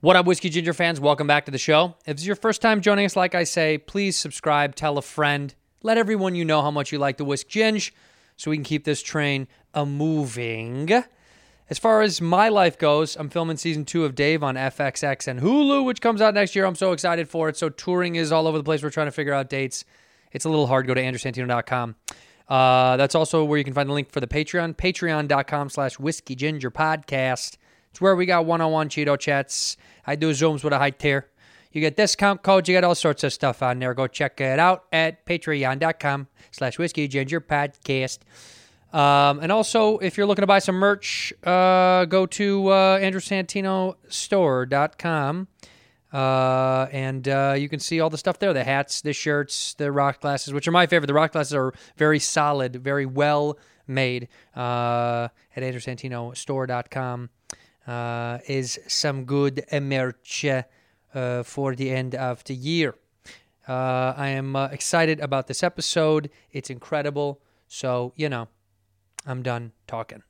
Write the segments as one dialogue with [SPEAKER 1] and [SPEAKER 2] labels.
[SPEAKER 1] What up, Whiskey Ginger fans? Welcome back to the show. If this is your first time joining us, like I say, please subscribe, tell a friend, let everyone you know how much you like the Whisk Ginge so we can keep this train a moving. As far as my life goes, I'm filming season two of Dave on FXX and Hulu, which comes out next year. I'm so excited for it. So touring is all over the place. We're trying to figure out dates. It's a little hard. Go to andrewsantino.com. Uh, that's also where you can find the link for the Patreon, patreon.com slash whiskey ginger podcast. It's where we got one-on-one Cheeto chats. I do Zooms with a high tier. You get discount codes. You get all sorts of stuff on there. Go check it out at patreon.com slash whiskey ginger podcast. Um, and also, if you're looking to buy some merch, uh, go to uh, andrewsantinostore.com. Uh, and uh, you can see all the stuff there the hats, the shirts, the rock glasses, which are my favorite. The rock glasses are very solid, very well made uh, at andrewsantinostore.com uh, is some good merch uh, for the end of the year. Uh, I am uh, excited about this episode. It's incredible. So, you know, I'm done talking.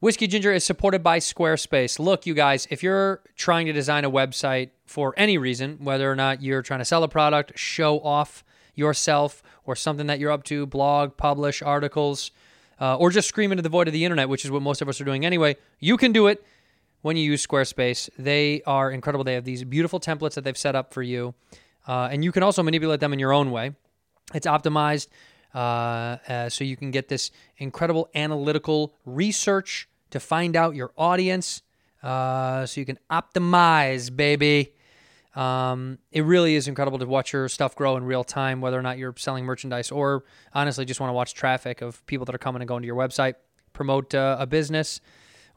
[SPEAKER 1] Whiskey Ginger is supported by Squarespace. Look, you guys, if you're trying to design a website for any reason, whether or not you're trying to sell a product, show off yourself, or something that you're up to, blog, publish, articles, uh, or just scream into the void of the internet, which is what most of us are doing anyway, you can do it when you use Squarespace. They are incredible. They have these beautiful templates that they've set up for you, uh, and you can also manipulate them in your own way. It's optimized uh, uh, so you can get this incredible analytical research to find out your audience, uh, so you can optimize, baby. Um, it really is incredible to watch your stuff grow in real time, whether or not you're selling merchandise or honestly just want to watch traffic of people that are coming and going to your website, promote uh, a business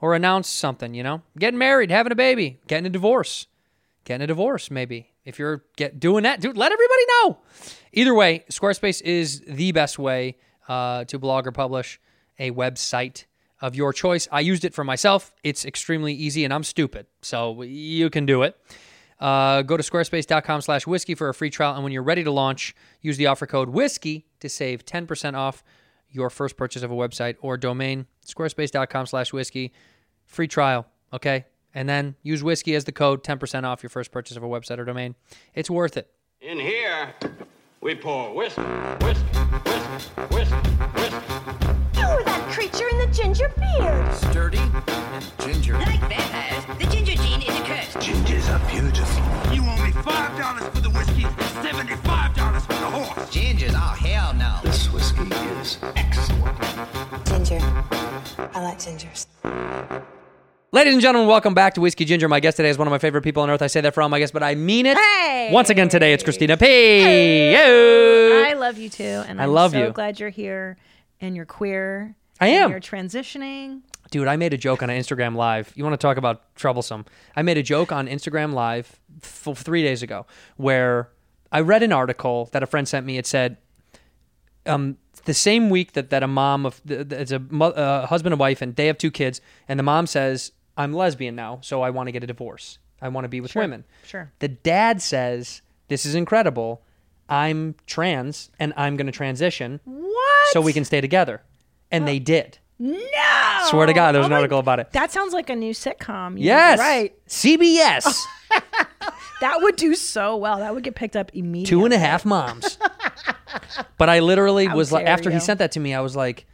[SPEAKER 1] or announce something, you know? Getting married, having a baby, getting a divorce, getting a divorce maybe. If you're get doing that, dude, let everybody know. Either way, Squarespace is the best way uh, to blog or publish a website of your choice. I used it for myself. It's extremely easy, and I'm stupid, so you can do it. Uh, go to squarespace.com slash whiskey for a free trial, and when you're ready to launch, use the offer code whiskey to save 10% off your first purchase of a website or domain. Squarespace.com slash whiskey free trial, okay? And then use whiskey as the code, 10% off your first purchase of a website or domain. It's worth it.
[SPEAKER 2] In here, we pour whiskey, whiskey, whiskey, whiskey, whiskey.
[SPEAKER 3] You were that creature in the ginger beard.
[SPEAKER 4] sturdy and ginger.
[SPEAKER 5] Like vampires, the ginger gene is a curse.
[SPEAKER 6] Gingers are beautiful.
[SPEAKER 7] You owe me five dollars for the whiskey, seventy-five dollars for the horse.
[SPEAKER 4] Gingers, oh hell no.
[SPEAKER 6] This whiskey is excellent.
[SPEAKER 8] Ginger. I like gingers.
[SPEAKER 1] Ladies and gentlemen, welcome back to Whiskey Ginger. My guest today is one of my favorite people on earth. I say that for all my guests, but I mean it.
[SPEAKER 9] Hey!
[SPEAKER 1] Once again today, it's Christina P.
[SPEAKER 9] I
[SPEAKER 1] Yo!
[SPEAKER 9] love you too, and
[SPEAKER 1] I
[SPEAKER 9] I'm
[SPEAKER 1] love
[SPEAKER 9] so
[SPEAKER 1] you.
[SPEAKER 9] glad you're here, and you're queer.
[SPEAKER 1] I
[SPEAKER 9] and
[SPEAKER 1] am.
[SPEAKER 9] You're transitioning.
[SPEAKER 1] Dude, I made a joke on Instagram Live. You want to talk about troublesome? I made a joke on Instagram Live f- three days ago where I read an article that a friend sent me. It said, um, the same week that, that a mom of th- th- it's a mo- uh, husband and wife and they have two kids and the mom says i'm lesbian now so i want to get a divorce i want to be with women
[SPEAKER 9] sure.
[SPEAKER 1] the dad says this is incredible i'm trans and i'm going to transition
[SPEAKER 9] What?
[SPEAKER 1] so we can stay together and they did
[SPEAKER 9] No.
[SPEAKER 1] Swear to God, there was an
[SPEAKER 9] Oh my-
[SPEAKER 1] article about it.
[SPEAKER 9] That sounds like a new sitcom. You're
[SPEAKER 1] yes
[SPEAKER 9] Right. Oh.
[SPEAKER 1] cbs
[SPEAKER 9] That would do so well. That would get picked up immediately.
[SPEAKER 1] two and a half moms. but I literally
[SPEAKER 9] How
[SPEAKER 1] was like,
[SPEAKER 9] dare
[SPEAKER 1] after he
[SPEAKER 9] you.
[SPEAKER 1] sent that to me, I was like,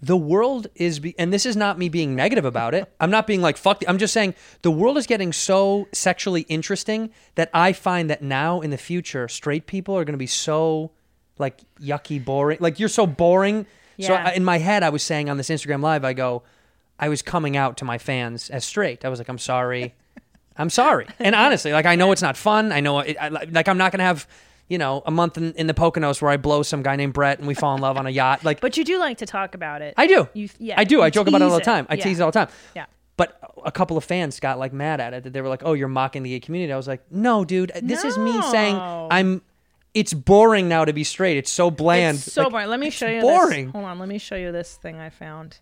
[SPEAKER 1] the world is, be- and this is not me being negative about it. I'm not being like, fuck, th- I'm just saying the world is getting so sexually interesting that I find that now in the future, straight people are going to be so like yucky, boring. Like you're so boring. So
[SPEAKER 9] Yeah.
[SPEAKER 1] I, in my head, I was saying on this Instagram live, I go, I was coming out to my fans as straight. I was like, I'm sorry. I'm sorry. And honestly, like I know it's not fun. I know it, I, like I'm not gonna have you know a month in, in the Poconos where I blow some guy named Brett and we fall in love on a yacht. Like,
[SPEAKER 9] But you do like to talk about it.
[SPEAKER 1] I do.
[SPEAKER 9] You, yeah.
[SPEAKER 1] I do. I
[SPEAKER 9] you
[SPEAKER 1] joke about it all the
[SPEAKER 9] tease
[SPEAKER 1] time. I
[SPEAKER 9] Yeah.
[SPEAKER 1] tease it all the time.
[SPEAKER 9] Yeah.
[SPEAKER 1] But a couple of fans got like mad at it that they were like, "Oh, you're mocking the gay community." I was like, "No, dude, this is me saying
[SPEAKER 9] No.
[SPEAKER 1] I'm." It's boring now to be straight. It's so bland.
[SPEAKER 9] It's so
[SPEAKER 1] Like,
[SPEAKER 9] boring. Let me
[SPEAKER 1] it's
[SPEAKER 9] show you. this-
[SPEAKER 1] Boring.
[SPEAKER 9] Hold on. Let me show you this thing I found.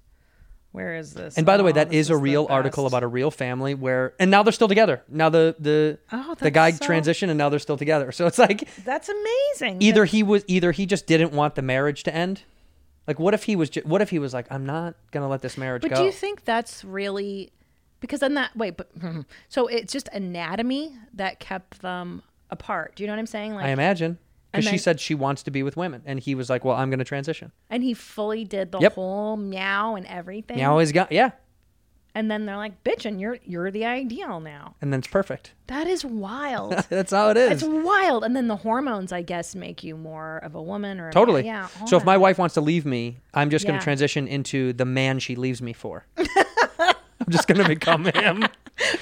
[SPEAKER 9] Where is this?
[SPEAKER 1] And by the way,
[SPEAKER 9] Oh,
[SPEAKER 1] that
[SPEAKER 9] this
[SPEAKER 1] is a
[SPEAKER 9] the
[SPEAKER 1] real article
[SPEAKER 9] best.
[SPEAKER 1] about a real family where, and now they're still together. Now the the
[SPEAKER 9] Oh,
[SPEAKER 1] the
[SPEAKER 9] that's
[SPEAKER 1] guy
[SPEAKER 9] so-
[SPEAKER 1] transitioned, and now they're still together. So it's like
[SPEAKER 9] That's amazing.
[SPEAKER 1] either
[SPEAKER 9] That-
[SPEAKER 1] he was either he just didn't want the marriage to end. Like, what if he was? Ju- what if he was like, I'm not gonna let this marriage
[SPEAKER 10] But
[SPEAKER 1] go.
[SPEAKER 10] do you think that's really because then that wait, but so it's just anatomy that kept them apart. Do you know what I'm saying? Like,
[SPEAKER 1] I imagine
[SPEAKER 10] And
[SPEAKER 1] because she
[SPEAKER 10] then-
[SPEAKER 1] said she wants to be with women, and he was like, Well, I'm gonna transition.
[SPEAKER 10] and he fully did the
[SPEAKER 1] Yep.
[SPEAKER 10] whole meow and everything.
[SPEAKER 1] Now he's got yeah,
[SPEAKER 10] and then they're like, "Bitch, and you're you're the ideal now."
[SPEAKER 1] and then it's perfect.
[SPEAKER 10] That is wild.
[SPEAKER 1] That's how it is.
[SPEAKER 10] It's wild. And then the hormones, I guess, make you more of a woman or a man.
[SPEAKER 1] Totally.
[SPEAKER 10] Yeah. oh
[SPEAKER 1] so if my wife wants to leave me, I'm just going
[SPEAKER 10] Yeah.
[SPEAKER 1] to transition into the man she leaves me for. I'm just going to become him.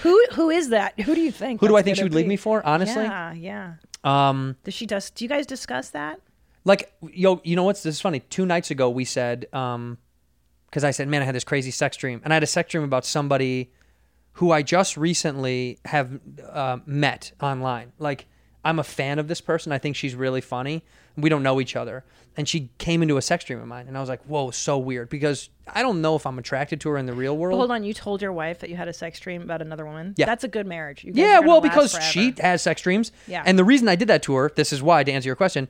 [SPEAKER 9] who who is that? Who do you think?
[SPEAKER 1] Who do I
[SPEAKER 9] that's
[SPEAKER 1] think she
[SPEAKER 9] gonna
[SPEAKER 1] would leave
[SPEAKER 9] be?
[SPEAKER 1] me for? Honestly,
[SPEAKER 9] Yeah, yeah.
[SPEAKER 1] um,
[SPEAKER 9] Does she does? Do you guys discuss that?
[SPEAKER 1] like yo, you know what's this is funny? Two nights ago, we said, um, because I said, man, I had this crazy sex dream, and I had a sex dream about somebody who I just recently have uh, met online. Like, I'm a fan of this person. I think she's really funny. We don't know each other. And she came into a sex dream of mine. And I was like, whoa, so weird. Because I don't know if I'm attracted to her in the real world.
[SPEAKER 9] Hold on. You told your wife that you had a sex dream about another woman.
[SPEAKER 1] Yeah.
[SPEAKER 9] that's a good marriage. You guys are
[SPEAKER 1] Yeah,
[SPEAKER 9] gonna
[SPEAKER 1] well,
[SPEAKER 9] last
[SPEAKER 1] because
[SPEAKER 9] forever.
[SPEAKER 1] she has sex dreams.
[SPEAKER 9] Yeah.
[SPEAKER 1] And the reason I did that to her, this is why, to answer your question,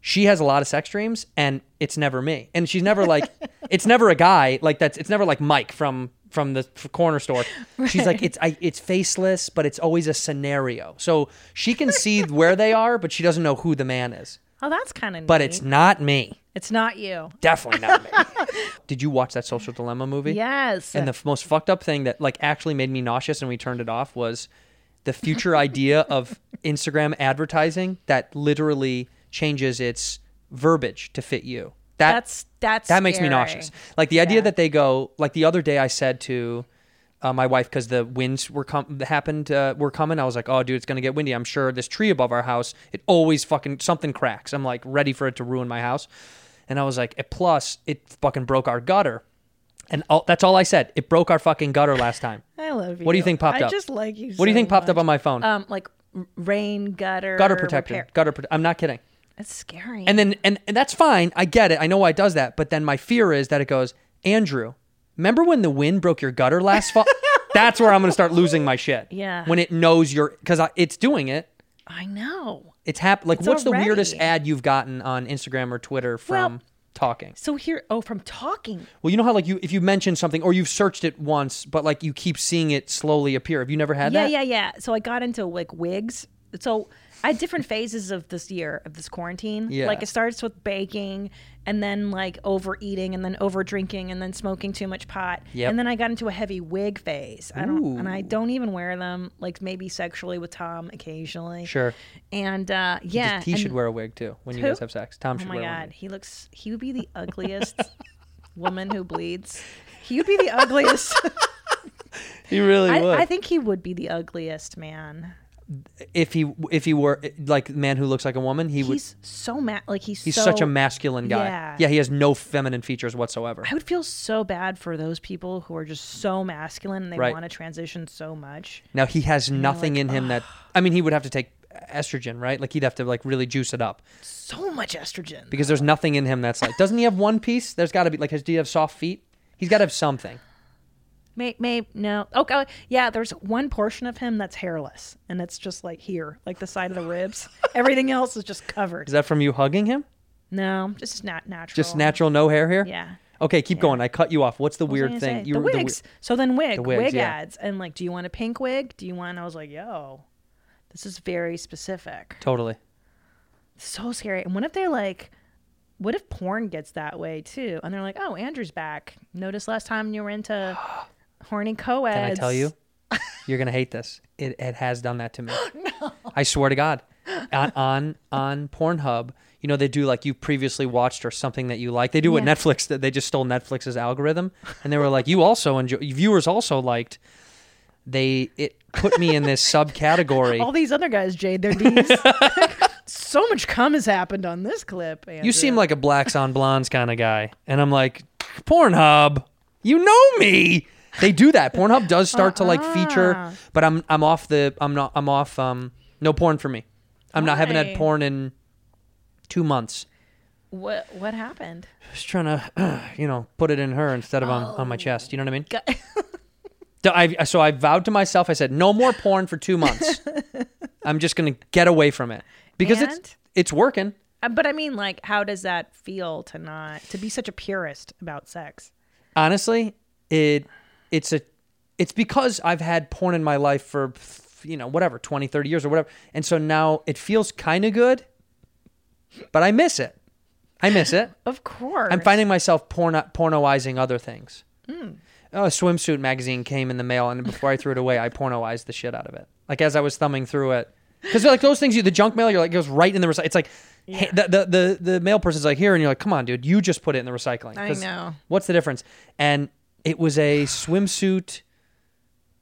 [SPEAKER 1] she has a lot of sex dreams and it's never me. And she's never like, it's never a guy like that's, it's never like Mike from, from the f- corner store. She's like, it's, I, it's faceless, but it's always a scenario. So she can see where they are, but she doesn't know who the man is.
[SPEAKER 9] Oh, that's kind of.
[SPEAKER 1] But it's not me.
[SPEAKER 9] it's not you.
[SPEAKER 1] Definitely not me. Did you watch that Social Dilemma movie?
[SPEAKER 9] Yes.
[SPEAKER 1] And the f- most fucked up thing that like actually made me nauseous and we turned it off was the future idea of Instagram advertising that literally changes its verbiage to fit you. That,
[SPEAKER 9] That's- that's
[SPEAKER 1] that makes me
[SPEAKER 9] scary.
[SPEAKER 1] nauseous. Like the idea that they go like the other day I said to uh, my wife because the winds were com- happened uh, were coming. I was like, oh dude, it's gonna get windy. I'm sure this tree above our house it always fucking something cracks. I'm like ready for it to ruin my house. And I was like, eh, plus it fucking broke our gutter. And all, that's all I said. It broke our fucking gutter last time.
[SPEAKER 9] I love you.
[SPEAKER 1] What do you think popped
[SPEAKER 9] I
[SPEAKER 1] up?
[SPEAKER 9] just like you.
[SPEAKER 1] What do you
[SPEAKER 9] so
[SPEAKER 1] think popped up
[SPEAKER 9] much.
[SPEAKER 1] on my phone?
[SPEAKER 9] Um, like r- rain gutter
[SPEAKER 1] gutter protection.
[SPEAKER 9] repair.
[SPEAKER 1] Gutter. Prote- I'm not kidding.
[SPEAKER 9] That's scary.
[SPEAKER 1] And then and, and that's fine. I get it. I know why it does that. But then my fear is that it goes, Andrew. Remember when the wind broke your gutter last fall? that's where I'm going to start losing my shit.
[SPEAKER 9] Yeah.
[SPEAKER 1] When it knows you're because it's doing it.
[SPEAKER 9] I know.
[SPEAKER 1] It's hap- Like,
[SPEAKER 9] It's
[SPEAKER 1] what's the weirdest
[SPEAKER 9] already-
[SPEAKER 1] ad you've gotten on Instagram or Twitter from
[SPEAKER 9] Well-
[SPEAKER 1] talking?
[SPEAKER 9] So here, oh, from talking.
[SPEAKER 1] Well, you know how like you if you mention something or you've searched it once, but like you keep seeing it slowly appear. Have you never had
[SPEAKER 9] yeah,
[SPEAKER 1] that?
[SPEAKER 9] yeah, yeah. So I got into like wigs. So I had different phases of this year of this quarantine.
[SPEAKER 1] Yeah.
[SPEAKER 9] Like it starts with baking and then like overeating and then over drinking and then smoking too much pot.
[SPEAKER 1] Yep.
[SPEAKER 9] And then I got into a heavy wig phase. I don't and I don't even wear them like maybe sexually with Tom occasionally.
[SPEAKER 1] Sure.
[SPEAKER 9] And uh yeah.
[SPEAKER 1] He
[SPEAKER 9] and-
[SPEAKER 1] should wear a wig too when you
[SPEAKER 9] Who?
[SPEAKER 1] guys have sex. Tom
[SPEAKER 9] Oh
[SPEAKER 1] should
[SPEAKER 9] my
[SPEAKER 1] wear a
[SPEAKER 9] god,
[SPEAKER 1] wig.
[SPEAKER 9] he looks he would be the ugliest woman who bleeds. He would be the ugliest.
[SPEAKER 1] He really
[SPEAKER 9] I,
[SPEAKER 1] would.
[SPEAKER 9] I think he would be the ugliest man.
[SPEAKER 1] if he if he were like man who looks like a woman, he would.
[SPEAKER 9] he's so ma- like he's
[SPEAKER 1] He's
[SPEAKER 9] so-
[SPEAKER 1] such a masculine guy.
[SPEAKER 9] Yeah.
[SPEAKER 1] he has no feminine features whatsoever.
[SPEAKER 9] I would feel so bad for those people who are just so masculine and they
[SPEAKER 1] Right.
[SPEAKER 9] want to transition so much.
[SPEAKER 1] Now he has nothing in him that. I mean, he would have to take estrogen, right? Like he'd have to like really juice it up
[SPEAKER 9] So much estrogen.
[SPEAKER 1] because there's nothing in him that's like. Doesn't he have one piece? There's got to be like. Has, do you have soft feet? He's got to have something.
[SPEAKER 9] May, may no. Okay, yeah. There's one portion of him that's hairless, and it's just like here, like the side of the ribs. Everything else is just covered.
[SPEAKER 1] Is that from you hugging him?
[SPEAKER 9] no, this is not natural.
[SPEAKER 1] Just natural, no hair here.
[SPEAKER 9] Oh. Yeah.
[SPEAKER 1] Okay, keep going. I cut you off. What's the
[SPEAKER 9] What was I
[SPEAKER 1] weird
[SPEAKER 9] gonna
[SPEAKER 1] thing?
[SPEAKER 9] say?
[SPEAKER 1] You
[SPEAKER 9] the
[SPEAKER 1] were- wi-
[SPEAKER 9] wigs. so then wig,
[SPEAKER 1] the wigs,
[SPEAKER 9] wig
[SPEAKER 1] yeah.
[SPEAKER 9] ads, and like, do you want a pink wig? Do you want? I was like, yo, this is very specific.
[SPEAKER 1] totally.
[SPEAKER 9] so scary. And what if they're like, what if porn gets that way too? And they're like, oh, Andrew's back. Notice last time you were into horny co-eds.
[SPEAKER 1] Can I tell you? You're gonna hate this. It, it has done that to me. I swear to God. On, on on Pornhub, you know they do like you previously watched or something that you like. They do what Netflix that they just stole Netflix's algorithm, and they were like, you also enjoy viewers also liked. They it put me in this subcategory.
[SPEAKER 9] All these other guys, Jade, their D's. so much cum has happened on this clip. Andrew.
[SPEAKER 1] you seem like a blacks on blondes kind of guy, and I'm like Pornhub. You know me. They do that. Pornhub does start to like
[SPEAKER 9] Ah.
[SPEAKER 1] feature, but I'm I'm off the I'm not I'm off um no porn for me. I'm not haven't had
[SPEAKER 9] Why?
[SPEAKER 1] porn in two months.
[SPEAKER 9] What what happened?
[SPEAKER 1] Just trying to you know put it in her instead of on, on my chest. You know what I mean? So I, so I vowed to myself. I said no more porn for two months. I'm just gonna get away from it because
[SPEAKER 9] And?
[SPEAKER 1] it's it's working.
[SPEAKER 9] Uh, But I mean, like, how does that feel to not to be such a purist about sex?
[SPEAKER 1] honestly it it's a it's because i've had porn in my life for you know whatever 20 30 years or whatever and so now it feels kind of good but i miss it i miss it
[SPEAKER 9] Of course, Hmm.
[SPEAKER 1] i'm finding myself porno- pornoizing other things oh, a swimsuit magazine came in the mail and before i threw it away i pornoized the shit out of it like as i was thumbing through it because like those things you the junk mail you're like goes right in the recy- it's like hey, the, the the the mail person's like here and you're like come on dude you just put it in the recycling
[SPEAKER 9] I
[SPEAKER 1] 'Cause
[SPEAKER 9] know.
[SPEAKER 1] What's the difference? And it was a swimsuit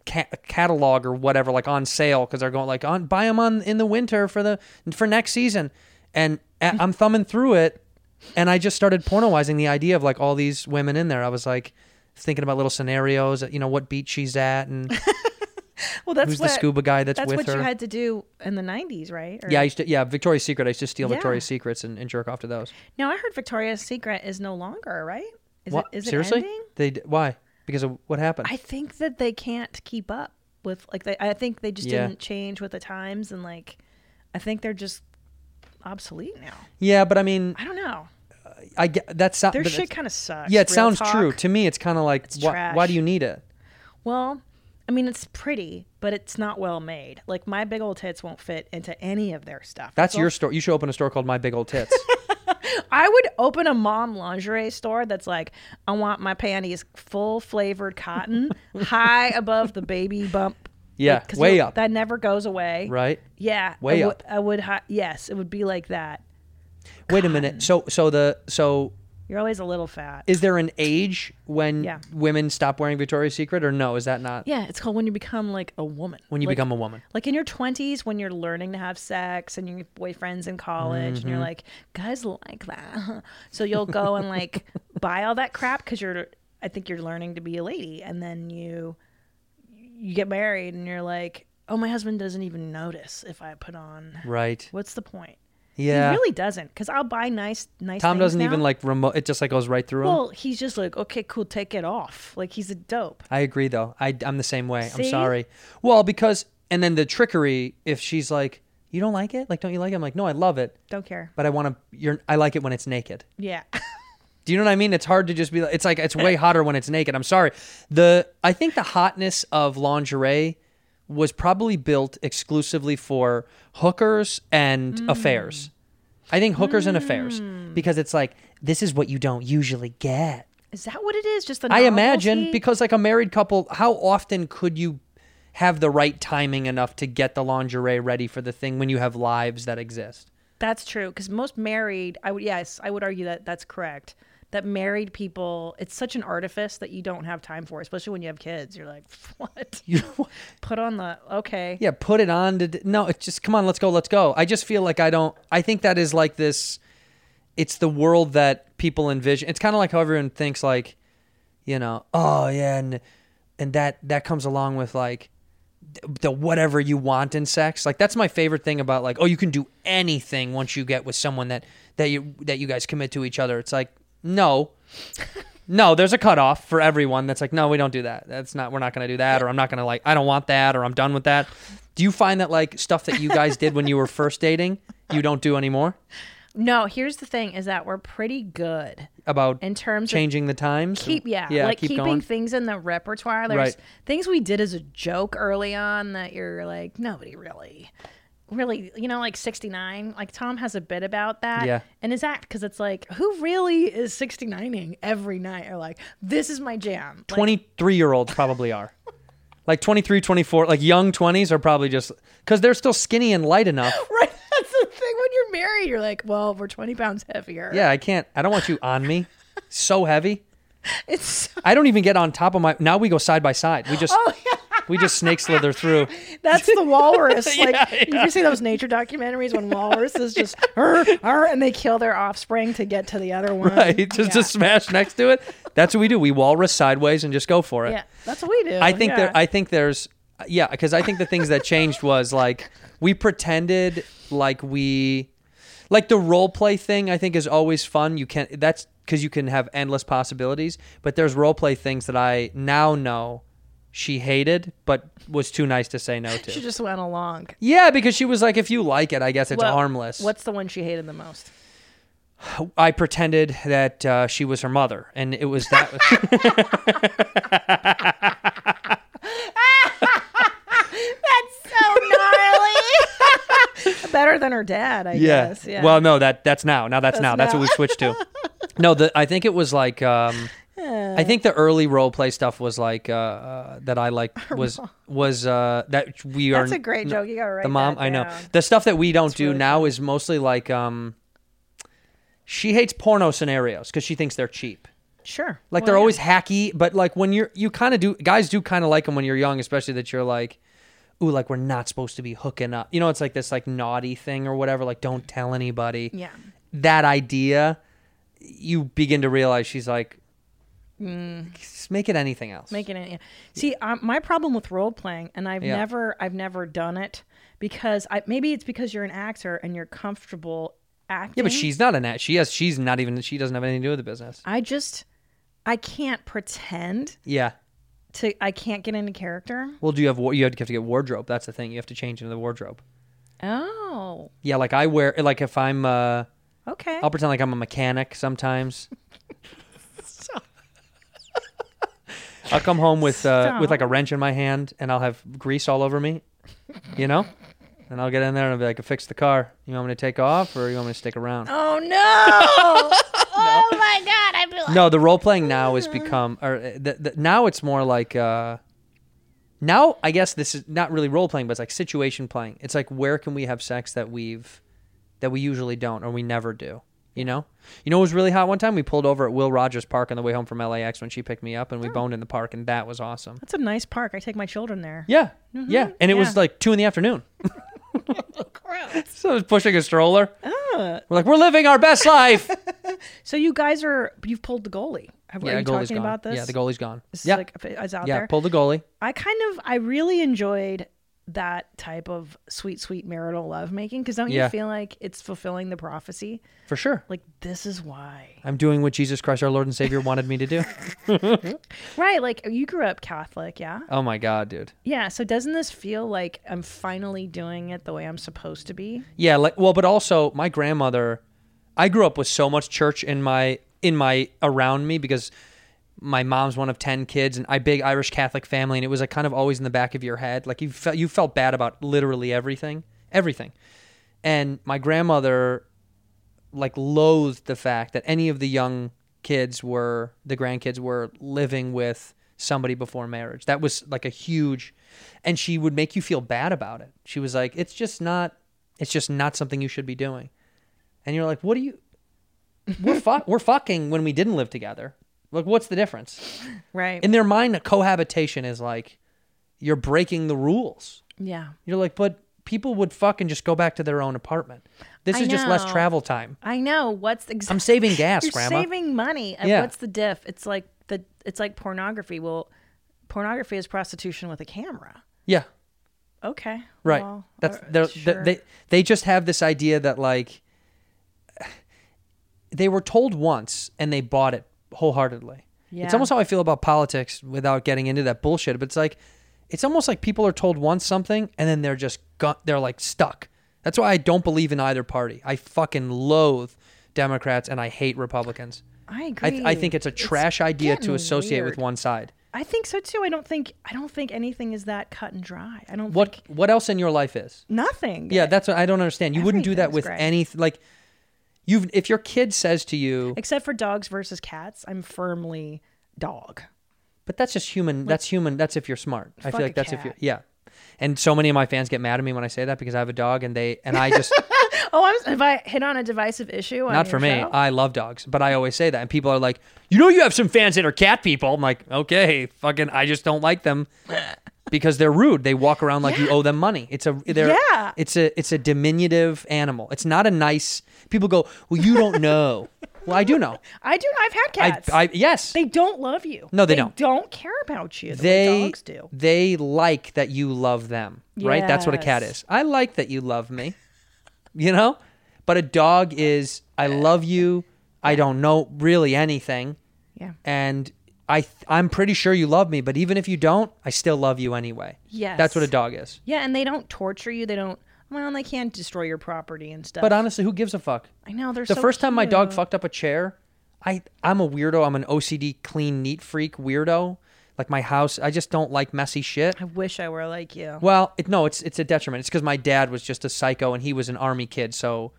[SPEAKER 1] ca- catalog or whatever, like on sale because they're going like on buy them on in the winter for the for next season. And a- I'm thumbing through it, and I just started pornoizing the idea of like all these women in there. I was like thinking about little scenarios, you know, what beach she's at, and
[SPEAKER 9] Well, that's
[SPEAKER 1] who's
[SPEAKER 9] what,
[SPEAKER 1] the scuba guy that's,
[SPEAKER 9] That's
[SPEAKER 1] with
[SPEAKER 9] what
[SPEAKER 1] her.
[SPEAKER 9] you had to do in the '90s, right? Or-
[SPEAKER 1] yeah, I used to, yeah, Victoria's Secret. I used to steal
[SPEAKER 9] Yeah.
[SPEAKER 1] Victoria's Secrets and, and jerk off to those.
[SPEAKER 9] Now I heard Victoria's Secret is no longer right. Is
[SPEAKER 1] what?
[SPEAKER 9] it? Is
[SPEAKER 1] Seriously?
[SPEAKER 9] it ending?
[SPEAKER 1] They d- why? Because of what happened?
[SPEAKER 9] I think that they can't keep up with like they, I think they just
[SPEAKER 1] Yeah.
[SPEAKER 9] didn't change with the times and like I think they're just obsolete now.
[SPEAKER 1] yeah, but I mean,
[SPEAKER 9] I don't know.
[SPEAKER 1] I get that's not,
[SPEAKER 9] Their
[SPEAKER 1] but
[SPEAKER 9] shit
[SPEAKER 1] that's-
[SPEAKER 9] kind of sucks.
[SPEAKER 1] Yeah, it
[SPEAKER 9] real
[SPEAKER 1] sounds
[SPEAKER 9] talk.
[SPEAKER 1] true. To me, it's kind of like, why, why
[SPEAKER 9] trash.
[SPEAKER 1] do you need it?
[SPEAKER 9] Well, I mean it's pretty, but it's not well made. Like my big old tits won't fit into any of their stuff.
[SPEAKER 1] That's
[SPEAKER 9] It's all-
[SPEAKER 1] your store. You should open a store called My Big Old Tits.
[SPEAKER 9] I would open a mom lingerie store that's like, I want my panties full flavored cotton, high above the baby bump.
[SPEAKER 1] Yeah,
[SPEAKER 9] Like, 'cause
[SPEAKER 1] way
[SPEAKER 9] you'll-
[SPEAKER 1] up.
[SPEAKER 9] That never goes away.
[SPEAKER 1] right?
[SPEAKER 9] Yeah.
[SPEAKER 1] Way
[SPEAKER 9] I
[SPEAKER 1] up.
[SPEAKER 9] Would, I would. Hi- yes, it would be like that.
[SPEAKER 1] Wait a minute. So, so the so
[SPEAKER 9] You're always a little fat.
[SPEAKER 1] is there an age when
[SPEAKER 9] Yeah.
[SPEAKER 1] women stop wearing Victoria's Secret, or no? Is that not
[SPEAKER 9] yeah, it's called when you become like a woman.
[SPEAKER 1] when you
[SPEAKER 9] Like-
[SPEAKER 1] become a woman?
[SPEAKER 9] Like in your 20s, when you're learning to have sex and your boyfriend's in college,
[SPEAKER 1] Mm-hmm.
[SPEAKER 9] and you're like, guys like that. So you'll go and like buy all that crap because you're, I think you're learning to be a lady. And then you, you get married and you're like, oh, my husband doesn't even notice if I put on.
[SPEAKER 1] Right.
[SPEAKER 9] What's the point?
[SPEAKER 1] Yeah.
[SPEAKER 9] He really doesn't because I'll buy nice, nice.
[SPEAKER 1] Tom
[SPEAKER 9] things
[SPEAKER 1] doesn't
[SPEAKER 9] now.
[SPEAKER 1] even like remote. It just like goes right through him.
[SPEAKER 9] Well, he's just like, okay, cool, take it off. Like he's a dope.
[SPEAKER 1] I agree, though. I, I'm the same way. I'm
[SPEAKER 9] See?
[SPEAKER 1] sorry. Well, because and then the trickery. If she's like, you don't like it, like, don't you like it? I'm like, no, I love it,
[SPEAKER 9] Don't care.
[SPEAKER 1] but I want to. You're. I like it when it's naked.
[SPEAKER 9] Yeah.
[SPEAKER 1] Do you know what I mean? It's hard to just be like it's like it's way hotter when it's naked. I'm sorry. The I think the hotness of lingerie was probably built exclusively for hookers and affairs. I think hookers and affairs because it's like this is what you don't usually get.
[SPEAKER 9] Is that what it is? Just the
[SPEAKER 1] I imagine
[SPEAKER 9] novelty?
[SPEAKER 1] because like a married couple, how often could you have the right timing enough to get the lingerie ready for the thing when you have lives that exist?
[SPEAKER 9] that's true. Because most married, I would yes, I would argue that that's correct. That married people, it's such an artifice that you don't have time for, especially when you have kids. You're like, what?
[SPEAKER 1] You know,
[SPEAKER 9] Put on the okay.
[SPEAKER 1] Yeah, put it on to no. It's just come on, let's go, let's go. I just feel like I don't. I think that is like this. It's the world that people envision. It's kind of like how everyone thinks, like, you know, oh yeah, and and that that comes along with like th- the whatever you want in sex. Like that's my favorite thing about like, oh, you can do anything once you get with someone that that you that you guys commit to each other. It's like no. No, there's a cutoff for everyone that's like, no, we don't do that. That's not, we're not going to do that, or I'm not going to like, I don't want that, or I'm done with that. Do you find that like stuff that you guys did when you were first dating, you don't do anymore?
[SPEAKER 9] No, here's the thing: is that we're pretty good
[SPEAKER 1] About
[SPEAKER 9] in terms of
[SPEAKER 1] changing the times?
[SPEAKER 9] keep yeah, like
[SPEAKER 1] keep
[SPEAKER 9] keeping
[SPEAKER 1] going.
[SPEAKER 9] things in the repertoire there's
[SPEAKER 1] Right.
[SPEAKER 9] things we did as a joke early on that you're like nobody really really you know like 69 like tom has a bit about that
[SPEAKER 1] Yeah.
[SPEAKER 9] and his act because it's like who really is 69ing every night or like this is my jam Like,
[SPEAKER 1] 23 year olds probably are. Like 23, 24, like young 20s are probably just, because they're still skinny and light enough.
[SPEAKER 9] right that's the thing when you're married you're like well we're 20 pounds heavier
[SPEAKER 1] Yeah, I can't, I don't want you on me. So heavy.
[SPEAKER 9] it's Oh,
[SPEAKER 1] I don't even get on top of my, now we go side by side. We just, we just snake slither through.
[SPEAKER 9] That's the walrus.
[SPEAKER 1] Yeah,
[SPEAKER 9] like
[SPEAKER 1] yeah.
[SPEAKER 9] you ever see those nature documentaries when walruses just "Arr, arr," and they kill their offspring to get to the other one.
[SPEAKER 1] Right, just to smash next to it. That's what we do. We walrus sideways and just go for it.
[SPEAKER 9] Yeah, that's what we do.
[SPEAKER 1] I think
[SPEAKER 9] yeah.
[SPEAKER 1] there. I think there's. Yeah, because I think the things that changed was like we pretended like we, like the role play thing. I think is always fun. You can't. That's because you can have endless possibilities. But there's role play things that I now know she hated, but was too nice to say no
[SPEAKER 9] she
[SPEAKER 1] to.
[SPEAKER 9] just went along.
[SPEAKER 1] Yeah, because she was like, if you like it, I guess it's
[SPEAKER 9] Well,
[SPEAKER 1] harmless.
[SPEAKER 9] What's the one she hated the most?
[SPEAKER 1] I pretended that uh, she was her mother, and it was that.
[SPEAKER 9] So gnarly. Better than her dad, I guess. Yeah.
[SPEAKER 1] Well, no, that that's now. Now that's, now. That's what
[SPEAKER 9] now.
[SPEAKER 1] we switched to. no, the I think it was like um I think the early role play stuff was like uh, uh that I like was was uh that we are
[SPEAKER 9] That's a great joke. You gotta write
[SPEAKER 1] the mom
[SPEAKER 9] that
[SPEAKER 1] I know.
[SPEAKER 9] down.
[SPEAKER 1] The stuff that we don't do now is mostly like um she hates porno scenarios cuz she thinks they're cheap.
[SPEAKER 9] sure.
[SPEAKER 1] Like they're always hacky, but like when you're you kind of do guys do kind of like them when you're young, especially that you're like, ooh, like we're not supposed to be hooking up. You know, it's like this like naughty thing or whatever. Like don't tell anybody.
[SPEAKER 9] Yeah.
[SPEAKER 1] That idea, you begin to realize she's like, "Just make it anything else.
[SPEAKER 9] Making Mm. it. Yeah. See, um, my problem with role playing, and I've
[SPEAKER 1] Yeah.
[SPEAKER 9] never, I've never done it because I maybe it's because you're an actor and you're comfortable acting.
[SPEAKER 1] yeah, but she's not an act. She has. She's not even. She doesn't have anything to do with the business.
[SPEAKER 9] I just, I can't pretend
[SPEAKER 1] Yeah.
[SPEAKER 9] to. I can't get into character.
[SPEAKER 1] Well, do you have wa- you have to get wardrobe? That's the thing. You have to change into the wardrobe.
[SPEAKER 9] Oh,
[SPEAKER 1] Yeah, like I wear like if I'm uh
[SPEAKER 9] okay.
[SPEAKER 1] I'll pretend like I'm a mechanic sometimes. I'll come home with uh, with like a wrench in my hand, and I'll have grease all over me, you know. And I'll get in there and I'll be like, "Fix the car. You want me to take off, or you want me to stick around?"
[SPEAKER 9] oh no. Oh,
[SPEAKER 1] No, the role playing now has become, or uh, the, the, now it's more like, uh, now I guess this is not really role playing, but it's like situation playing. It's like where can we have sex that we've, that we usually don't or we never do. You know, you know, it was really hot one time. We pulled over at Will Rogers Park on the way home from LAX when she picked me up, and
[SPEAKER 9] Oh.
[SPEAKER 1] we boned in the park, and that was awesome.
[SPEAKER 9] That's a nice park. I take my children there.
[SPEAKER 1] Yeah, yeah, and it was
[SPEAKER 9] Mm-hmm. yeah.
[SPEAKER 1] like two in the afternoon. so I was pushing a stroller.
[SPEAKER 9] Oh.
[SPEAKER 1] We're like, we're living our best life.
[SPEAKER 9] So you guys are you've pulled the goalie. Have, are
[SPEAKER 1] yeah,
[SPEAKER 9] you
[SPEAKER 1] goalie's
[SPEAKER 9] talking
[SPEAKER 1] gone.
[SPEAKER 9] about this?
[SPEAKER 1] Yeah, the goalie's gone.
[SPEAKER 9] This is
[SPEAKER 1] yeah,
[SPEAKER 9] like if it- it's out
[SPEAKER 1] yeah,
[SPEAKER 9] there.
[SPEAKER 1] pull the goalie.
[SPEAKER 9] I kind of I really enjoyed that type of sweet sweet marital love making because don't
[SPEAKER 1] Yeah.
[SPEAKER 9] you feel like it's fulfilling the prophecy?
[SPEAKER 1] For sure.
[SPEAKER 9] Like this is why,
[SPEAKER 1] I'm doing what Jesus Christ our Lord and Savior wanted me to do.
[SPEAKER 9] right? Like you grew up Catholic, yeah,
[SPEAKER 1] Oh my god, dude.
[SPEAKER 9] yeah. So doesn't this feel like I'm finally doing it the way I'm supposed to be?
[SPEAKER 1] Yeah, like well, but also my grandmother I grew up with so much church in my in my around me because my mom's one of 10 kids and I big Irish Catholic family and it was like kind of always in the back of your head like you felt you felt bad about literally everything, everything. And my grandmother like loathed the fact that any of the young kids were the grandkids were living with somebody before marriage. That was like a huge and she would make you feel bad about it. She was like, "It's just not it's just not something you should be doing." And you're like, "What do you We're fu- we're fucking when we didn't live together. Like what's the difference?"
[SPEAKER 9] Right?
[SPEAKER 1] In their mind, cohabitation is like you're breaking the rules.
[SPEAKER 9] yeah.
[SPEAKER 1] You're like, "But people would fucking just go back to their own apartment. This
[SPEAKER 9] I
[SPEAKER 1] is just less
[SPEAKER 9] know.
[SPEAKER 1] travel time."
[SPEAKER 9] I know. What's exactly?
[SPEAKER 1] I'm saving gas,
[SPEAKER 9] You're
[SPEAKER 1] Grandma.
[SPEAKER 9] saving money. And
[SPEAKER 1] Yeah.
[SPEAKER 9] What's the diff? It's like the it's like pornography. Well, pornography is prostitution with a camera.
[SPEAKER 1] yeah.
[SPEAKER 9] Okay.
[SPEAKER 1] Right.
[SPEAKER 9] well,
[SPEAKER 1] That's
[SPEAKER 9] all right,
[SPEAKER 1] they're,
[SPEAKER 9] sure.
[SPEAKER 1] they they they just have this idea that like they were told once and they bought it wholeheartedly.
[SPEAKER 9] Yeah.
[SPEAKER 1] It's almost how I feel about politics without getting into that bullshit, but it's like it's almost like people are told once something and then they're just gu- they're like stuck. That's why I don't believe in either party. I fucking loathe Democrats and I hate Republicans.
[SPEAKER 9] I
[SPEAKER 1] I,
[SPEAKER 9] agree.
[SPEAKER 1] th- I think it's a trash idea to
[SPEAKER 9] getting
[SPEAKER 1] associate
[SPEAKER 9] weird.
[SPEAKER 1] with one side.
[SPEAKER 9] I think so too. I don't think I don't think anything is that cut and dry. I don't
[SPEAKER 1] What
[SPEAKER 9] think
[SPEAKER 1] what else in your life is?
[SPEAKER 9] nothing.
[SPEAKER 1] Yeah, that's what I don't understand. You wouldn't do that
[SPEAKER 9] Everything's
[SPEAKER 1] with
[SPEAKER 9] gray.
[SPEAKER 1] anything. Like, you've if your kid says to you,
[SPEAKER 9] Except for dogs versus cats, I'm firmly dog.
[SPEAKER 1] "But that's just human. that's human. That's if you're smart." I
[SPEAKER 9] Fuck
[SPEAKER 1] feel like
[SPEAKER 9] a
[SPEAKER 1] that's if you're
[SPEAKER 9] cat.
[SPEAKER 1] yeah. And so many of my fans get mad at me when I say that because I have a dog and they and I just
[SPEAKER 9] Oh, I'm, if I hit on a divisive issue, on
[SPEAKER 1] not
[SPEAKER 9] your
[SPEAKER 1] for me.
[SPEAKER 9] show?
[SPEAKER 1] I love dogs, but I always say that and people are like, "You know, you have some fans that are cat people." I'm like, "Okay, fucking, I just don't like them." because they're rude. They walk around like you owe them money. It's a they're,
[SPEAKER 9] Yeah.
[SPEAKER 1] It's a it's a diminutive animal. It's not a nice. People go, well, you don't know. well, I do know.
[SPEAKER 9] I do. I've had
[SPEAKER 1] I,
[SPEAKER 9] cats.
[SPEAKER 1] I yes.
[SPEAKER 9] they don't love you.
[SPEAKER 1] No, they don't.
[SPEAKER 9] Don't care about you. The
[SPEAKER 1] they
[SPEAKER 9] way dogs do.
[SPEAKER 1] they like that you love them, right? That's what a cat
[SPEAKER 9] Yes.
[SPEAKER 1] is. I like that you love me. You know? But a dog is I love you. I don't know really anything.
[SPEAKER 9] Yeah.
[SPEAKER 1] And I th- I'm pretty sure you love me, but even if you don't, I still love you anyway.
[SPEAKER 9] Yes.
[SPEAKER 1] That's what a dog is.
[SPEAKER 9] Yeah, and they don't torture you. They don't. Well, and they can destroy your property and stuff.
[SPEAKER 1] But honestly, who gives a fuck?
[SPEAKER 9] I know they're
[SPEAKER 1] the
[SPEAKER 9] so
[SPEAKER 1] first time my dog
[SPEAKER 9] cute.
[SPEAKER 1] fucked up a chair i i'm a weirdo i'm an ocd clean neat freak weirdo like my house i just don't like messy shit
[SPEAKER 9] I wish I were like you.
[SPEAKER 1] well it, no it's it's a detriment it's because my dad was just a psycho and he was an army kid so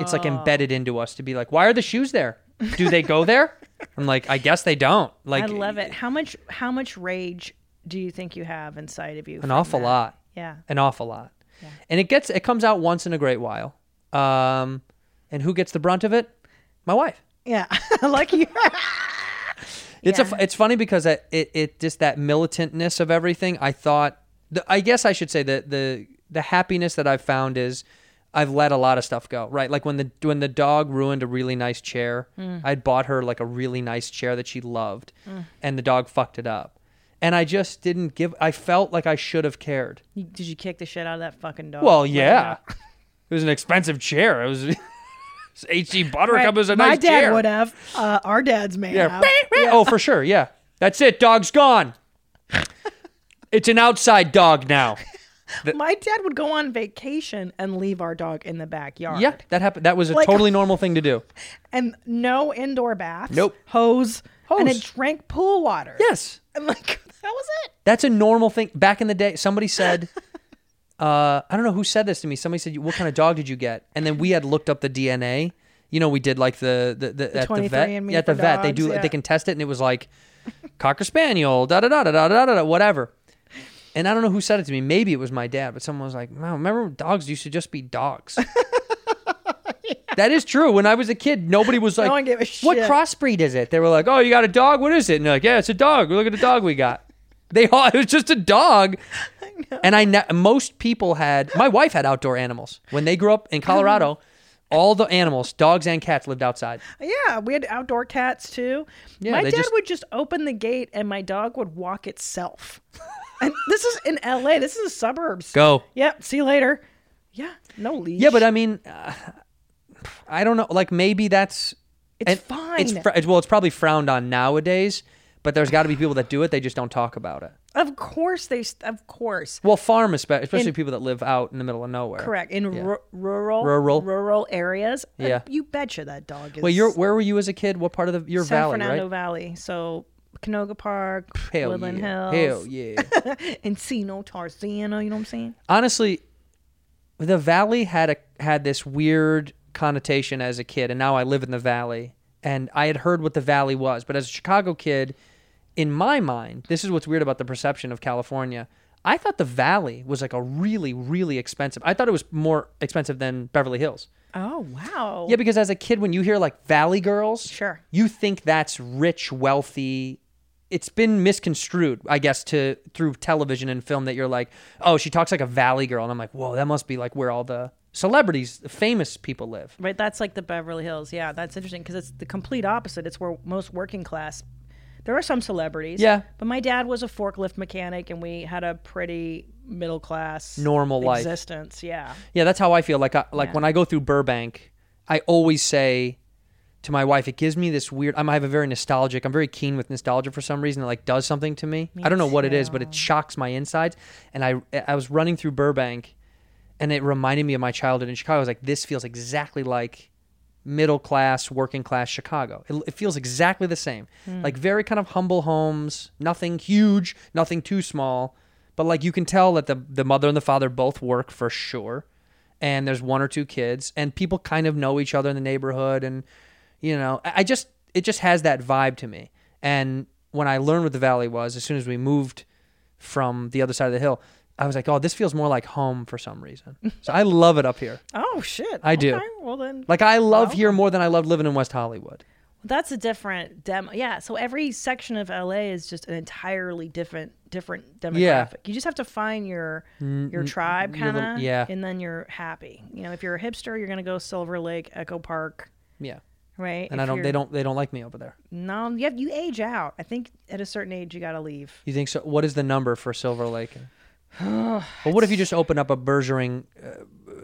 [SPEAKER 1] it's like embedded
[SPEAKER 9] Oh.
[SPEAKER 1] into us to be like why are the shoes there do they go there i'm like i guess they don't like
[SPEAKER 9] I love it. How much? How much rage do you think you have inside of you?
[SPEAKER 1] an awful lot
[SPEAKER 9] Yeah.
[SPEAKER 1] an awful lot and it gets it comes out once in a great while um and who gets the brunt of it my wife
[SPEAKER 9] Yeah. like you.
[SPEAKER 1] It's a, fu- it's funny because I, it it just that militantness of everything. I thought the, I guess I should say that the the happiness that I've found is I've let a lot of stuff go. Right, like when the when the dog ruined a really nice chair,
[SPEAKER 9] Hmm.
[SPEAKER 1] I'd bought her like a really nice chair that she loved, and the dog fucked it up, and I just didn't give. I felt like I should have cared.
[SPEAKER 9] You- Did you kick the shit out of that fucking dog?
[SPEAKER 1] Well, yeah, it was an expensive chair. It was. H.G. Buttercup
[SPEAKER 9] Right.
[SPEAKER 1] it was a
[SPEAKER 9] My
[SPEAKER 1] nice
[SPEAKER 9] dad
[SPEAKER 1] chair.
[SPEAKER 9] would have. Uh, our dads may
[SPEAKER 1] Yeah.
[SPEAKER 9] have.
[SPEAKER 1] Oh, for sure. Yeah. That's it. Dog's gone. it's an outside dog now.
[SPEAKER 9] My dad would go on vacation and leave our dog in the backyard.
[SPEAKER 1] Yeah, that happened. That was a
[SPEAKER 9] Like-
[SPEAKER 1] totally normal thing to do.
[SPEAKER 9] And no indoor bath.
[SPEAKER 1] Nope.
[SPEAKER 9] Hose. And
[SPEAKER 1] Hose.
[SPEAKER 9] it drank pool water.
[SPEAKER 1] Yes.
[SPEAKER 9] And like that was it.
[SPEAKER 1] That's a normal thing. Back in the day, somebody said, uh, I don't know who said this to me. Somebody said, "What kind of dog did you get?" And then we had looked up the DNA. You know, we did like the the, the, at the vet.
[SPEAKER 9] 23andMe
[SPEAKER 1] Yeah, at the
[SPEAKER 9] for
[SPEAKER 1] vet, they
[SPEAKER 9] dogs,
[SPEAKER 1] do
[SPEAKER 9] yeah.
[SPEAKER 1] they can test it, and it was like cocker spaniel, da da da da da da da, da whatever. And I don't know who said it to me. Maybe it was my dad, but someone was like, "Wow, remember when dogs used to just be dogs." That is true. When I was a kid, nobody was like,
[SPEAKER 9] one gave a
[SPEAKER 1] "What
[SPEAKER 9] shit."
[SPEAKER 1] crossbreed is it?" They were like, "Oh, you got a dog? What is it?" And they're like, "Yeah, it's a dog. Look at the dog we got." They all, it was just a dog. And I ne- most people had my wife had outdoor animals when they grew up
[SPEAKER 9] Oh.
[SPEAKER 1] in Colorado. All the animals, dogs and cats, lived outside.
[SPEAKER 9] Yeah, we had outdoor cats too.
[SPEAKER 1] Yeah,
[SPEAKER 9] my
[SPEAKER 1] they
[SPEAKER 9] dad
[SPEAKER 1] just-
[SPEAKER 9] would just open the gate and my dog would walk itself. and this is in LA. This is the suburbs.
[SPEAKER 1] Go.
[SPEAKER 9] Yep. See you later. Yeah. No leash.
[SPEAKER 1] Yeah, but I mean, uh, I don't know. Like maybe that's
[SPEAKER 9] it's
[SPEAKER 1] and
[SPEAKER 9] fine.
[SPEAKER 1] It's fr- well, it's probably frowned on nowadays. But there's got to be people that do it. They just don't talk about it.
[SPEAKER 9] of course they. s- Of course.
[SPEAKER 1] Well, farm espe- especially people that live out in the middle of nowhere.
[SPEAKER 9] Correct. In ru- rural,
[SPEAKER 1] Rural.
[SPEAKER 9] rural areas. uh,
[SPEAKER 1] Yeah.
[SPEAKER 9] You betcha that dog is.
[SPEAKER 1] Well, you're where were you as a kid? What part of the your
[SPEAKER 9] San
[SPEAKER 1] valley,
[SPEAKER 9] Fernando
[SPEAKER 1] right?
[SPEAKER 9] Valley. So Canoga Park,
[SPEAKER 1] Hell
[SPEAKER 9] Woodland
[SPEAKER 1] yeah. Hell
[SPEAKER 9] Hills,
[SPEAKER 1] yeah.
[SPEAKER 9] Encino, Tarzana. You know what I'm saying?
[SPEAKER 1] Honestly, the valley had a had this weird connotation as a kid, and now I live in the valley. And I had heard what the valley was, but as a Chicago kid, in my mind, this is what's weird about the perception of California. I thought the valley was like a really, really expensive. I thought it was more expensive than Beverly Hills.
[SPEAKER 9] Oh wow.
[SPEAKER 1] Yeah, because as a kid, when you hear like Valley Girls,
[SPEAKER 9] Sure.
[SPEAKER 1] you think that's rich, wealthy. It's been misconstrued, I guess, to through television and film that you're like, oh, she talks like a Valley Girl, and I'm like, whoa, that must be like where all the celebrities, the famous people live.
[SPEAKER 9] Right, that's like the Beverly Hills. Yeah, that's interesting because it's the complete opposite. It's where most working class. There are some celebrities.
[SPEAKER 1] Yeah.
[SPEAKER 9] but my dad was a forklift mechanic, and we had a pretty middle class
[SPEAKER 1] Normal life.
[SPEAKER 9] existence. Yeah,
[SPEAKER 1] Yeah, that's how I feel. Like, I, like when I go through Burbank, I always say to my wife, it gives me this weird. I'm, I have a very nostalgic. I'm very keen with nostalgia for some reason. It like does something to me. I don't know what it is, but it shocks my insides. And I, I was running through Burbank, and it reminded me of my childhood in Chicago. I was like, this feels exactly like middle class, working class Chicago. It, it feels exactly the same. Like very kind of humble homes, nothing huge, nothing too small, but like you can tell that the the mother and the father both work for sure, and there's one or two kids, and people kind of know each other in the neighborhood, and you know, I, I just it just has that vibe to me. And when I learned what the valley was, as soon as we moved from the other side of the hill. I was like, oh, this feels more like home for some reason. So I love it up here.
[SPEAKER 9] Oh shit!
[SPEAKER 1] I do.
[SPEAKER 9] Okay, Well then,
[SPEAKER 1] Like I love here more than I love living in West Hollywood.
[SPEAKER 9] That's a different demo. Yeah. So every section of LA is just an entirely different different demographic.
[SPEAKER 1] Yeah.
[SPEAKER 9] You just have to find your your tribe
[SPEAKER 1] your
[SPEAKER 9] kind
[SPEAKER 1] little-
[SPEAKER 9] of.
[SPEAKER 1] yeah.
[SPEAKER 9] And then you're happy. You know, if you're a hipster, you're gonna go Silver Lake, Echo Park,
[SPEAKER 1] Yeah.
[SPEAKER 9] right?
[SPEAKER 1] And
[SPEAKER 9] If
[SPEAKER 1] I don't.
[SPEAKER 9] you're-
[SPEAKER 1] They don't. They don't like me over there.
[SPEAKER 9] No, you have, you age out. I think at a certain age you gotta leave.
[SPEAKER 1] You think so? What is the number for Silver Lake? but what if you just open up a burgeoning uh,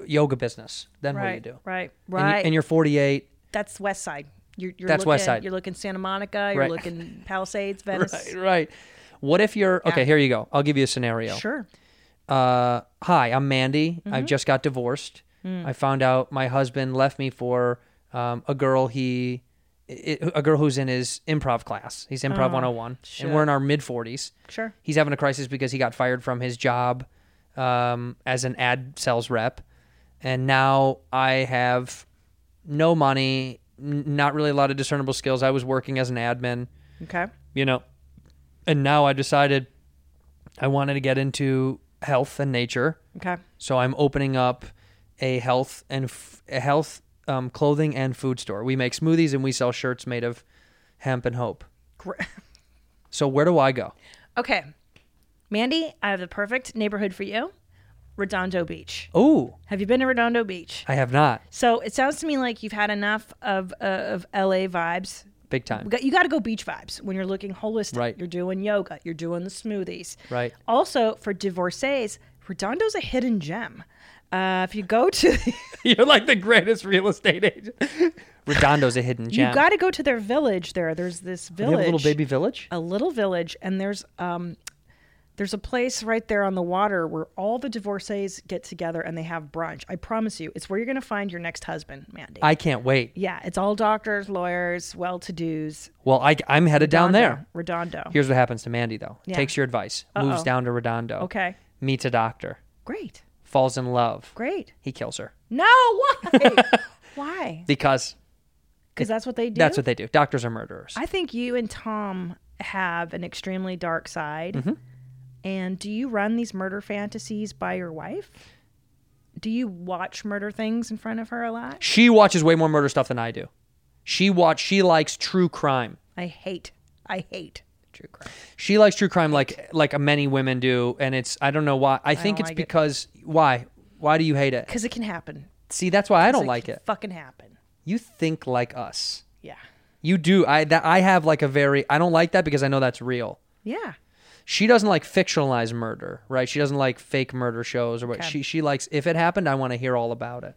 [SPEAKER 1] yoga business? Then
[SPEAKER 9] right.
[SPEAKER 1] what do you do?
[SPEAKER 9] Right.
[SPEAKER 1] And, you,
[SPEAKER 9] Right.
[SPEAKER 1] and you're 48.
[SPEAKER 9] that's West Side. You're, you're
[SPEAKER 1] That's
[SPEAKER 9] looking,
[SPEAKER 1] West Side.
[SPEAKER 9] You're looking Santa Monica. You're
[SPEAKER 1] Right.
[SPEAKER 9] looking Palisades, Venice.
[SPEAKER 1] Right. Right. What if you're okay? Here you go. I'll give you a scenario.
[SPEAKER 9] Sure.
[SPEAKER 1] uh, hi, I'm Mandy. I've just got divorced. I found out my husband left me for um, a girl he, i i- a girl who's in his improv class. He's improv 101, and we're in our mid 40s.
[SPEAKER 9] Sure.
[SPEAKER 1] He's having a crisis because he got fired from his job um, as an ad sales rep, and now I have no money, n- not really a lot of discernible skills. I was working as an admin
[SPEAKER 9] Okay.
[SPEAKER 1] you know and now i decided i wanted to get into health and nature
[SPEAKER 9] Okay.
[SPEAKER 1] so i'm opening up a health and f- a health um, clothing and food store we make smoothies and we sell shirts made of hemp and hope
[SPEAKER 9] Gr-
[SPEAKER 1] so where do i go
[SPEAKER 9] Okay. Mandy, I have the perfect neighborhood for you Redondo Beach.
[SPEAKER 1] oh
[SPEAKER 9] Have you been to Redondo Beach?
[SPEAKER 1] i have not
[SPEAKER 9] So it sounds to me like you've had enough of, uh, of LA vibes.
[SPEAKER 1] big time
[SPEAKER 9] We got- You got to go beach vibes when you're looking holistic.
[SPEAKER 1] Right.
[SPEAKER 9] You're doing yoga, you're doing the smoothies.
[SPEAKER 1] Right.
[SPEAKER 9] Also, for divorcees, Redondo's a hidden gem. Uh, if you go to,
[SPEAKER 1] you're like the greatest real estate agent redondo's a hidden gem
[SPEAKER 9] you got to go to their village. There, there's this
[SPEAKER 1] They
[SPEAKER 9] village. Uh,
[SPEAKER 1] have a little baby village
[SPEAKER 9] a little village and there's um there's a place right there on the water where all the divorcees get together and they have brunch. I promise you, it's where you're going to find your next husband, Mandy.
[SPEAKER 1] i can't wait
[SPEAKER 9] yeah, it's all doctors, lawyers, well-to-dos.
[SPEAKER 1] well I, i'm headed down there
[SPEAKER 9] Redondo.
[SPEAKER 1] here's what happens to mandy though
[SPEAKER 9] Yeah.
[SPEAKER 1] takes your advice moves
[SPEAKER 9] Uh-oh.
[SPEAKER 1] down to redondo
[SPEAKER 9] Okay.
[SPEAKER 1] meets a doctor
[SPEAKER 9] Great.
[SPEAKER 1] falls in love
[SPEAKER 9] Great.
[SPEAKER 1] he kills her
[SPEAKER 9] No, why? why?
[SPEAKER 1] because
[SPEAKER 9] Because that's what they do.
[SPEAKER 1] that's what they do. Doctors are murderers.
[SPEAKER 9] I think you and Tom have an extremely dark side.
[SPEAKER 1] Mm-hmm.
[SPEAKER 9] And do you run these murder fantasies by your wife? Do you watch murder things in front of her a lot?
[SPEAKER 1] she watches way more murder stuff than I do. She watch. She likes true crime.
[SPEAKER 9] I hate, I hate true crime.
[SPEAKER 1] She likes true crime like like many women do, and it's I don't know why. I think
[SPEAKER 9] don't
[SPEAKER 1] it's
[SPEAKER 9] like it.
[SPEAKER 1] because why? Why do you hate it?
[SPEAKER 9] Because it can happen.
[SPEAKER 1] See, that's why I don't
[SPEAKER 9] It
[SPEAKER 1] like
[SPEAKER 9] can
[SPEAKER 1] it.
[SPEAKER 9] Fucking happen.
[SPEAKER 1] You think like us.
[SPEAKER 9] Yeah.
[SPEAKER 1] You do. I that I have like a very. I don't like that because I know that's real.
[SPEAKER 9] Yeah.
[SPEAKER 1] She doesn't like fictionalized murder, right? She doesn't like fake murder shows or what. She she likes if it happened, I want to hear all about it,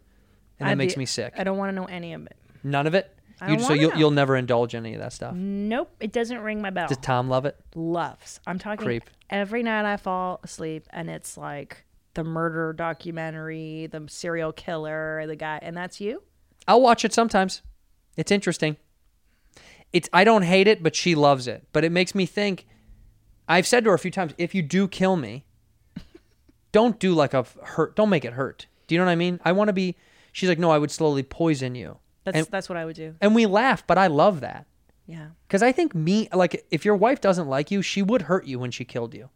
[SPEAKER 1] and that
[SPEAKER 9] I'd
[SPEAKER 1] makes
[SPEAKER 9] be-
[SPEAKER 1] me sick.
[SPEAKER 9] I don't want to know any of it.
[SPEAKER 1] None of it.
[SPEAKER 9] I
[SPEAKER 1] You,
[SPEAKER 9] don't
[SPEAKER 1] so
[SPEAKER 9] wanna
[SPEAKER 1] you'll
[SPEAKER 9] know.
[SPEAKER 1] you'll never indulge in any of that stuff.
[SPEAKER 9] Nope. It doesn't ring my bell.
[SPEAKER 1] Does Tom love it?
[SPEAKER 9] Loves. I'm talking
[SPEAKER 1] Creep.
[SPEAKER 9] every night I fall asleep and it's like the murder documentary, the serial killer, the guy, and that's you?
[SPEAKER 1] I'll watch it sometimes. It's interesting. It's I don't hate it, but she loves it. But it makes me think. I've said to her a few times, if you do kill me, don't do like a f- hurt. Don't make it hurt. Do you know what I mean? I want to be. She's like, no, I would slowly poison you.
[SPEAKER 9] That's
[SPEAKER 1] and,
[SPEAKER 9] that's what I would do.
[SPEAKER 1] and we laugh, but I love that
[SPEAKER 9] Yeah.
[SPEAKER 1] because I think me like if your wife doesn't like you, she would hurt you when she killed you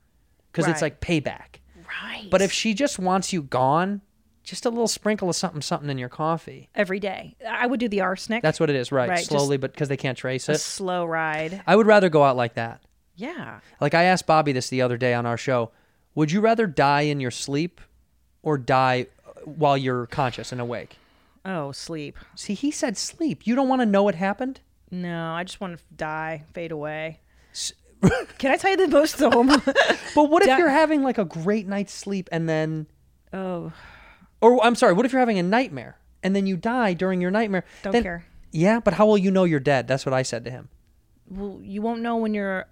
[SPEAKER 1] because it's
[SPEAKER 9] Right.
[SPEAKER 1] like payback.
[SPEAKER 9] Right.
[SPEAKER 1] But if she just wants you gone, just a little sprinkle of something, something in your coffee.
[SPEAKER 9] every day, I would do the arsenic.
[SPEAKER 1] That's what it is, right?
[SPEAKER 9] Right,
[SPEAKER 1] Slowly, but because they can't trace
[SPEAKER 9] a
[SPEAKER 1] it.
[SPEAKER 9] slow ride.
[SPEAKER 1] I would rather go out like that.
[SPEAKER 9] Yeah.
[SPEAKER 1] Like I asked Bobby this the other day on our show. Would you rather die in your sleep or die uh, while you're conscious and awake?
[SPEAKER 9] Oh, sleep.
[SPEAKER 1] See, he said sleep. You don't want to know what happened?
[SPEAKER 9] No, I just want to die, fade away. Can I tell you the most the whole?
[SPEAKER 1] But what if
[SPEAKER 9] Di-
[SPEAKER 1] you're having like a great night's sleep and then
[SPEAKER 9] oh,
[SPEAKER 1] or I'm sorry, what if you're having a nightmare and then you die during your nightmare?
[SPEAKER 9] Don't
[SPEAKER 1] Then-
[SPEAKER 9] care.
[SPEAKER 1] Yeah, but how will you know you're dead? That's what I said to him.
[SPEAKER 9] well, you won't know when you're.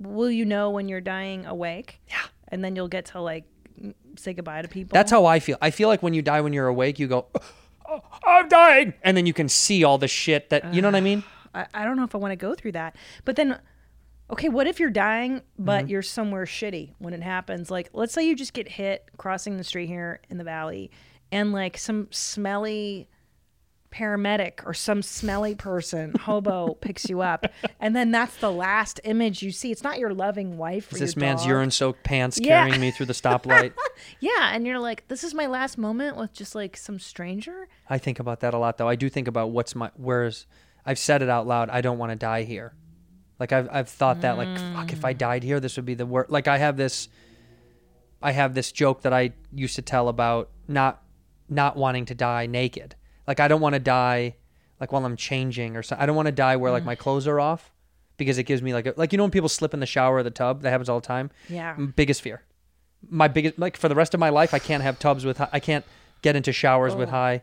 [SPEAKER 9] Will you know when you're dying awake? Yeah. And then you'll get to like say goodbye to people.
[SPEAKER 1] That's how I feel. I feel like when you die when you're awake, you go, "Oh, I'm dying. And then you can see all the shit that, you know what I mean?
[SPEAKER 9] I, I don't know if I want to go through that. But then, okay, what if you're dying, but
[SPEAKER 1] Mm-hmm.
[SPEAKER 9] you're somewhere shitty when it happens? Like, let's say you just get hit crossing the street here in the valley, and like some smelly paramedic or some smelly person, hobo, picks you up, and then that's the last image you see. It's not your loving wife. Or
[SPEAKER 1] Is this
[SPEAKER 9] your
[SPEAKER 1] man's
[SPEAKER 9] dog.
[SPEAKER 1] urine soaked pants
[SPEAKER 9] Yeah.
[SPEAKER 1] carrying me through the stoplight?
[SPEAKER 9] Yeah, and you're like, this is my last moment with just like some stranger.
[SPEAKER 1] I think about that a lot, though. I do think about what's my, where's, I've said it out loud. I don't want to die here. Like I've I've thought that like fuck if I died here this would be the worst. Like I have this I have this joke that I used to tell about not not wanting to die naked. Like I don't want to die like while I'm changing or something. I don't want to die where like my clothes are off because it gives me like a, like you know when people slip in the shower or the tub that happens all the time.
[SPEAKER 9] Yeah.
[SPEAKER 1] M- Biggest fear. My biggest like for the rest of my life I can't have tubs with hi- I can't get into showers
[SPEAKER 9] Oh.
[SPEAKER 1] with high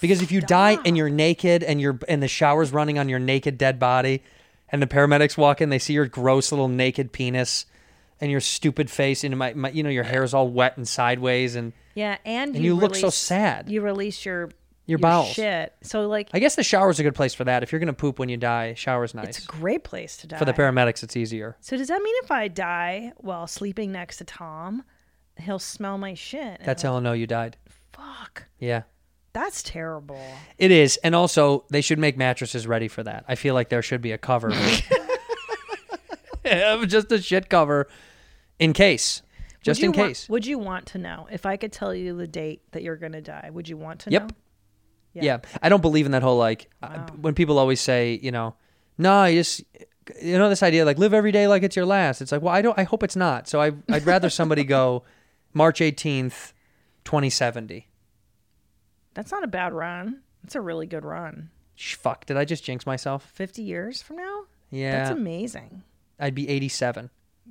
[SPEAKER 1] because if you die and you're naked and you're and the shower's running on your naked dead body and the paramedics walk in they see your gross little naked penis and your stupid face and my, my you know your hair's all wet and sideways and
[SPEAKER 9] Yeah, and,
[SPEAKER 1] And you look so
[SPEAKER 9] release-
[SPEAKER 1] sad.
[SPEAKER 9] You release your
[SPEAKER 1] Your bowels.
[SPEAKER 9] shit. So like,
[SPEAKER 1] I guess the shower's a good place for that. If you're gonna poop when you die, shower's nice.
[SPEAKER 9] it's a great place to die.
[SPEAKER 1] for the paramedics, it's easier.
[SPEAKER 9] so does that mean if I die while sleeping next to Tom, he'll smell my shit? and
[SPEAKER 1] That's how I'll know you died.
[SPEAKER 9] fuck.
[SPEAKER 1] Yeah,
[SPEAKER 9] That's terrible.
[SPEAKER 1] it is. And also, they should make mattresses ready for that. I feel like there should be a cover, Yeah, just a shit cover, in case, just
[SPEAKER 9] Would
[SPEAKER 1] in
[SPEAKER 9] you wa-
[SPEAKER 1] case.
[SPEAKER 9] would you want to know if I could tell you the date that you're gonna die? Would you want to
[SPEAKER 1] Yep.
[SPEAKER 9] know?
[SPEAKER 1] Yeah. I don't believe in that whole like uh when people always say, you know, no, you just you know this idea like live every day like it's your last. It's like, well, I don't I hope it's not. So I I'd rather somebody go March 18th, 2070.
[SPEAKER 9] That's not a bad run. That's a really good run.
[SPEAKER 1] Sh- Fuck, did I just jinx myself?
[SPEAKER 9] Fifty years from now.
[SPEAKER 1] Yeah.
[SPEAKER 9] That's amazing.
[SPEAKER 1] I'd be 87.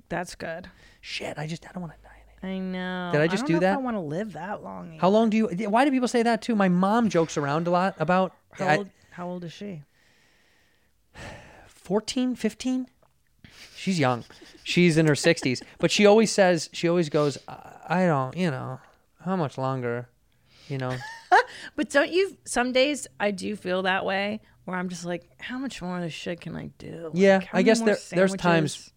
[SPEAKER 9] That's good.
[SPEAKER 1] Shit, I just I don't want to die. in it.
[SPEAKER 9] I know.
[SPEAKER 1] Did I just
[SPEAKER 9] don't
[SPEAKER 1] do
[SPEAKER 9] know if
[SPEAKER 1] that?
[SPEAKER 9] I want to live that long.
[SPEAKER 1] How long do you why do people say that too? My mom jokes around a lot about
[SPEAKER 9] How
[SPEAKER 1] I-
[SPEAKER 9] old, how old is she?
[SPEAKER 1] 14, 15? She's young. She's in her 60s. But she always says, she always goes, I I don't, you know, how much longer? You know,
[SPEAKER 10] But don't you? Some days I do feel that way, where I'm just like, how much more of this shit can I do?
[SPEAKER 1] Yeah,
[SPEAKER 10] Like, how
[SPEAKER 1] I
[SPEAKER 10] many
[SPEAKER 1] guess
[SPEAKER 10] more
[SPEAKER 1] there- there's times-
[SPEAKER 10] sandwiches?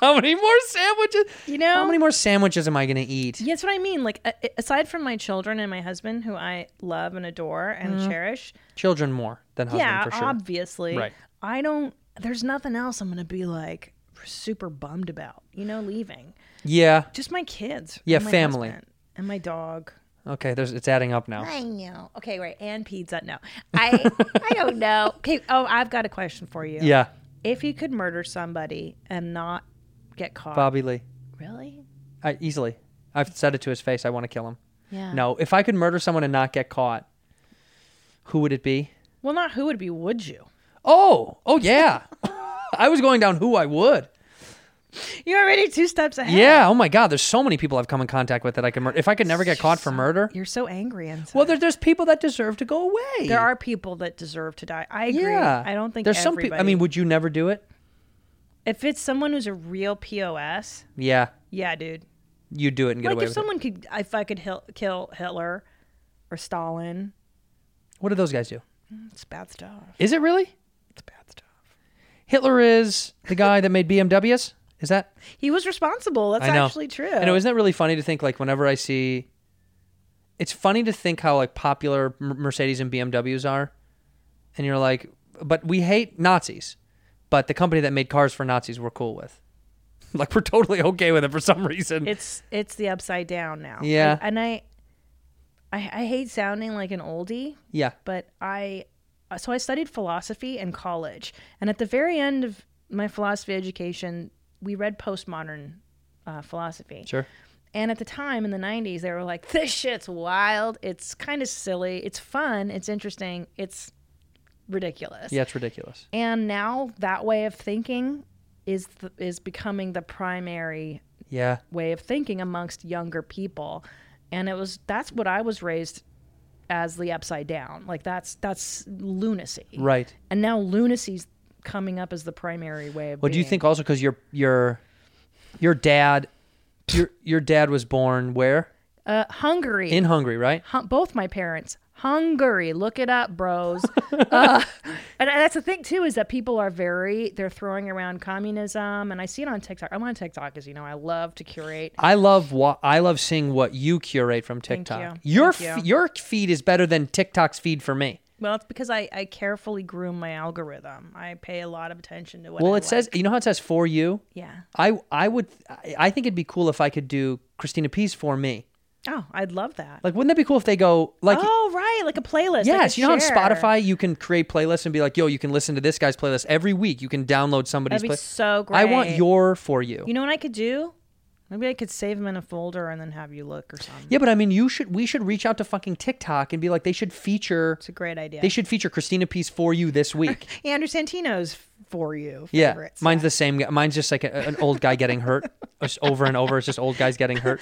[SPEAKER 1] how many more sandwiches?
[SPEAKER 10] You know?
[SPEAKER 1] How many more sandwiches am I going to eat?
[SPEAKER 10] Yeah, That's what I mean. Like, a- aside from my children and my husband, who I love and adore and
[SPEAKER 1] Mm-hmm.
[SPEAKER 10] cherish,
[SPEAKER 1] Children more than husband
[SPEAKER 10] yeah, um,
[SPEAKER 1] for sure.
[SPEAKER 10] obviously,
[SPEAKER 1] Right.
[SPEAKER 10] I don't. There's nothing else I'm gonna be like super bummed about. You know, leaving
[SPEAKER 1] yeah.
[SPEAKER 10] just my kids.
[SPEAKER 1] Yeah,
[SPEAKER 10] and my
[SPEAKER 1] family.
[SPEAKER 10] husband and my dog.
[SPEAKER 1] Okay, there's it's adding up now.
[SPEAKER 10] I know. Okay, right. And pizza. No, I I don't know.
[SPEAKER 9] Okay. Oh, I've got a question for you.
[SPEAKER 1] Yeah,
[SPEAKER 9] If you could murder somebody and not get caught,
[SPEAKER 1] Bobby Lee.
[SPEAKER 9] really?
[SPEAKER 1] I, easily. I've said it to his face. I want to kill him.
[SPEAKER 10] Yeah.
[SPEAKER 1] No, if I could murder someone and not get caught, who would it be?
[SPEAKER 9] Well, not who would it be? Would you?
[SPEAKER 1] Oh, oh yeah. I was going down who I would.
[SPEAKER 9] You're already two steps ahead.
[SPEAKER 1] Yeah. Oh my God. There's so many people I've come in contact with that I could murder. If I could never get caught for murder,
[SPEAKER 9] You're so angry and
[SPEAKER 1] well, there, there's people that deserve to go away.
[SPEAKER 9] there are people that deserve to die. I agree.
[SPEAKER 1] Yeah.
[SPEAKER 9] I don't think
[SPEAKER 1] there's some
[SPEAKER 9] everybody.
[SPEAKER 1] people. I mean, would you never do it?
[SPEAKER 9] if it's someone who's a real POS,
[SPEAKER 1] Yeah,
[SPEAKER 9] yeah, dude.
[SPEAKER 1] you do it and get
[SPEAKER 9] Like
[SPEAKER 1] away
[SPEAKER 9] if
[SPEAKER 1] with
[SPEAKER 9] someone could, if I could hil- kill Hitler or Stalin,
[SPEAKER 1] it. What do those guys do?
[SPEAKER 9] it's bad stuff.
[SPEAKER 1] Is it really?
[SPEAKER 9] It's bad stuff.
[SPEAKER 1] Hitler is the guy that made BMWs. Is that?
[SPEAKER 9] He was responsible. That's
[SPEAKER 1] I know.
[SPEAKER 9] actually true.
[SPEAKER 1] I know. Isn't that really funny to think? Like whenever I see, it's funny to think how like popular M- Mercedes and BMWs are, and you're like, but we hate Nazis, but the company that made cars for Nazis we're cool with. Like we're totally okay with it for some reason.
[SPEAKER 9] it's it's the upside down now.
[SPEAKER 1] Yeah.
[SPEAKER 9] Like, and I, I I hate sounding like an oldie,
[SPEAKER 1] yeah.
[SPEAKER 9] but I so I studied philosophy in college, and at the very end of my philosophy education, we read postmodern uh, philosophy.
[SPEAKER 1] Sure.
[SPEAKER 9] And at the time in the 90s, they were like, this shit's wild. It's kind of silly. It's fun. It's interesting. It's ridiculous.
[SPEAKER 1] Yeah, it's ridiculous.
[SPEAKER 9] And now that way of thinking is the, is becoming the primary
[SPEAKER 1] Yeah.
[SPEAKER 9] way of thinking amongst younger people and it was that's what i was raised as the upside down like that's that's lunacy
[SPEAKER 1] Right.
[SPEAKER 9] and now lunacy's coming up as the primary way of
[SPEAKER 1] Well, do you
[SPEAKER 9] being.
[SPEAKER 1] think also because your your your dad your your dad was born where
[SPEAKER 9] uh, hungary
[SPEAKER 1] in Hungary, right?
[SPEAKER 9] Hun- both my parents hungary look it up bros uh, and that's the thing too is that people are very they're throwing around communism and i see it on tiktok i'm on tiktok as you know i love to curate
[SPEAKER 1] I love what I love seeing what you curate from TikTok.
[SPEAKER 9] you.
[SPEAKER 1] Your
[SPEAKER 9] Thank
[SPEAKER 1] f-
[SPEAKER 9] you.
[SPEAKER 1] your feed is better than TikTok's feed for me.
[SPEAKER 9] well it's because i i carefully groom my algorithm i pay a lot of attention to what
[SPEAKER 1] Well,
[SPEAKER 9] I
[SPEAKER 1] it says you know how it says for you.
[SPEAKER 9] Yeah.
[SPEAKER 1] I I would I I think it'd be cool if I could do Christina P's for me.
[SPEAKER 9] Oh, I'd love that.
[SPEAKER 1] Like, wouldn't that be cool if they go like?
[SPEAKER 9] oh, right, like a playlist. I
[SPEAKER 1] Yes,
[SPEAKER 9] could
[SPEAKER 1] you know
[SPEAKER 9] share.
[SPEAKER 1] how on Spotify you can create playlists and be like, "Yo, you can listen to this guy's playlist every week. You can download somebody's
[SPEAKER 9] That'd be
[SPEAKER 1] play-
[SPEAKER 9] so
[SPEAKER 1] I want
[SPEAKER 9] great.
[SPEAKER 1] your for you.
[SPEAKER 9] You know what I could do? Maybe I could save them in a folder and then have you look or something.
[SPEAKER 1] yeah, but I mean, you should. We should reach out to fucking TikTok and be like, they should feature.
[SPEAKER 9] It's a great idea.
[SPEAKER 1] They should feature Christina Peace for you this week.
[SPEAKER 9] Andrew Santino's for you.
[SPEAKER 1] yeah,
[SPEAKER 9] favorites.
[SPEAKER 1] mine's the same. guy. Mine's just like a, an old guy getting hurt just over and over. It's just old guys getting hurt.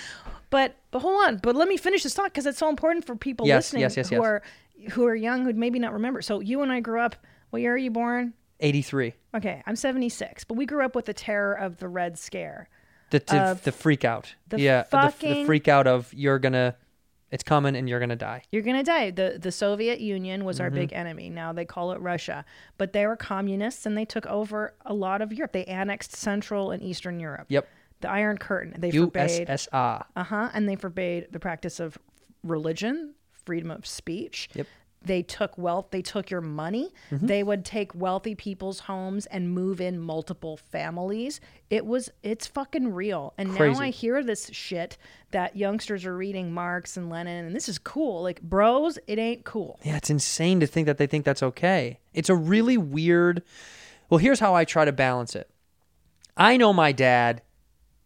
[SPEAKER 9] But but hold on. But let me finish this thought because it's so important for people
[SPEAKER 1] Yes,
[SPEAKER 9] listening
[SPEAKER 1] yes, yes,
[SPEAKER 9] who
[SPEAKER 1] yes.
[SPEAKER 9] are who are young who maybe not remember. So you and I grew up. What year are you born?
[SPEAKER 1] Eighty three.
[SPEAKER 9] Okay, I'm 76, but we grew up with the terror of the Red Scare.
[SPEAKER 1] The the, the freak out.
[SPEAKER 9] the
[SPEAKER 1] yeah, the, the
[SPEAKER 9] fucking-
[SPEAKER 1] freak out of you're gonna, it's coming and you're gonna die.
[SPEAKER 9] You're gonna die. the The Soviet Union was our big enemy. Now they call it Russia, but they were communists and they took over a lot of Europe. They annexed Central and Eastern Europe.
[SPEAKER 1] Yep.
[SPEAKER 9] The Iron Curtain. They forbade.
[SPEAKER 1] USSR.
[SPEAKER 9] Uh huh. And they forbade the practice of religion, freedom of speech.
[SPEAKER 1] Yep. Mm-hmm.
[SPEAKER 9] They took wealth. They took your money. They would take wealthy people's homes and move in multiple families. It was, it's fucking real. And
[SPEAKER 1] Crazy.
[SPEAKER 9] now I hear this shit that youngsters are reading Marx and Lenin, and this is cool. Like, bros, it ain't cool.
[SPEAKER 1] Yeah, it's insane to think that they think that's okay. It's a really weird. Well, here's how I try to balance it. I know my dad,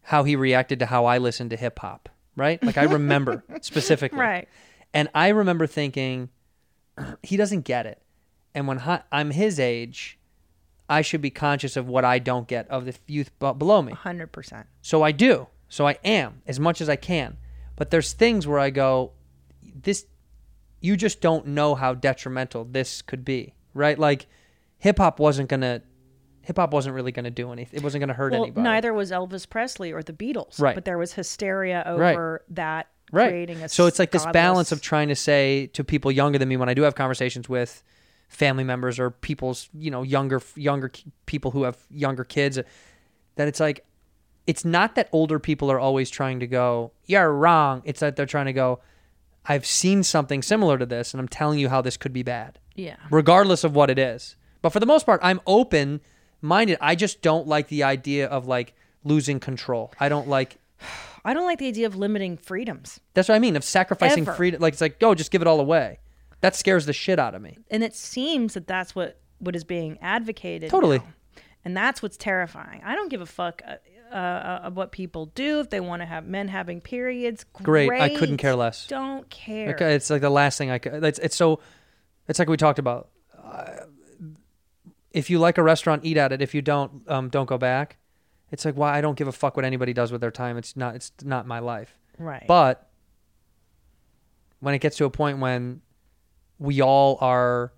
[SPEAKER 1] how he reacted to how I listened to hip hop, right? Like I remember specifically.
[SPEAKER 9] Right.
[SPEAKER 1] And I remember thinking, he doesn't get it. And when hi- I'm his age, I should be conscious of what I don't get of the youth b- below me.
[SPEAKER 9] 100%.
[SPEAKER 1] So I do. So I am as much as I can. But there's things where I go, this, you just don't know how detrimental this could be, right? Like, hip hop wasn't gonna, hip hop wasn't really gonna do anything. It wasn't gonna hurt
[SPEAKER 9] Well,
[SPEAKER 1] anybody.
[SPEAKER 9] neither was Elvis Presley or the Beatles.
[SPEAKER 1] Right.
[SPEAKER 9] But there was hysteria
[SPEAKER 1] Right.
[SPEAKER 9] over that creating a
[SPEAKER 1] so it's like this balance
[SPEAKER 9] godless-
[SPEAKER 1] of trying to say to people younger than me when I do have conversations with family members or people's you know younger younger ki- people who have younger kids that it's like it's not that older people are always trying to go you're wrong it's that they're trying to go I've seen something similar to this and I'm telling you how this could be bad
[SPEAKER 9] Yeah.
[SPEAKER 1] regardless of what it is. But for the most part, I'm open minded. I just don't like the idea of like losing control. I don't like
[SPEAKER 9] I don't like the idea of limiting freedoms.
[SPEAKER 1] that's what I mean of sacrificing
[SPEAKER 9] Ever.
[SPEAKER 1] freedom. Like it's like, oh, just give it all away. That scares the shit out of me.
[SPEAKER 9] And it seems that that's what, what is being advocated.
[SPEAKER 1] Totally.
[SPEAKER 9] now. And that's what's terrifying. I don't give a fuck uh, uh, uh, what people do. If they want to have men having periods, great.
[SPEAKER 1] Great. I couldn't care less.
[SPEAKER 9] Don't care.
[SPEAKER 1] Like, it's like the last thing I could. It's, it's so. It's like we talked about. Uh, if you like a restaurant, eat at it. If you don't, um, don't go back. It's like why I don't give a fuck what anybody does with their time. It's not. It's not my life.
[SPEAKER 9] Right.
[SPEAKER 1] But when it gets to a point when we all are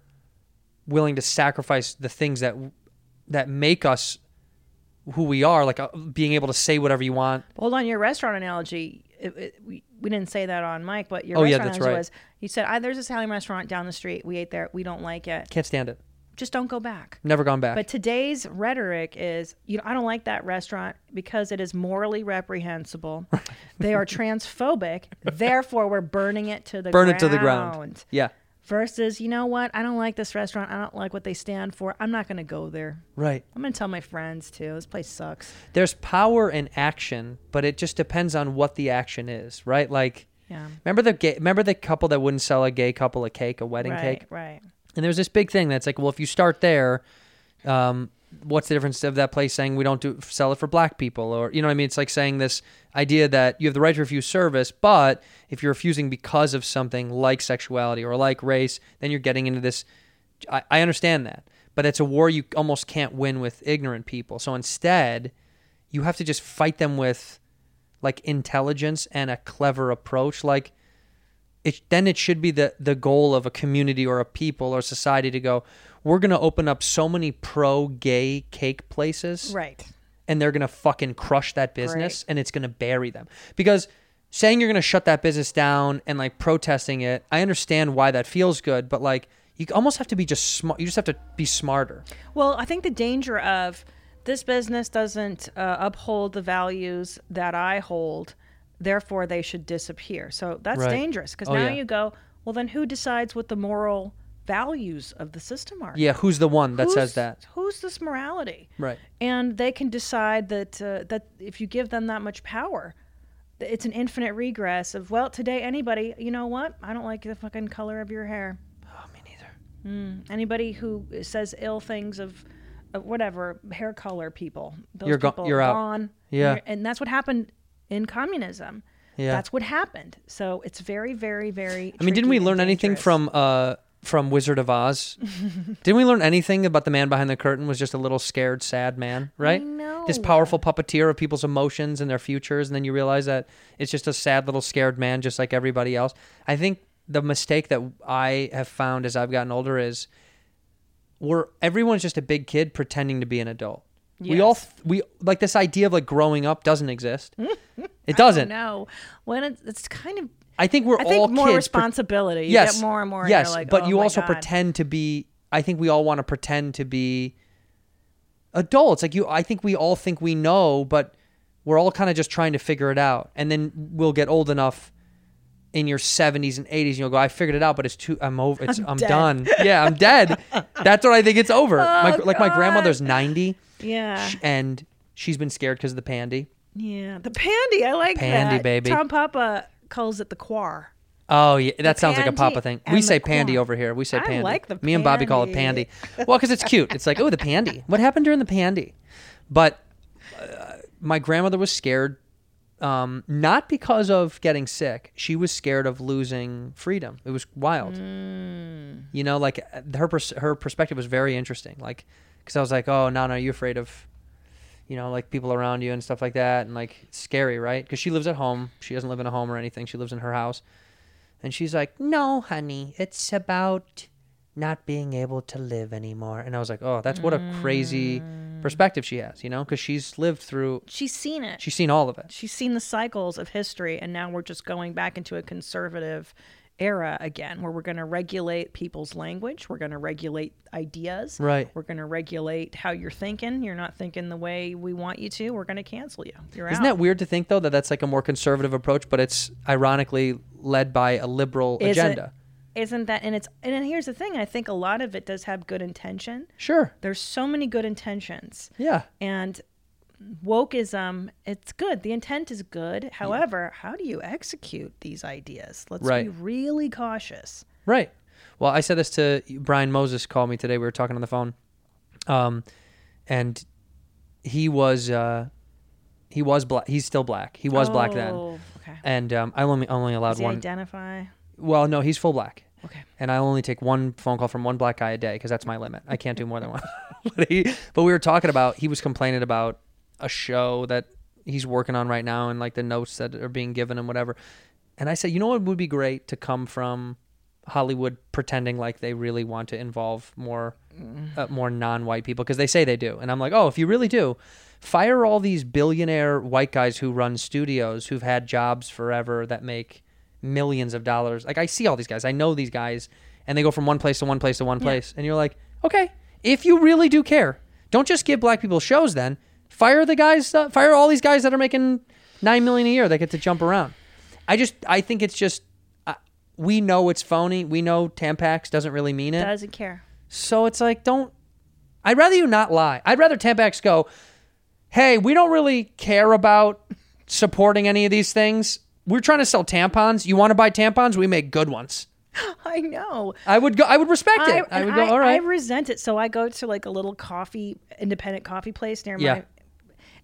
[SPEAKER 1] willing to sacrifice the things that that make us who we are, like uh, being able to say whatever you want.
[SPEAKER 9] Hold on, your restaurant analogy. It, it, we, we didn't say that on mic, but your
[SPEAKER 1] Oh, yeah,
[SPEAKER 9] restaurant
[SPEAKER 1] that's
[SPEAKER 9] analogy
[SPEAKER 1] right.
[SPEAKER 9] was you said, I, there's this Italian restaurant down the street. We ate there. We don't like it.
[SPEAKER 1] Can't stand it.
[SPEAKER 9] Just don't go back.
[SPEAKER 1] Never gone back.
[SPEAKER 9] But today's rhetoric is, you know, I don't like that restaurant because it is morally reprehensible. they are transphobic. Therefore, we're burning it to the
[SPEAKER 1] Burn
[SPEAKER 9] ground.
[SPEAKER 1] it to the ground. Yeah.
[SPEAKER 9] Versus, you know what? I don't like this restaurant. I don't like what they stand for. I'm not going to go there.
[SPEAKER 1] Right.
[SPEAKER 9] I'm going to tell my friends too. This place sucks.
[SPEAKER 1] there's power in action, but it just depends on what the action is, right? Like,
[SPEAKER 9] Yeah.
[SPEAKER 1] remember the gay, remember the couple that wouldn't sell a gay couple a cake, a wedding
[SPEAKER 9] Right.
[SPEAKER 1] cake,
[SPEAKER 9] Right.
[SPEAKER 1] and there's this big thing that's like, well, if you start there, um, what's the difference of that place saying we don't do sell it for black people, or you know what I mean? It's like saying this idea that you have the right to refuse service, but if you're refusing because of something like sexuality or like race, then you're getting into this. I, I understand that, but it's a war you almost can't win with ignorant people. So instead you have to just fight them with like intelligence and a clever approach like it then it should be the the goal of a community or a people or society to go we're going to open up so many pro gay cake places
[SPEAKER 9] Right.
[SPEAKER 1] and they're going to fucking crush that business and it's going to bury them because saying you're going to shut that business down and like protesting it i understand why that feels good but like you almost have to be just smart you just have to be smarter
[SPEAKER 9] Well, I think the danger of this business doesn't uh, uphold the values that I hold, therefore they should disappear. So that's
[SPEAKER 1] Right.
[SPEAKER 9] dangerous because
[SPEAKER 1] Oh,
[SPEAKER 9] now
[SPEAKER 1] yeah.
[SPEAKER 9] you go, well, then who decides what the moral values of the system are?
[SPEAKER 1] yeah who's the one that says
[SPEAKER 9] Who's-
[SPEAKER 1] that
[SPEAKER 9] Who's this morality?
[SPEAKER 1] Right.
[SPEAKER 9] And they can decide that uh, that if you give them that much power, it's an infinite regress of well today anybody you know what i don't like the fucking color of your hair
[SPEAKER 1] Oh, me neither.
[SPEAKER 9] anybody who says ill things of, of whatever hair color people those
[SPEAKER 1] You're go-
[SPEAKER 9] people
[SPEAKER 1] you're
[SPEAKER 9] are
[SPEAKER 1] out.
[SPEAKER 9] gone
[SPEAKER 1] Yeah.
[SPEAKER 9] And- and that's what happened in communism
[SPEAKER 1] Yeah.
[SPEAKER 9] that's what happened so it's very very very
[SPEAKER 1] I mean, didn't we
[SPEAKER 9] tricky and
[SPEAKER 1] learn anything
[SPEAKER 9] dangerous.
[SPEAKER 1] from uh from Wizard of Oz? didn't we learn anything about the man behind the curtain was just a little scared, sad man, right? His
[SPEAKER 9] know.
[SPEAKER 1] powerful puppeteer of people's emotions and their futures, and then you realize that it's just a sad little scared man, just like everybody else. I think the mistake that I have found as I've gotten older is we're everyone's just a big kid pretending to be an adult. We all th- we like this idea of like growing up doesn't exist. It doesn't.
[SPEAKER 9] Oh, no when it's, it's kind of
[SPEAKER 1] I think we're
[SPEAKER 9] i
[SPEAKER 1] all
[SPEAKER 9] think more
[SPEAKER 1] kids pre-
[SPEAKER 9] responsibility you
[SPEAKER 1] yes,
[SPEAKER 9] get more and more and
[SPEAKER 1] Yes,
[SPEAKER 9] you're like,
[SPEAKER 1] but
[SPEAKER 9] "Oh
[SPEAKER 1] you
[SPEAKER 9] my
[SPEAKER 1] also
[SPEAKER 9] God."
[SPEAKER 1] pretend to be. I think we all want to pretend to be adults. Like you, I think we all think we know, but we're all kind of just trying to figure it out. And then we'll get old enough in your 70s and 80s and you'll go i figured it out but it's too i'm over it's i'm, done yeah i'm dead that's what i think it's over my, like my grandmother's 90
[SPEAKER 9] Oh, yeah
[SPEAKER 1] sh- and she's been scared because of the pandy
[SPEAKER 9] yeah the pandy i like
[SPEAKER 1] Pandy,
[SPEAKER 9] that.
[SPEAKER 1] baby.
[SPEAKER 9] tom papa calls it the quar
[SPEAKER 1] Oh yeah, that sounds like a
[SPEAKER 9] pandy
[SPEAKER 1] papa thing.
[SPEAKER 9] and
[SPEAKER 1] We
[SPEAKER 9] the
[SPEAKER 1] say pandy
[SPEAKER 9] corn.
[SPEAKER 1] over here. We say
[SPEAKER 9] I
[SPEAKER 1] pandy.
[SPEAKER 9] like the
[SPEAKER 1] Me and Bobby call it pandy.
[SPEAKER 9] pandy.
[SPEAKER 1] Well, because it's cute. It's like, oh, the pandy. What happened during the pandy? But uh, my grandmother was scared, um, not because of getting sick. She was scared of losing freedom. It was wild.
[SPEAKER 9] Mm.
[SPEAKER 1] You know, like uh, her pers- her perspective was very interesting. Like, because I was like, oh no no, you afraid of you know, like people around you and stuff like that, and like it's scary, right? Because she lives at home. She doesn't live in a home or anything. She lives in her house, and she's like, "No, honey, it's about not being able to live anymore." And I was like, "Oh, that's what a crazy
[SPEAKER 9] Mm.
[SPEAKER 1] perspective she has," you know, because she's lived through,
[SPEAKER 9] she's seen it
[SPEAKER 1] she's seen all of it.
[SPEAKER 9] she's seen the cycles of history and now we're just going back into a conservative era again where we're going to regulate people's language we're going to regulate ideas
[SPEAKER 1] Right.
[SPEAKER 9] we're going to regulate how you're thinking you're not thinking the way we want you to we're going to cancel you you're
[SPEAKER 1] Isn't
[SPEAKER 9] out
[SPEAKER 1] that weird to think though that that's like a more conservative approach, but it's ironically led by a liberal
[SPEAKER 9] Is it-
[SPEAKER 1] agenda?
[SPEAKER 9] isn't that and it's and then here's the thing i think a lot of it does have good intention
[SPEAKER 1] Sure.
[SPEAKER 9] there's so many good intentions
[SPEAKER 1] Yeah.
[SPEAKER 9] and wokeism it's good the intent is
[SPEAKER 1] Mm.
[SPEAKER 9] good however how do you execute these ideas let's
[SPEAKER 1] Right.
[SPEAKER 9] be really cautious
[SPEAKER 1] Right. Well, I said this to Brian Moses. Called me today. We were talking on the phone, um, and he was uh, he was black. He's still black. He was black then.
[SPEAKER 9] Oh, okay.
[SPEAKER 1] And um, I only only allowed
[SPEAKER 9] Does he
[SPEAKER 1] one.
[SPEAKER 9] identify?
[SPEAKER 1] well, no, he's full black.
[SPEAKER 9] Okay.
[SPEAKER 1] And I only take one phone call from one black guy a day because that's my limit. I can't do more than one. but, he, but we were talking about he was complaining about a show that he's working on right now and like the notes that are being given and whatever. And I said, you know what would be great to come from Hollywood pretending like they really want to involve more uh, more non-white people because they say they do. And I'm like, "Oh, if you really do, fire all these billionaire white guys who run studios who've had jobs forever that make millions of dollars. Like I see all these guys. I know these guys and they go from one place to one place to one place and you're like, "Okay, if you really do care, don't just give black people shows then. Fire the guys uh, fire all these guys that are making 9 million a year that get to jump around." I just I think it's just I- we know it's phony. We know Tampax doesn't really mean it.
[SPEAKER 9] Doesn't care.
[SPEAKER 1] So it's like, don't. I'd rather you not lie. I'd rather Tampax go, hey, we don't really care about supporting any of these things. We're trying to sell tampons. You want to buy tampons? We make good ones.
[SPEAKER 9] I know.
[SPEAKER 1] I would go. I would respect it. I,
[SPEAKER 9] and
[SPEAKER 1] would go. All
[SPEAKER 9] I
[SPEAKER 1] right.
[SPEAKER 9] resent it. So I go to like a little coffee, independent coffee place near
[SPEAKER 1] Yeah.
[SPEAKER 9] my.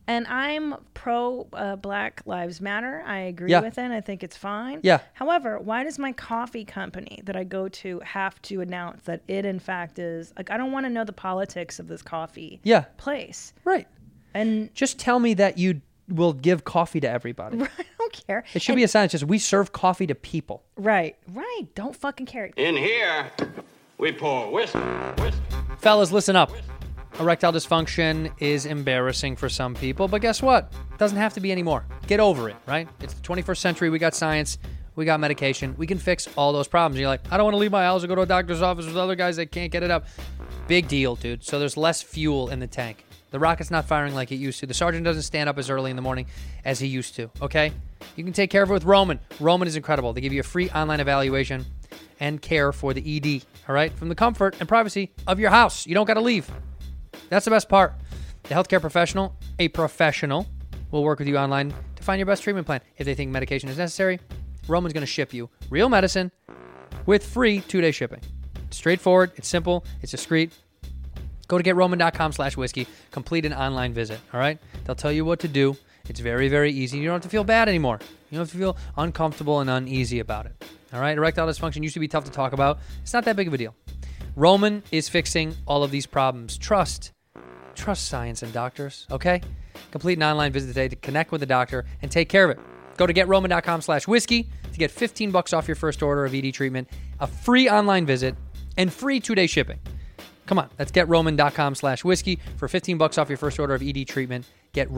[SPEAKER 9] And I'm pro uh, Black Lives Matter. I agree
[SPEAKER 1] Yeah.
[SPEAKER 9] with it. I think it's fine.
[SPEAKER 1] Yeah.
[SPEAKER 9] However, why does my coffee company that I go to have to announce that it, in fact, is like I don't want to know the politics of this coffee
[SPEAKER 1] Yeah.
[SPEAKER 9] place.
[SPEAKER 1] right.
[SPEAKER 9] And
[SPEAKER 1] Just tell me that you will give coffee to everybody.
[SPEAKER 9] I don't care.
[SPEAKER 1] It should be a sign. It says we serve coffee to people.
[SPEAKER 9] Right. Right. Don't fucking care.
[SPEAKER 2] In here, we pour whiskey, whiskey,
[SPEAKER 1] Fellas, listen up. Erectile dysfunction is embarrassing for some people, but guess what? Doesn't have to be anymore. Get over it, right? It's the 21st century. We got science. We got medication. We can fix all those problems. You're like, I don't want to leave my house or go to a doctor's office with other guys that can't get it up. Big deal, dude. So there's less fuel in the tank. The rocket's not firing like it used to. The sergeant doesn't stand up as early in the morning as he used to, okay? You can take care of it with Roman. Roman is incredible. They give you a free online evaluation and care for the ED, all right? From the comfort and privacy of your house. You don't got to leave. That's the best part. The healthcare professional, a professional, will work with you online to Find your best treatment plan. If they think medication is necessary, Roman's going to ship you real medicine with free two-day shipping. It's straightforward. It's simple. It's discreet. Go to getroman.com slash whiskey. Complete an online visit. All right? They'll tell you what to do. It's very, very easy. You don't have to feel bad anymore. You don't have to feel uncomfortable and uneasy about it. All right? Erectile dysfunction used to be tough to talk about. It's not that big of a deal. Roman is fixing all of these problems. Trust. Trust science and doctors, okay? Complete an online visit today to connect with a doctor and take care of it. Go to getroman.com slash whiskey to get 15 bucks off your first order of ED treatment, a free online visit, and free two-day shipping. Come on, that's getroman.com slash whiskey for 15 bucks off your first order of ED treatment.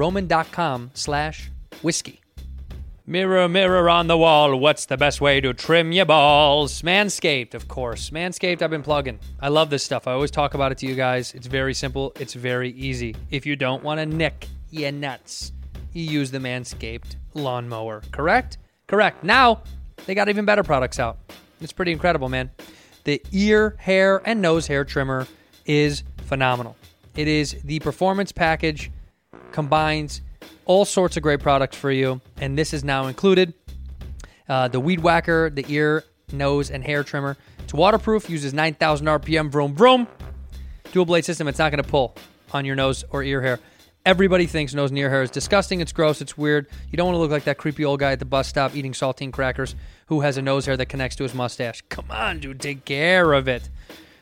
[SPEAKER 1] Getroman.com slash whiskey. Mirror, mirror on the wall, what's the best way to trim your balls? Manscaped, of course. Manscaped, I've been plugging. I love this stuff. I always talk about it to you guys. It's very simple, it's very easy. If you don't want to nick your nuts, you use the Manscaped lawnmower, correct? Correct. Now, they got even better products out. It's pretty incredible, man. The ear, hair, and nose hair trimmer is phenomenal. It is the performance package combines all sorts of great products for you, and this is now included. Uh, the weed whacker, the ear, nose, and hair trimmer. It's waterproof, uses 9,000 RPM, vroom, vroom. Dual blade system, it's not going to pull on your nose or ear hair. Everybody thinks nose and ear hair is disgusting, it's gross, it's weird. You don't want to look like that creepy old guy at the bus stop eating saltine crackers who has a nose hair that connects to his mustache. Come on, dude, take care of it.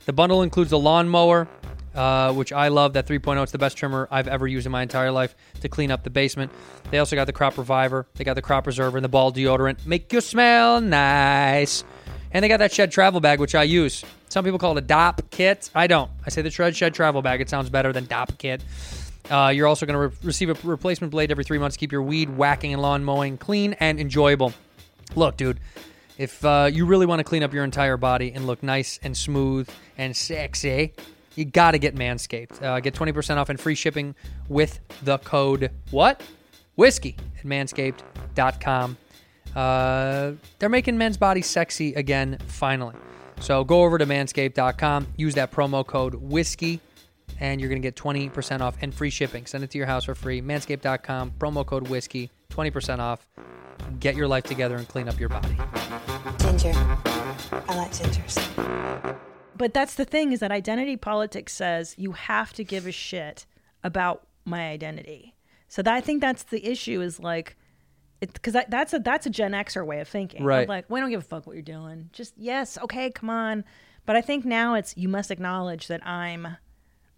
[SPEAKER 1] The bundle includes a lawnmower, uh, which I love. That 3.0, it's the best trimmer I've ever used in my entire life to clean up the basement. They also got the crop reviver, they got the crop preserver, and the ball deodorant. Make you smell nice. And they got that shed travel bag, which I use. Some people call it a DOP kit. I don't. I say the Shred Shed travel bag. It sounds better than DOP kit. Uh, you're also going to re- receive a replacement blade every three months to keep your weed whacking and lawn mowing clean and enjoyable. Look, dude, if uh, you really want to clean up your entire body and look nice and smooth and sexy, you got to get Manscaped. Uh, get 20% off and free shipping with the code what? Whiskey at manscaped.com. Uh, they're making men's bodies sexy again, finally. So go over to manscaped.com, use that promo code whiskey, and you're going to get 20% off and free shipping. Send it to your house for free. Manscaped.com, promo code whiskey, 20% off. Get your life together and clean up your body.
[SPEAKER 8] Ginger. I like gingers.
[SPEAKER 9] But that's the thing is that identity politics says you have to give a shit about my identity. So that, I think that's the issue is like, because that, that's a that's a Gen Xer way of thinking. Of
[SPEAKER 1] Right.
[SPEAKER 9] like we don't give a fuck what you're doing. Just yes, okay, come on. But I think now it's you must acknowledge that I'm,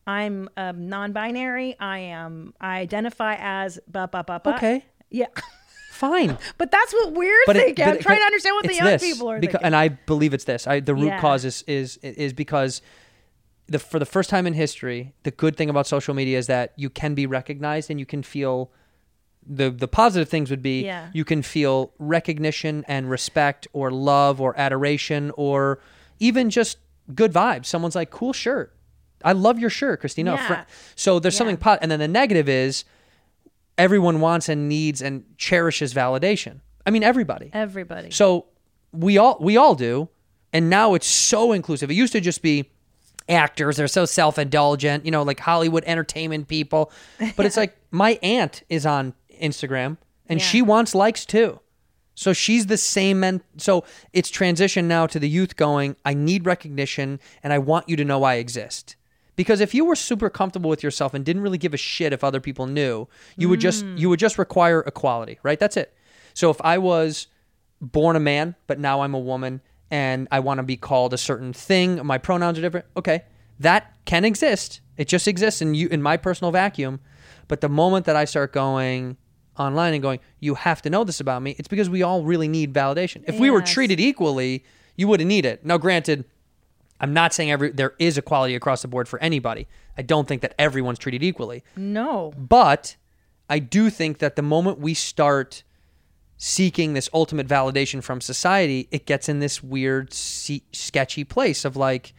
[SPEAKER 9] I'm um, non-binary. I am. I identify as. Ba, ba, ba, ba.
[SPEAKER 1] Okay,
[SPEAKER 9] Yeah.
[SPEAKER 1] fine.
[SPEAKER 9] But that's what we're
[SPEAKER 1] it-
[SPEAKER 9] thinking. I'm
[SPEAKER 1] it-
[SPEAKER 9] trying to understand what the
[SPEAKER 1] it's
[SPEAKER 9] young
[SPEAKER 1] this,
[SPEAKER 9] people are
[SPEAKER 1] becau-
[SPEAKER 9] thinking.
[SPEAKER 1] And I believe it's this. I, the root
[SPEAKER 9] Yeah.
[SPEAKER 1] cause is, is is because the for the first time in history, the good thing about social media is that you can be recognized and you can feel the the positive things would be
[SPEAKER 9] Yeah.
[SPEAKER 1] you can feel recognition and respect or love or adoration or even just good vibes. Someone's like, "Cool shirt." I love your shirt, Christina. A fri-
[SPEAKER 9] Yeah.
[SPEAKER 1] So there's something pot, and then the negative is everyone wants and needs and cherishes validation. I mean, everybody.
[SPEAKER 9] Everybody.
[SPEAKER 1] So we all we all do, and now it's so inclusive. It used to just be actors; they're so self indulgent, you know, like Hollywood entertainment people. But it's like my aunt is on Instagram, and she wants likes too. So she's the same men. So it's transitioned now to the youth going, I need recognition and I want you to know I exist. Because if you were super comfortable with yourself and didn't really give a shit if other people knew, you would just you would just require equality, right? That's it. So if I was born a man, but now I'm a woman and I want to be called a certain thing, my pronouns are different. Okay. That can exist. It just exists in you in my personal vacuum. But the moment that I start going online and going, you have to know this about me, it's because we all really need validation. If we were treated equally, you wouldn't need it. Now granted, I'm not saying every there is equality across the board for anybody. I don't think that everyone's treated equally.
[SPEAKER 9] no.
[SPEAKER 1] But I do think that the moment we start seeking this ultimate validation from society, it gets in this weird, se- sketchy place of like,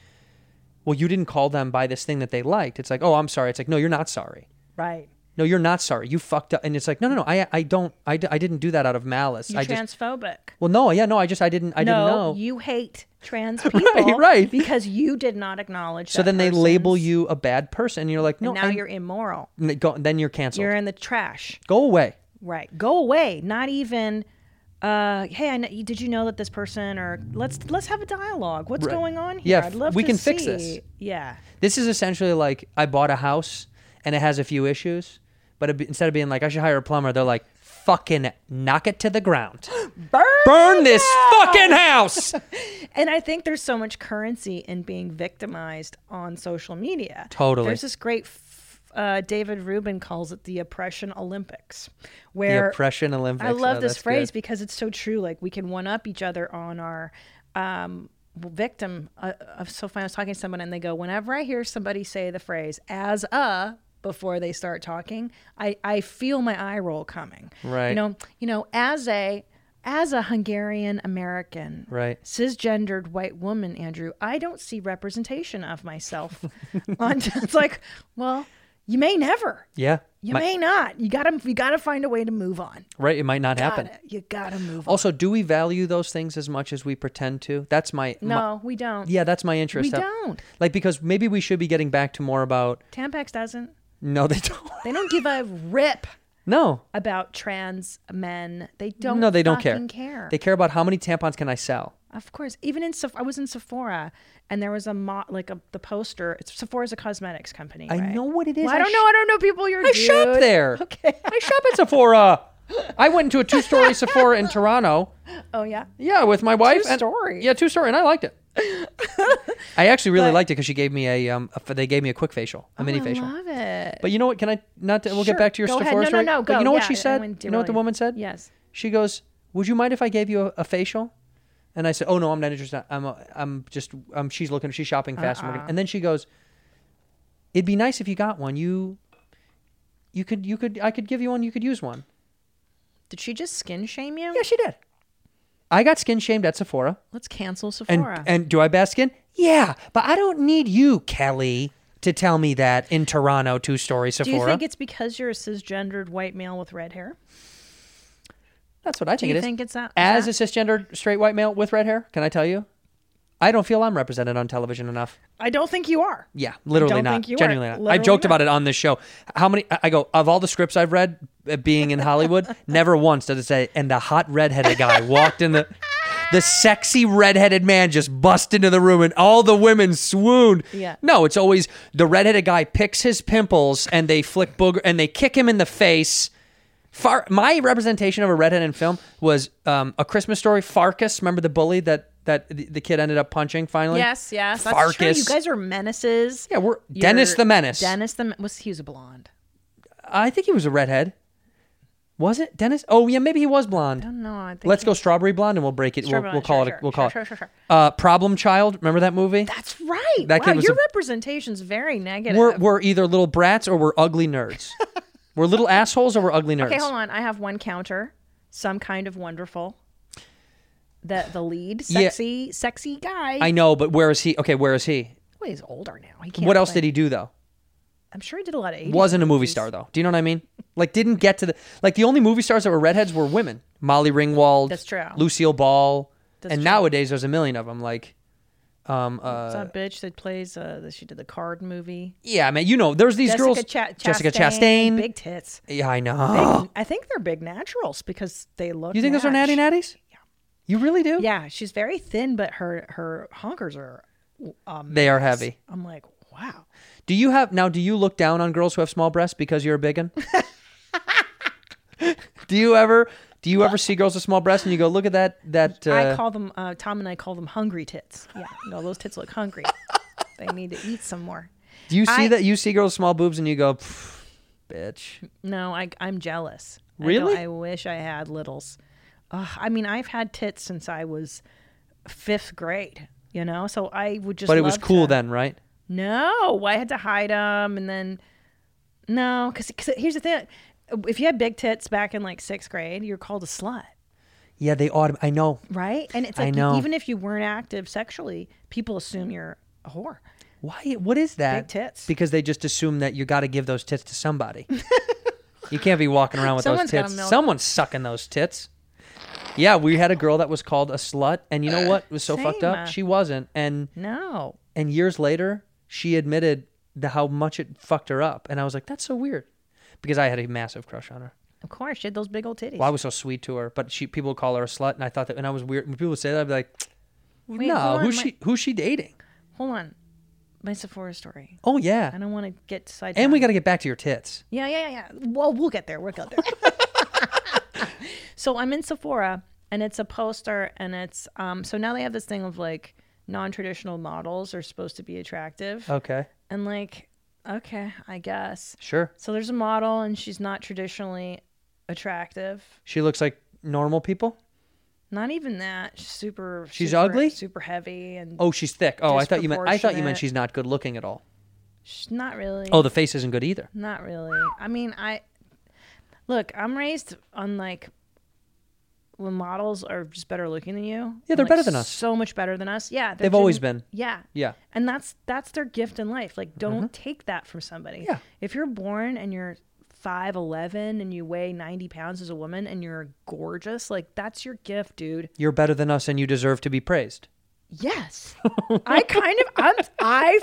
[SPEAKER 1] well, you didn't call them by this thing that they liked. It's like, oh, I'm sorry. It's like, no, you're not sorry.
[SPEAKER 9] Right.
[SPEAKER 1] No, you're not sorry. You fucked up. And it's like, no, no, no. I, I don't. I, d- I didn't do that out of malice.
[SPEAKER 9] You
[SPEAKER 1] I just.
[SPEAKER 9] transphobic.
[SPEAKER 1] Well, no, yeah, no. I just. I didn't. I didn't know.
[SPEAKER 9] no, you hate trans people.
[SPEAKER 1] right.
[SPEAKER 9] Because you did not acknowledge
[SPEAKER 1] so
[SPEAKER 9] that
[SPEAKER 1] then they
[SPEAKER 9] person's-
[SPEAKER 1] label you a bad person. And you're like, no.
[SPEAKER 9] Now
[SPEAKER 1] I'm-
[SPEAKER 9] you're immoral.
[SPEAKER 1] and they go- then you're canceled.
[SPEAKER 9] You're in the trash.
[SPEAKER 1] go away.
[SPEAKER 9] Right. Go away. Not even. Uh, hey, I know, did you know that this person or let's let's have a dialogue. What's
[SPEAKER 1] Right.
[SPEAKER 9] going on here?
[SPEAKER 1] Yeah,
[SPEAKER 9] I'd love
[SPEAKER 1] we
[SPEAKER 9] to
[SPEAKER 1] can fix
[SPEAKER 9] see."
[SPEAKER 1] this.
[SPEAKER 9] Yeah.
[SPEAKER 1] This is essentially like I bought a house and it has a few issues, but it, instead of being like I should hire a plumber, they're like fucking knock it to the ground,
[SPEAKER 9] Burn.
[SPEAKER 1] burn this fucking house.
[SPEAKER 9] And I think there's so much currency in being victimized on social media.
[SPEAKER 1] Totally.
[SPEAKER 9] There's this great. f- Uh, David Rubin calls it the oppression Olympics, where
[SPEAKER 1] the oppression Olympics.
[SPEAKER 9] I love
[SPEAKER 1] Oh,
[SPEAKER 9] this
[SPEAKER 1] that's
[SPEAKER 9] phrase
[SPEAKER 1] good.
[SPEAKER 9] because it's so true. Like we can one up each other on our um, victim. Uh, of so fun. I was talking to someone and they go, whenever I hear somebody say the phrase "as a" before they start talking, I I feel my eye roll coming.
[SPEAKER 1] Right.
[SPEAKER 9] You know. You know. As a as a Hungarian American,
[SPEAKER 1] Right.
[SPEAKER 9] cisgendered white woman, Andrew, I don't see representation of myself. on, it's like, well, you may never.
[SPEAKER 1] Yeah.
[SPEAKER 9] You
[SPEAKER 1] Might-
[SPEAKER 9] may not. You gotta you gotta find a way to move on.
[SPEAKER 1] right. It might not happen.
[SPEAKER 9] Gotta- you gotta move on.
[SPEAKER 1] Also, do we value those things as much as we pretend to? That's my my-
[SPEAKER 9] No, we don't.
[SPEAKER 1] yeah, that's my interest.
[SPEAKER 9] We don't.
[SPEAKER 1] Like because maybe we should be getting back to more about
[SPEAKER 9] Tampax doesn't.
[SPEAKER 1] no, they don't.
[SPEAKER 9] They don't give a rip
[SPEAKER 1] No,
[SPEAKER 9] about trans men. They don't.
[SPEAKER 1] no, they don't care.
[SPEAKER 9] fucking care.
[SPEAKER 1] They care about how many tampons can I sell.
[SPEAKER 9] Of course. Even in Seph- I was in Sephora, and there was a mo- like a the poster. It's Sephora's a cosmetics company.
[SPEAKER 1] I
[SPEAKER 9] right?
[SPEAKER 1] know what it is.
[SPEAKER 9] Well, I, don't
[SPEAKER 1] sh-
[SPEAKER 9] know. I don't know people. You're.
[SPEAKER 1] I shop there.
[SPEAKER 9] Okay.
[SPEAKER 1] I shop at Sephora. I went into a two-story Sephora in Toronto.
[SPEAKER 9] Oh yeah.
[SPEAKER 1] Yeah, with my wife. and-
[SPEAKER 9] Two-story.
[SPEAKER 1] Yeah, two-story, and I liked it. I actually really liked it because she gave me a um. A, they gave me a quick facial, a mini facial.
[SPEAKER 9] Oh, Love it.
[SPEAKER 1] But you know what? Can I not? To, we'll
[SPEAKER 9] Sure,
[SPEAKER 1] get back to your
[SPEAKER 9] go ahead.
[SPEAKER 1] Sephora
[SPEAKER 9] No, no,
[SPEAKER 1] story.
[SPEAKER 9] no,
[SPEAKER 1] But
[SPEAKER 9] go.
[SPEAKER 1] you know what
[SPEAKER 9] Yeah,
[SPEAKER 1] she
[SPEAKER 9] I
[SPEAKER 1] said?
[SPEAKER 9] went
[SPEAKER 1] You know what the
[SPEAKER 9] derailed.
[SPEAKER 1] woman said?
[SPEAKER 9] Yes.
[SPEAKER 1] She goes, "Would you mind if I gave you a, a facial?" And I said, "Oh no, I'm not interested. I'm a, I'm just um. She's looking. She's shopping fast.
[SPEAKER 9] Uh-uh.
[SPEAKER 1] and everything." And then she goes, "It'd be nice if you got one. You, you could you could I could give you one. You could use one."
[SPEAKER 9] Did she just skin shame you?
[SPEAKER 1] Yeah, she did. I got skin shamed at Sephora.
[SPEAKER 9] Let's cancel
[SPEAKER 1] And
[SPEAKER 9] Sephora.
[SPEAKER 1] and do I bask in? Yeah, but I don't need you, Kelly, to tell me that in Toronto, two story
[SPEAKER 9] Do
[SPEAKER 1] Sephora.
[SPEAKER 9] you think it's because you're a cisgendered white male with red hair?
[SPEAKER 1] That's what I think
[SPEAKER 9] you
[SPEAKER 1] it is.
[SPEAKER 9] think it's that-
[SPEAKER 1] as
[SPEAKER 9] that?
[SPEAKER 1] a cisgendered straight white male with red hair? Can I tell you? I don't feel I'm represented on television enough.
[SPEAKER 9] I don't think you are.
[SPEAKER 1] Yeah, literally
[SPEAKER 9] Don't
[SPEAKER 1] not.
[SPEAKER 9] think you are.
[SPEAKER 1] Genuinely not. I've
[SPEAKER 9] Literally
[SPEAKER 1] joked
[SPEAKER 9] not.
[SPEAKER 1] about it on this show. How many? I- I go of all the scripts I've read, uh, being in Hollywood, never once does it say. And the hot redheaded guy walked in the. The sexy redheaded man just bust into the room and all the women swooned.
[SPEAKER 9] Yeah.
[SPEAKER 1] No, it's always the redheaded guy picks his pimples and they flick booger and they kick him in the face. Far my representation of a redhead in film was um, a Christmas story. Farkas, remember the bully that that the the kid ended up punching finally.
[SPEAKER 9] Yes, yes. That's
[SPEAKER 1] Farkas.
[SPEAKER 9] true. You guys are menaces.
[SPEAKER 1] Yeah, we're- Dennis the Menace.
[SPEAKER 9] Dennis the Me- was he was a blonde.
[SPEAKER 1] I think he was a redhead. Was it Dennis? Oh yeah, maybe he was blonde.
[SPEAKER 9] No, I think
[SPEAKER 1] Let's go strawberry blonde, and we'll break it. We'll,
[SPEAKER 9] Strawberry
[SPEAKER 1] we'll
[SPEAKER 9] blonde,
[SPEAKER 1] call
[SPEAKER 9] sure,
[SPEAKER 1] it.
[SPEAKER 9] sure,
[SPEAKER 1] We'll call
[SPEAKER 9] sure,
[SPEAKER 1] it.
[SPEAKER 9] sure, sure,
[SPEAKER 1] Uh, Problem child. Remember that movie?
[SPEAKER 9] That's right.
[SPEAKER 1] That
[SPEAKER 9] wow,
[SPEAKER 1] kid was
[SPEAKER 9] your
[SPEAKER 1] a-
[SPEAKER 9] representation's very negative.
[SPEAKER 1] we're we're either little brats or we're ugly nerds. we're little assholes or we're ugly nerds.
[SPEAKER 9] okay, hold on. I have one counter. Some kind of wonderful. The the lead
[SPEAKER 1] Yeah.
[SPEAKER 9] sexy sexy guy.
[SPEAKER 1] I know, but where is he? Okay, where is he?
[SPEAKER 9] well, he's older now. He can't
[SPEAKER 1] what else
[SPEAKER 9] play-
[SPEAKER 1] did he do though?
[SPEAKER 9] I'm sure he did a lot of 80s.
[SPEAKER 1] Wasn't a movie star though. Do you know what I mean? Like didn't get to the like the only movie stars that were redheads were women. Molly Ringwald.
[SPEAKER 9] That's true.
[SPEAKER 1] Lucille Ball.
[SPEAKER 9] That's
[SPEAKER 1] and
[SPEAKER 9] true.
[SPEAKER 1] nowadays there's a million of them. Like, um, uh,
[SPEAKER 9] It's that bitch that plays. Uh, that she did the card movie.
[SPEAKER 1] yeah, man, you know, there's these
[SPEAKER 9] Jessica,
[SPEAKER 1] girls.
[SPEAKER 9] Cha- Chastain,
[SPEAKER 1] Jessica Chastain.
[SPEAKER 9] Big tits.
[SPEAKER 1] Yeah, I know.
[SPEAKER 9] I think they're big naturals because they look.
[SPEAKER 1] You think those are natty
[SPEAKER 9] match.
[SPEAKER 1] natties? Yeah. You really do?
[SPEAKER 9] Yeah, she's very thin, but her her honkers are. Um,
[SPEAKER 1] They are heavy.
[SPEAKER 9] I'm like, wow.
[SPEAKER 1] Do you have now? Do you look down on girls who have small breasts because you're a biggin? do you ever? Do you ever see girls with small breasts and you go, look at that? That uh,
[SPEAKER 9] I call them uh, Tom and I call them hungry tits. Yeah, no, those tits look hungry. they need to eat some more.
[SPEAKER 1] do you see
[SPEAKER 9] I-
[SPEAKER 1] that? You see girls with small boobs and you go, "Pff, bitch.
[SPEAKER 9] No, I I'm jealous. I don't-
[SPEAKER 1] Really?
[SPEAKER 9] I, wish I had littles. Ugh, I mean, I've had tits since I was fifth grade. You know, so I would just.
[SPEAKER 1] But it was
[SPEAKER 9] love
[SPEAKER 1] cool
[SPEAKER 9] to-
[SPEAKER 1] then, right?
[SPEAKER 9] No, I had to hide them, and then no, because here's the thing: if you had big tits back in like sixth grade, you're called a slut,
[SPEAKER 1] Yeah, they ought. I know.
[SPEAKER 9] right? And it's
[SPEAKER 1] I
[SPEAKER 9] like e-,
[SPEAKER 1] know.
[SPEAKER 9] even if you weren't active sexually, people assume you're a whore.
[SPEAKER 1] Why? What is that?
[SPEAKER 9] Big tits.
[SPEAKER 1] Because they just assume that you got to give those tits to somebody. you can't be walking around with
[SPEAKER 9] Someone's
[SPEAKER 1] those
[SPEAKER 9] gotta
[SPEAKER 1] tits.
[SPEAKER 9] milk 'em.
[SPEAKER 1] Someone's sucking those tits. Yeah, we had a girl that was called a slut, and you know what was so fucked
[SPEAKER 9] Same.
[SPEAKER 1] up? She wasn't, and
[SPEAKER 9] No,
[SPEAKER 1] and years later she admitted the, how much it fucked her up, and I was like, that's so weird, because I had a massive crush on her.
[SPEAKER 9] Of course, she had those big old titties.
[SPEAKER 1] Well, I was so sweet to her, but she people would call her a slut, and I thought that. And I was weird. When people would say that, I'd be like, "No,
[SPEAKER 9] hold on,
[SPEAKER 1] who's
[SPEAKER 9] my-
[SPEAKER 1] she? Who's she dating?"
[SPEAKER 9] Hold on, my Sephora story.
[SPEAKER 1] Oh yeah,
[SPEAKER 9] I don't want to get side.
[SPEAKER 1] and we got to get back to your tits.
[SPEAKER 9] Yeah, yeah, yeah, yeah. Well, we'll get there. We'll get there. so I'm in Sephora, and it's a poster, and it's um. So now they have this thing of like non-traditional models are supposed to be attractive,
[SPEAKER 1] Okay,
[SPEAKER 9] and like, okay, I guess.
[SPEAKER 1] sure.
[SPEAKER 9] So there's a model, and she's not traditionally attractive.
[SPEAKER 1] She looks like normal people.
[SPEAKER 9] Not even that. She's super.
[SPEAKER 1] She's
[SPEAKER 9] super-
[SPEAKER 1] ugly?
[SPEAKER 9] Super heavy, and
[SPEAKER 1] Oh, she's thick. Oh, I thought you meant. I thought you meant she's not good looking at all.
[SPEAKER 9] she's not really.
[SPEAKER 1] Oh, the face isn't good either.
[SPEAKER 9] Not really. I mean, I look. I'm raised on like when models are just better looking than you.
[SPEAKER 1] Yeah, they're
[SPEAKER 9] and, like,
[SPEAKER 1] better than us.
[SPEAKER 9] So much better than us. Yeah, they're
[SPEAKER 1] They've always
[SPEAKER 9] genuine-
[SPEAKER 1] been.
[SPEAKER 9] Yeah.
[SPEAKER 1] Yeah. Mm-hmm.
[SPEAKER 9] And that's that's their gift in life. Like, don't take that from somebody.
[SPEAKER 1] Yeah.
[SPEAKER 9] If you're born and you're five eleven and you weigh ninety pounds as a woman and you're gorgeous, like that's your gift, dude.
[SPEAKER 1] You're better than us, and you deserve to be praised.
[SPEAKER 9] Yes. I kind of I'm I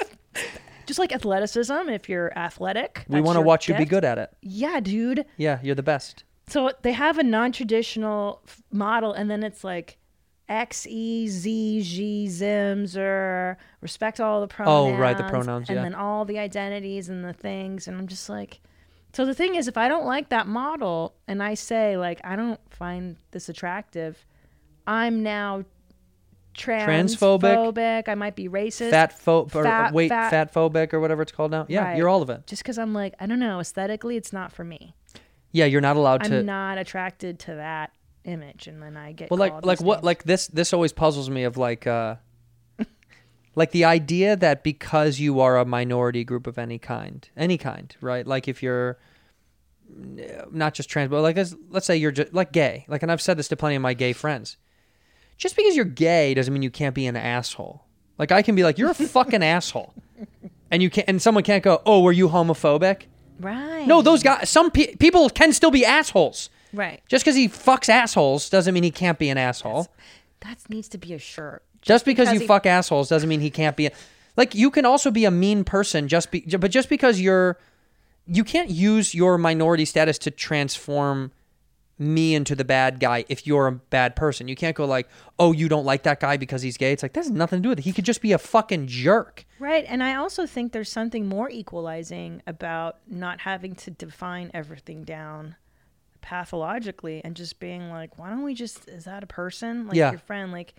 [SPEAKER 9] just like athleticism. If you're athletic,
[SPEAKER 1] we
[SPEAKER 9] that's
[SPEAKER 1] want to
[SPEAKER 9] your
[SPEAKER 1] watch you be
[SPEAKER 9] gift.
[SPEAKER 1] good at it.
[SPEAKER 9] Yeah, dude.
[SPEAKER 1] Yeah, you're the best.
[SPEAKER 9] so they have a non-traditional f- model and then it's like X E Z G Zims or respect all the pronouns.
[SPEAKER 1] Oh, right, the pronouns,
[SPEAKER 9] and
[SPEAKER 1] yeah.
[SPEAKER 9] then all the identities and the things, and I'm just like, so the thing is, if I don't like that model and I say like I don't find this attractive, I'm now transphobic.
[SPEAKER 1] Transphobic.
[SPEAKER 9] I might be racist.
[SPEAKER 1] Fat pho- or
[SPEAKER 9] fat-
[SPEAKER 1] wait,
[SPEAKER 9] fat-
[SPEAKER 1] fat phobic or whatever it's called now. Yeah,
[SPEAKER 9] Right.
[SPEAKER 1] you're all of it.
[SPEAKER 9] Just because I'm like I don't know aesthetically, it's not for me.
[SPEAKER 1] Yeah, you're not allowed to.
[SPEAKER 9] I'm not attracted to that image, and then I get
[SPEAKER 1] well,
[SPEAKER 9] called
[SPEAKER 1] like like
[SPEAKER 9] these
[SPEAKER 1] what
[SPEAKER 9] names.
[SPEAKER 1] like this this always puzzles me of like uh like the idea that because you are a minority group of any kind, any kind, right? Like if you're n- not just trans, but like let's, let's say you're just like gay, like and I've said this to plenty of my gay friends. Just because you're gay doesn't mean you can't be an asshole. Like I can be like you're a fucking asshole, and you can't, and someone can't go, oh, were you homophobic?
[SPEAKER 9] right?
[SPEAKER 1] No, those guys. Some pe- people can still be assholes.
[SPEAKER 9] right.
[SPEAKER 1] Just because he fucks assholes doesn't mean he can't be an asshole.
[SPEAKER 9] That needs to be a shirt.
[SPEAKER 1] Just because, you
[SPEAKER 9] he-
[SPEAKER 1] fuck assholes doesn't mean he can't be. A, like you can also be a mean person. Just be, but just because you're, you can't use your minority status to transform me into the bad guy if you're a bad person. You can't go like, oh, you don't like that guy because he's gay. It's like that has nothing to do with it. He could just be a fucking jerk.
[SPEAKER 9] Right, and I also think there's something more equalizing about not having to define everything down pathologically and just being like, why don't we just is that a person? Like
[SPEAKER 1] Yeah.
[SPEAKER 9] your friend, like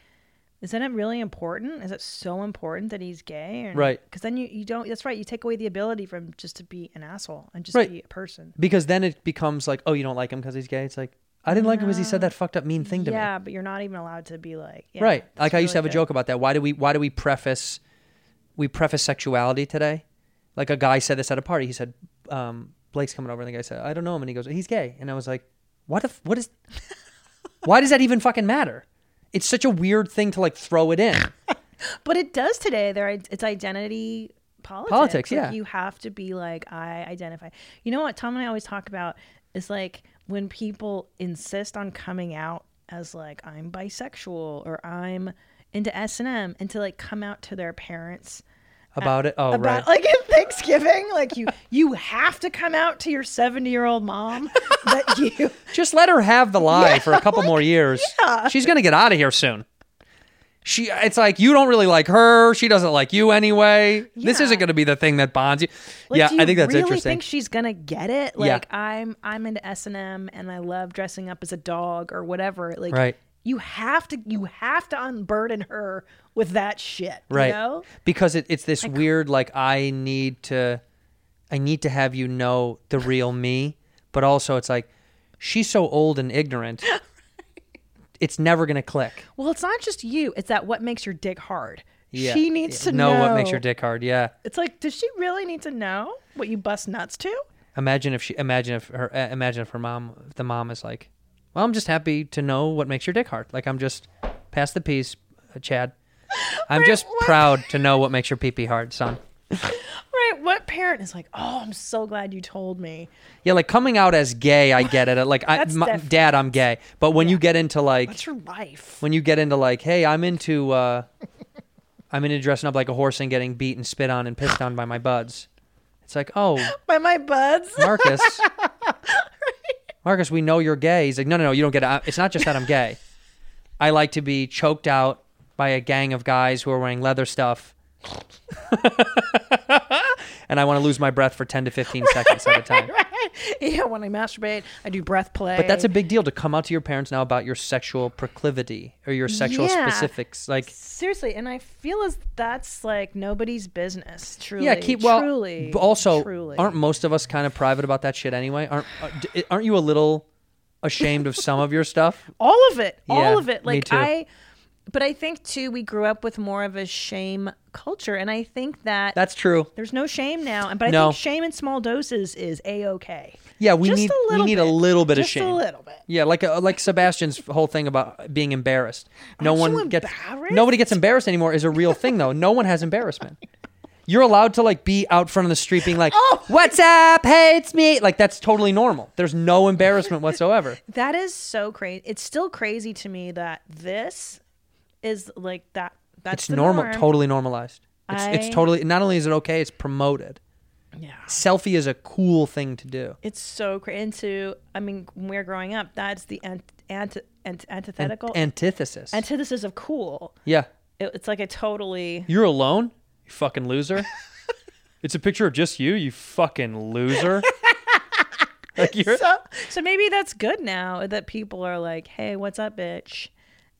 [SPEAKER 9] is that really important? Is it so important that he's gay? Or
[SPEAKER 1] Right.
[SPEAKER 9] Because then you, you don't. That's right. You take away the ability from just to be an asshole and just
[SPEAKER 1] Right.
[SPEAKER 9] be a person.
[SPEAKER 1] Because then it becomes like, oh, you don't like him because he's gay. It's like I didn't like him because he said that fucked up mean thing to me.
[SPEAKER 9] Yeah, but you're not even allowed to be like yeah,
[SPEAKER 1] right
[SPEAKER 9] that's
[SPEAKER 1] like i used to have
[SPEAKER 9] really
[SPEAKER 1] a
[SPEAKER 9] good.
[SPEAKER 1] joke about that why do we why do we preface we preface sexuality today like a guy said this at a party he said um, blake's coming over and the guy said i don't know him and he goes he's gay and i was like what if what is why does that even fucking matter it's such a weird thing to like throw it in
[SPEAKER 9] But it does today. There, it's identity politics.
[SPEAKER 1] Politics,
[SPEAKER 9] Like,
[SPEAKER 1] yeah.
[SPEAKER 9] You have to be like, I identify. You know what Tom and I always talk about is like when people insist on coming out as like I'm bisexual or I'm into S and M, and to like come out to their parents
[SPEAKER 1] about it oh right
[SPEAKER 9] about like at Thanksgiving, like you you have to come out to your seventy year old mom that you
[SPEAKER 1] just let her have the lie for a couple more years she's gonna get out of here soon she it's like you don't really like her she doesn't like you anyway this
[SPEAKER 9] Yeah.
[SPEAKER 1] isn't gonna be the thing that bonds you
[SPEAKER 9] Like,
[SPEAKER 1] yeah
[SPEAKER 9] do you
[SPEAKER 1] i think that's
[SPEAKER 9] really
[SPEAKER 1] interesting
[SPEAKER 9] Think she's gonna get it?
[SPEAKER 1] Yeah.
[SPEAKER 9] Like I'm, I'm into S and M, and I love dressing up as a dog or whatever. Like,
[SPEAKER 1] Right.
[SPEAKER 9] You have to, you have to unburden her with that shit.
[SPEAKER 1] right
[SPEAKER 9] You know?
[SPEAKER 1] because it, it's this weird like i need to i need to have you know the real me but also it's like she's so old and ignorant it's never gonna click
[SPEAKER 9] Well, it's not just you. It's that what makes your dick hard.
[SPEAKER 1] yeah
[SPEAKER 9] She needs
[SPEAKER 1] Yeah.
[SPEAKER 9] to know
[SPEAKER 1] what makes your dick hard yeah
[SPEAKER 9] It's like, does she really need to know what you bust nuts to?
[SPEAKER 1] imagine if she imagine if her uh, imagine if her mom if the mom is like well i'm just happy to know what makes your dick hard like i'm just pass the piece uh, chad i'm just proud to know what makes your pee pee hard son
[SPEAKER 9] Right. What parent is like, oh, I'm so glad you told me.
[SPEAKER 1] Yeah, like coming out as gay, I get it. Like, I,
[SPEAKER 9] That's
[SPEAKER 1] my,
[SPEAKER 9] different.
[SPEAKER 1] dad, I'm gay. But when you get into like,
[SPEAKER 9] It's your life.
[SPEAKER 1] when you get into like, hey, I'm into, uh, I'm into dressing up like a horse and getting beat and spit on and pissed on by my buds. It's like, oh,
[SPEAKER 9] By my buds.
[SPEAKER 1] Marcus, Marcus, we know you're gay. He's like, no, no, no, you don't get it. I- It's not just that I'm gay. I like to be choked out by a gang of guys who are wearing leather stuff. and I want to lose my breath for 10 to 15 seconds at a time.
[SPEAKER 9] yeah, when I masturbate, I do breath play.
[SPEAKER 1] But that's a big deal to come out to your parents now about your sexual proclivity or your sexual
[SPEAKER 9] Yeah.
[SPEAKER 1] specifics. Like,
[SPEAKER 9] seriously, and I feel as that's like nobody's business. Truly,
[SPEAKER 1] yeah, keep well.
[SPEAKER 9] Truly,
[SPEAKER 1] but also,
[SPEAKER 9] truly.
[SPEAKER 1] aren't most of us kind of private about that shit anyway? Aren't uh, d- aren't you a little ashamed of some of your stuff?
[SPEAKER 9] all of it, all
[SPEAKER 1] Yeah,
[SPEAKER 9] of it.
[SPEAKER 1] me
[SPEAKER 9] Like
[SPEAKER 1] too.
[SPEAKER 9] I, but I think too, we grew up with more of a shame culture, and I think that
[SPEAKER 1] That's true.
[SPEAKER 9] there's no shame now. And but I
[SPEAKER 1] No.
[SPEAKER 9] think shame in small doses is a okay.
[SPEAKER 1] Yeah, we
[SPEAKER 9] Just
[SPEAKER 1] need
[SPEAKER 9] a
[SPEAKER 1] we
[SPEAKER 9] little
[SPEAKER 1] need a
[SPEAKER 9] bit.
[SPEAKER 1] little bit
[SPEAKER 9] Just
[SPEAKER 1] of shame.
[SPEAKER 9] a little bit.
[SPEAKER 1] Yeah, like uh, like Sebastian's whole thing about being embarrassed. No
[SPEAKER 9] Aren't you
[SPEAKER 1] one gets
[SPEAKER 9] embarrassed?
[SPEAKER 1] nobody gets embarrassed anymore is a real thing though. No one has embarrassment. You're allowed to like be out front of the street being like,
[SPEAKER 9] Oh.
[SPEAKER 1] "What's up? Hey, it's me." Like that's totally normal. There's no embarrassment whatsoever.
[SPEAKER 9] That is so crazy. It's still crazy to me that this is like that. That's
[SPEAKER 1] It's
[SPEAKER 9] the
[SPEAKER 1] normal,
[SPEAKER 9] norm.
[SPEAKER 1] totally normalized. It's, it's
[SPEAKER 9] I-
[SPEAKER 1] totally not only is it okay, it's promoted.
[SPEAKER 9] Yeah.
[SPEAKER 1] Selfie is a cool thing to do.
[SPEAKER 9] It's so crazy. Into I mean, when we are growing up, that's the ant, ant, ant,
[SPEAKER 1] An-
[SPEAKER 9] antithetical
[SPEAKER 1] antithesis.
[SPEAKER 9] antithesis of cool.
[SPEAKER 1] yeah.
[SPEAKER 9] It, it's like a totally.
[SPEAKER 1] You're alone? You fucking loser. it's a picture of just you, you fucking loser. like you're
[SPEAKER 9] So, so maybe that's good now that people are like, "Hey, what's up, bitch?"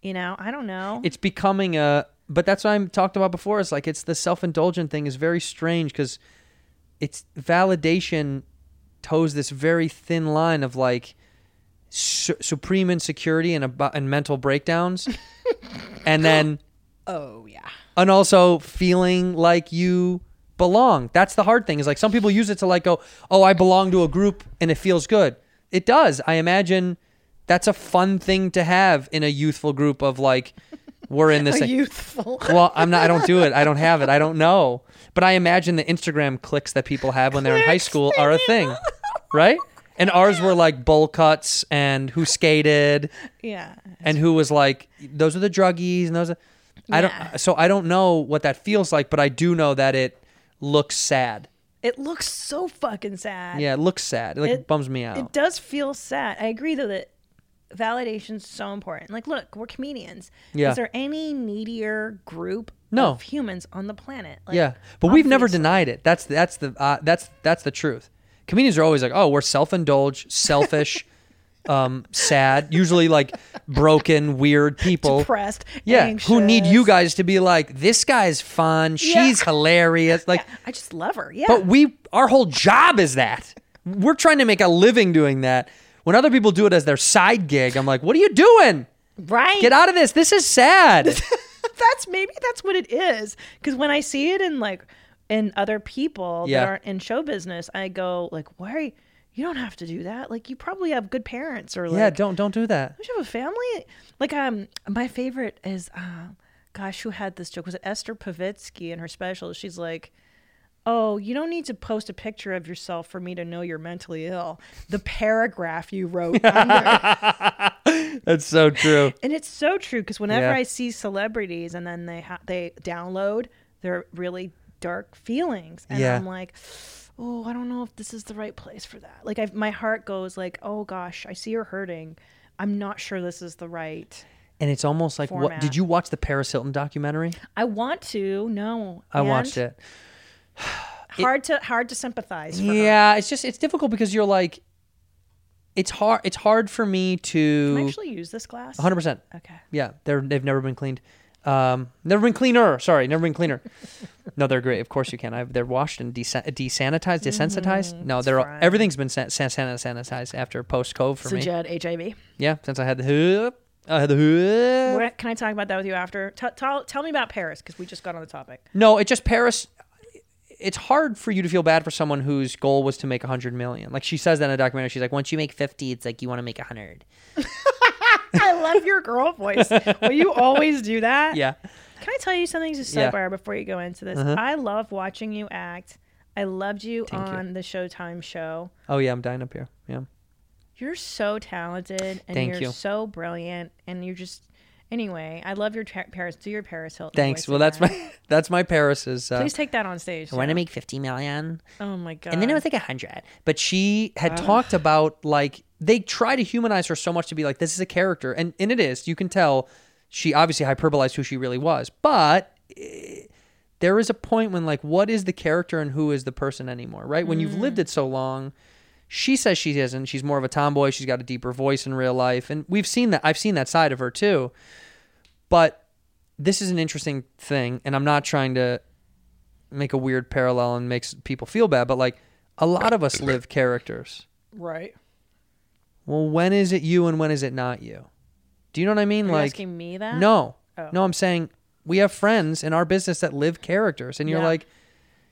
[SPEAKER 9] You know, I don't know.
[SPEAKER 1] it's becoming a but that's what I talked about before is like it's the self-indulgent thing is very strange cuz it's validation toes this very thin line of like su- supreme insecurity and abo- and mental breakdowns and then
[SPEAKER 9] oh yeah.
[SPEAKER 1] and also feeling like you belong. That's the hard thing. Is like some people use it to like go, "Oh, I belong to a group and it feels good." It does. I imagine that's a fun thing to have in a youthful group of like we're in this thing.
[SPEAKER 9] Youthful.
[SPEAKER 1] Well, I'm not I don't do it. I don't have it. I don't know. But I imagine the Instagram clicks that people have when they're in high
[SPEAKER 9] Clicks
[SPEAKER 1] school
[SPEAKER 9] for
[SPEAKER 1] are a
[SPEAKER 9] people.
[SPEAKER 1] thing. Right? And ours were like bowl cuts and who skated
[SPEAKER 9] Yeah.
[SPEAKER 1] and who was like, those are the druggies, and those. Are, I don't. So I don't know what that feels like, but I do know that it looks sad.
[SPEAKER 9] It looks so fucking sad.
[SPEAKER 1] Yeah, it looks sad. It like
[SPEAKER 9] It-
[SPEAKER 1] bums me out.
[SPEAKER 9] It does feel sad. I agree though that validation's so important. Like, look, we're comedians.
[SPEAKER 1] Yeah.
[SPEAKER 9] Is there any needier group
[SPEAKER 1] No.
[SPEAKER 9] of humans on the planet? Like,
[SPEAKER 1] yeah, but we've never
[SPEAKER 9] obviously.
[SPEAKER 1] denied it. That's that's the uh, that's that's the truth. Comedians are always like, oh, we're self-indulged, selfish, um, sad, usually like broken, weird people.
[SPEAKER 9] Depressed.
[SPEAKER 1] yeah,
[SPEAKER 9] anxious.
[SPEAKER 1] who need you guys to be like, this guy's fun, she's hilarious. Like,
[SPEAKER 9] I just love her. Yeah.
[SPEAKER 1] But we, our whole job is that. We're trying to make a living doing that. When other people do it as their side gig, I'm like, what are you doing?
[SPEAKER 9] right.
[SPEAKER 1] Get out of this. This is sad.
[SPEAKER 9] that's maybe that's what it is. Because when I see it in like in other people
[SPEAKER 1] Yeah.
[SPEAKER 9] that aren't in show business, I go like, why are you? You don't have to do that. Like you probably have good parents or like
[SPEAKER 1] yeah, don't don't do that.
[SPEAKER 9] Don't you have a family? Like, um, my favorite is, um, gosh, who had this joke? Was it Esther Pavitsky in her special? She's like, oh, you don't need to post a picture of yourself for me to know you're mentally ill. The paragraph you wrote under.
[SPEAKER 1] That's so true.
[SPEAKER 9] And it's so true because whenever
[SPEAKER 1] Yeah.
[SPEAKER 9] I see celebrities and then they ha- they download their really dark feelings, and
[SPEAKER 1] Yeah.
[SPEAKER 9] I'm like, oh, I don't know if this is the right place for that. Like, I've, my heart goes like, oh gosh, I see her hurting. I'm not sure this is the right.
[SPEAKER 1] And it's almost like, what?
[SPEAKER 9] Format.
[SPEAKER 1] Did you watch the Paris Hilton documentary?
[SPEAKER 9] I want to. No,
[SPEAKER 1] I watched
[SPEAKER 9] And
[SPEAKER 1] it.
[SPEAKER 9] Hard to hard to sympathize. For her.
[SPEAKER 1] Yeah, it's just it's difficult because you're like, it's hard. It's hard for me
[SPEAKER 9] Can I
[SPEAKER 1] to
[SPEAKER 9] actually use this glass.
[SPEAKER 1] 100. percent
[SPEAKER 9] Okay.
[SPEAKER 1] Yeah, they're they've never been cleaned. Um, never been cleaner. Sorry, never been cleaner. no, they're great. Of course you can. I, they're washed and desa- desanitized, desensitized. no, they're all, everything's been san- san- san- sanitized after post cove for
[SPEAKER 9] So
[SPEAKER 1] me.
[SPEAKER 9] Jed, HIV.
[SPEAKER 1] yeah, since I had the hoop, I had the hoop.
[SPEAKER 9] What, can I talk about that with you after? T- tell tell me about Paris because we just got on the topic.
[SPEAKER 1] No, it just Paris. It's hard for you to feel bad for someone whose goal was to make a hundred million. Like she says that in a documentary. She's like, once you make fifty, it's like you want to make a hundred.
[SPEAKER 9] I love your girl voice. Will you always do that?
[SPEAKER 1] Yeah.
[SPEAKER 9] Can I tell you something just
[SPEAKER 1] Yeah. Uh-huh.
[SPEAKER 9] sidebar before you go into this? I love watching you act. I loved you on the Showtime show.
[SPEAKER 1] Oh yeah, I'm dying up here. Yeah.
[SPEAKER 9] You're so talented and
[SPEAKER 1] Thank
[SPEAKER 9] you're
[SPEAKER 1] you.
[SPEAKER 9] so brilliant and you're just anyway. I love your ta- Paris. Do your Paris Hilton.
[SPEAKER 1] Thanks.
[SPEAKER 9] voice
[SPEAKER 1] Well, that's
[SPEAKER 9] again.
[SPEAKER 1] my that's my Paris is. Uh,
[SPEAKER 9] Please take that on stage.
[SPEAKER 1] I want to make fifty million.
[SPEAKER 9] Oh my god.
[SPEAKER 1] and then it was like a hundred. But she had talked about like they try to humanize her so much to be like, this is a character. And, and it is. You can tell she obviously hyperbolized who she really was. But eh, there is a point when, like, what is the character and who is the person anymore, right? When you've lived it so long, she says she isn't. She's more of a tomboy. She's got a deeper voice in real life. And we've seen that. I've seen that side of her too. But this is an interesting thing. And I'm not trying to make a weird parallel and makes people feel bad, but like a lot of us live characters.
[SPEAKER 9] Right.
[SPEAKER 1] Well, when is it you and when is it not you? Do you know what I mean?
[SPEAKER 9] Are you
[SPEAKER 1] like
[SPEAKER 9] asking me that? Oh.
[SPEAKER 1] No, no, I'm saying we have friends in our business that live characters, and you're
[SPEAKER 9] Yeah.
[SPEAKER 1] like,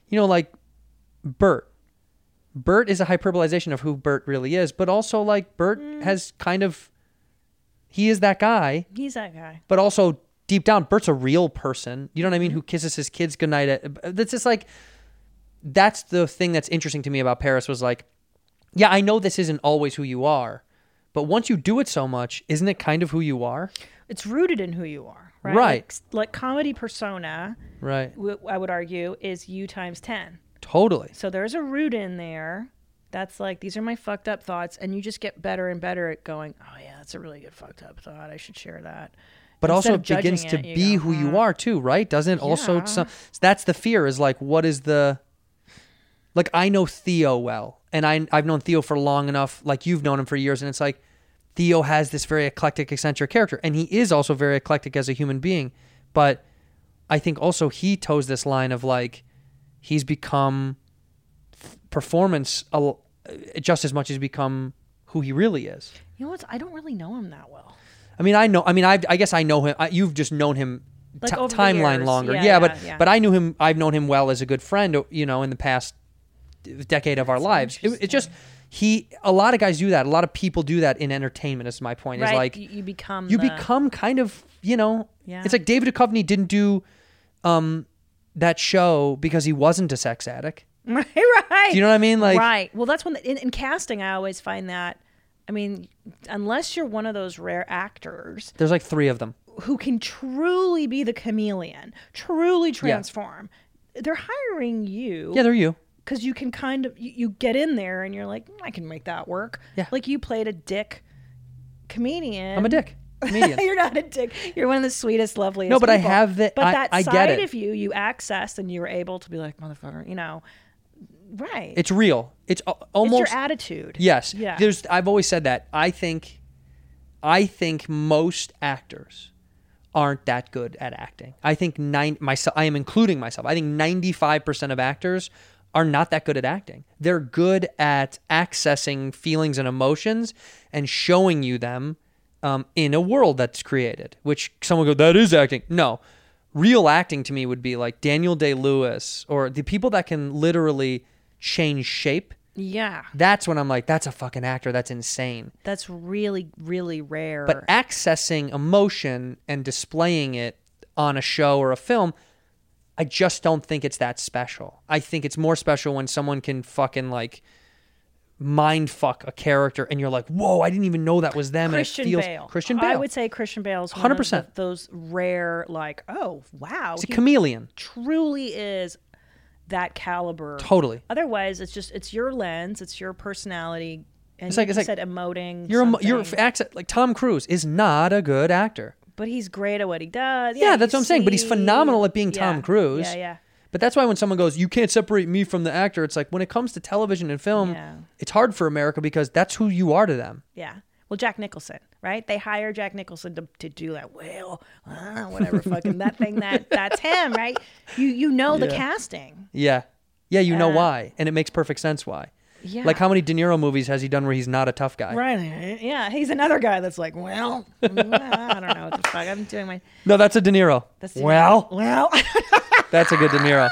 [SPEAKER 1] you know, like Bert. Bert is a hyperbolization of who Bert really is, but also like Bert
[SPEAKER 9] Mm.
[SPEAKER 1] has kind of he is that guy,
[SPEAKER 9] He's that guy.
[SPEAKER 1] but also deep down, Bert's a real person. You know what I mean? Who kisses his kids goodnight? At, that's just like that's the thing that's interesting to me about Paris was like, yeah, I know this isn't always who you are, but once you do it so much, isn't it kind of who you are?
[SPEAKER 9] It's rooted in who you are, right?
[SPEAKER 1] Right.
[SPEAKER 9] Like, like comedy persona,
[SPEAKER 1] Right.
[SPEAKER 9] w- I would argue, is you times 10.
[SPEAKER 1] Totally.
[SPEAKER 9] So there's a root in there that's like, these are my fucked up thoughts. And you just get better and better at going, oh, yeah, that's a really good fucked up thought. I should share that.
[SPEAKER 1] But
[SPEAKER 9] Instead
[SPEAKER 1] also
[SPEAKER 9] of
[SPEAKER 1] it begins to
[SPEAKER 9] judging it, you
[SPEAKER 1] be
[SPEAKER 9] go,
[SPEAKER 1] who you are too, right? Doesn't it also some, that's the fear is like what is the like I know Theo well and I I've known Theo for long enough, like you've known him for years, and it's like Theo has this very eclectic, eccentric character, and he is also very eclectic as a human being. But I think also he toes this line of like he's become performance al- just as much as become who he really is.
[SPEAKER 9] You know what's? I don't really know him that well.
[SPEAKER 1] I mean, I know. I mean, I I guess I know him. I, you've just known him
[SPEAKER 9] Like
[SPEAKER 1] ti-
[SPEAKER 9] over the
[SPEAKER 1] timeline
[SPEAKER 9] years.
[SPEAKER 1] longer. Yeah,
[SPEAKER 9] Yeah,
[SPEAKER 1] but
[SPEAKER 9] yeah, yeah.
[SPEAKER 1] but I knew him. I've known him well as a good friend. You know, in the past decade of our lives. It, it just he. A lot of guys do that. A lot of people do that in entertainment. Is my point. Is
[SPEAKER 9] Right?
[SPEAKER 1] like
[SPEAKER 9] you, you become.
[SPEAKER 1] you
[SPEAKER 9] the-
[SPEAKER 1] become kind of you know.
[SPEAKER 9] Yeah.
[SPEAKER 1] It's like David Duchovny didn't do, um, that show because he wasn't a sex addict.
[SPEAKER 9] Right, right.
[SPEAKER 1] Do you know what I mean? Like
[SPEAKER 9] right. Well, that's when in, in casting, I always find that. I mean, unless you're one of those rare actors
[SPEAKER 1] there's like three of them.
[SPEAKER 9] who can truly be the chameleon, truly transform, they're hiring you.
[SPEAKER 1] Yeah, they're you.
[SPEAKER 9] because you can kind of you, you get in there and you're like, "Mm, I can make that work.
[SPEAKER 1] Yeah.
[SPEAKER 9] Like you played a dick comedian.
[SPEAKER 1] I'm a dick. Comedian.
[SPEAKER 9] you're not a dick. You're one of the sweetest, loveliest.
[SPEAKER 1] No, but I
[SPEAKER 9] people.
[SPEAKER 1] have the-
[SPEAKER 9] But
[SPEAKER 1] I-
[SPEAKER 9] that
[SPEAKER 1] I get
[SPEAKER 9] side
[SPEAKER 1] it.
[SPEAKER 9] of you, you accessed and you were able to be like, motherfucker, you know, right?
[SPEAKER 1] it's real. It's a-
[SPEAKER 9] It's
[SPEAKER 1] almost
[SPEAKER 9] your attitude.
[SPEAKER 1] Yes.
[SPEAKER 9] Yeah.
[SPEAKER 1] There's I've always said that. I think I think most actors aren't that good at acting. I think nine myself I am including myself. I think 95% of actors are not that good at acting. They're good at accessing feelings and emotions and showing you them um, in a world that's created, which someone go, that is acting. No. Real acting to me would be like Daniel Day Lewis or the people that can literally change shape
[SPEAKER 9] yeah.
[SPEAKER 1] that's when I'm like, that's a fucking actor. That's insane.
[SPEAKER 9] That's really, really rare.
[SPEAKER 1] But accessing emotion and displaying it on a show or a film, I just don't think it's that special. I think it's more special when someone can fucking like mind fuck a character and you're like, whoa, I didn't even know that was them.
[SPEAKER 9] Christian
[SPEAKER 1] and it feels,
[SPEAKER 9] Bale.
[SPEAKER 1] Christian Bale.
[SPEAKER 9] I would say Christian Bale's one of
[SPEAKER 1] 100%.
[SPEAKER 9] the- those rare, like, oh wow,
[SPEAKER 1] it's a
[SPEAKER 9] he
[SPEAKER 1] chameleon.
[SPEAKER 9] truly is that caliber.
[SPEAKER 1] Totally.
[SPEAKER 9] Otherwise, it's just it's your lens, it's your personality,
[SPEAKER 1] It's
[SPEAKER 9] and it's
[SPEAKER 1] like-
[SPEAKER 9] like,
[SPEAKER 1] it's
[SPEAKER 9] you
[SPEAKER 1] like
[SPEAKER 9] said emoting.
[SPEAKER 1] You're a, you're
[SPEAKER 9] something.
[SPEAKER 1] accent like Tom Cruise is not a good actor.
[SPEAKER 9] but he's great at what he does.
[SPEAKER 1] Yeah,
[SPEAKER 9] you
[SPEAKER 1] that's what I'm saying, but he's
[SPEAKER 9] see-
[SPEAKER 1] phenomenal at being Tom
[SPEAKER 9] Yeah,
[SPEAKER 1] Cruise.
[SPEAKER 9] Yeah, yeah.
[SPEAKER 1] But that's why when someone goes, you can't separate me from the actor, it's like when it comes to television and film,
[SPEAKER 9] Yeah.
[SPEAKER 1] it's hard for America because that's who you are to them.
[SPEAKER 9] Yeah. Well, Jack Nicholson, right? They hire Jack Nicholson to, to do that. Well, uh, whatever, fucking that thing that that's him, right? You you know the casting.
[SPEAKER 1] Yeah. Yeah, you know why. And it makes perfect sense why.
[SPEAKER 9] Yeah.
[SPEAKER 1] Like how many De Niro movies has he done where he's not a tough guy?
[SPEAKER 9] Right. Yeah, he's another guy that's like, well, I don't know what the fuck. I'm doing my.
[SPEAKER 1] No, that's a De Niro.
[SPEAKER 9] That's-
[SPEAKER 1] well,
[SPEAKER 9] Well,
[SPEAKER 1] that's a good De Niro.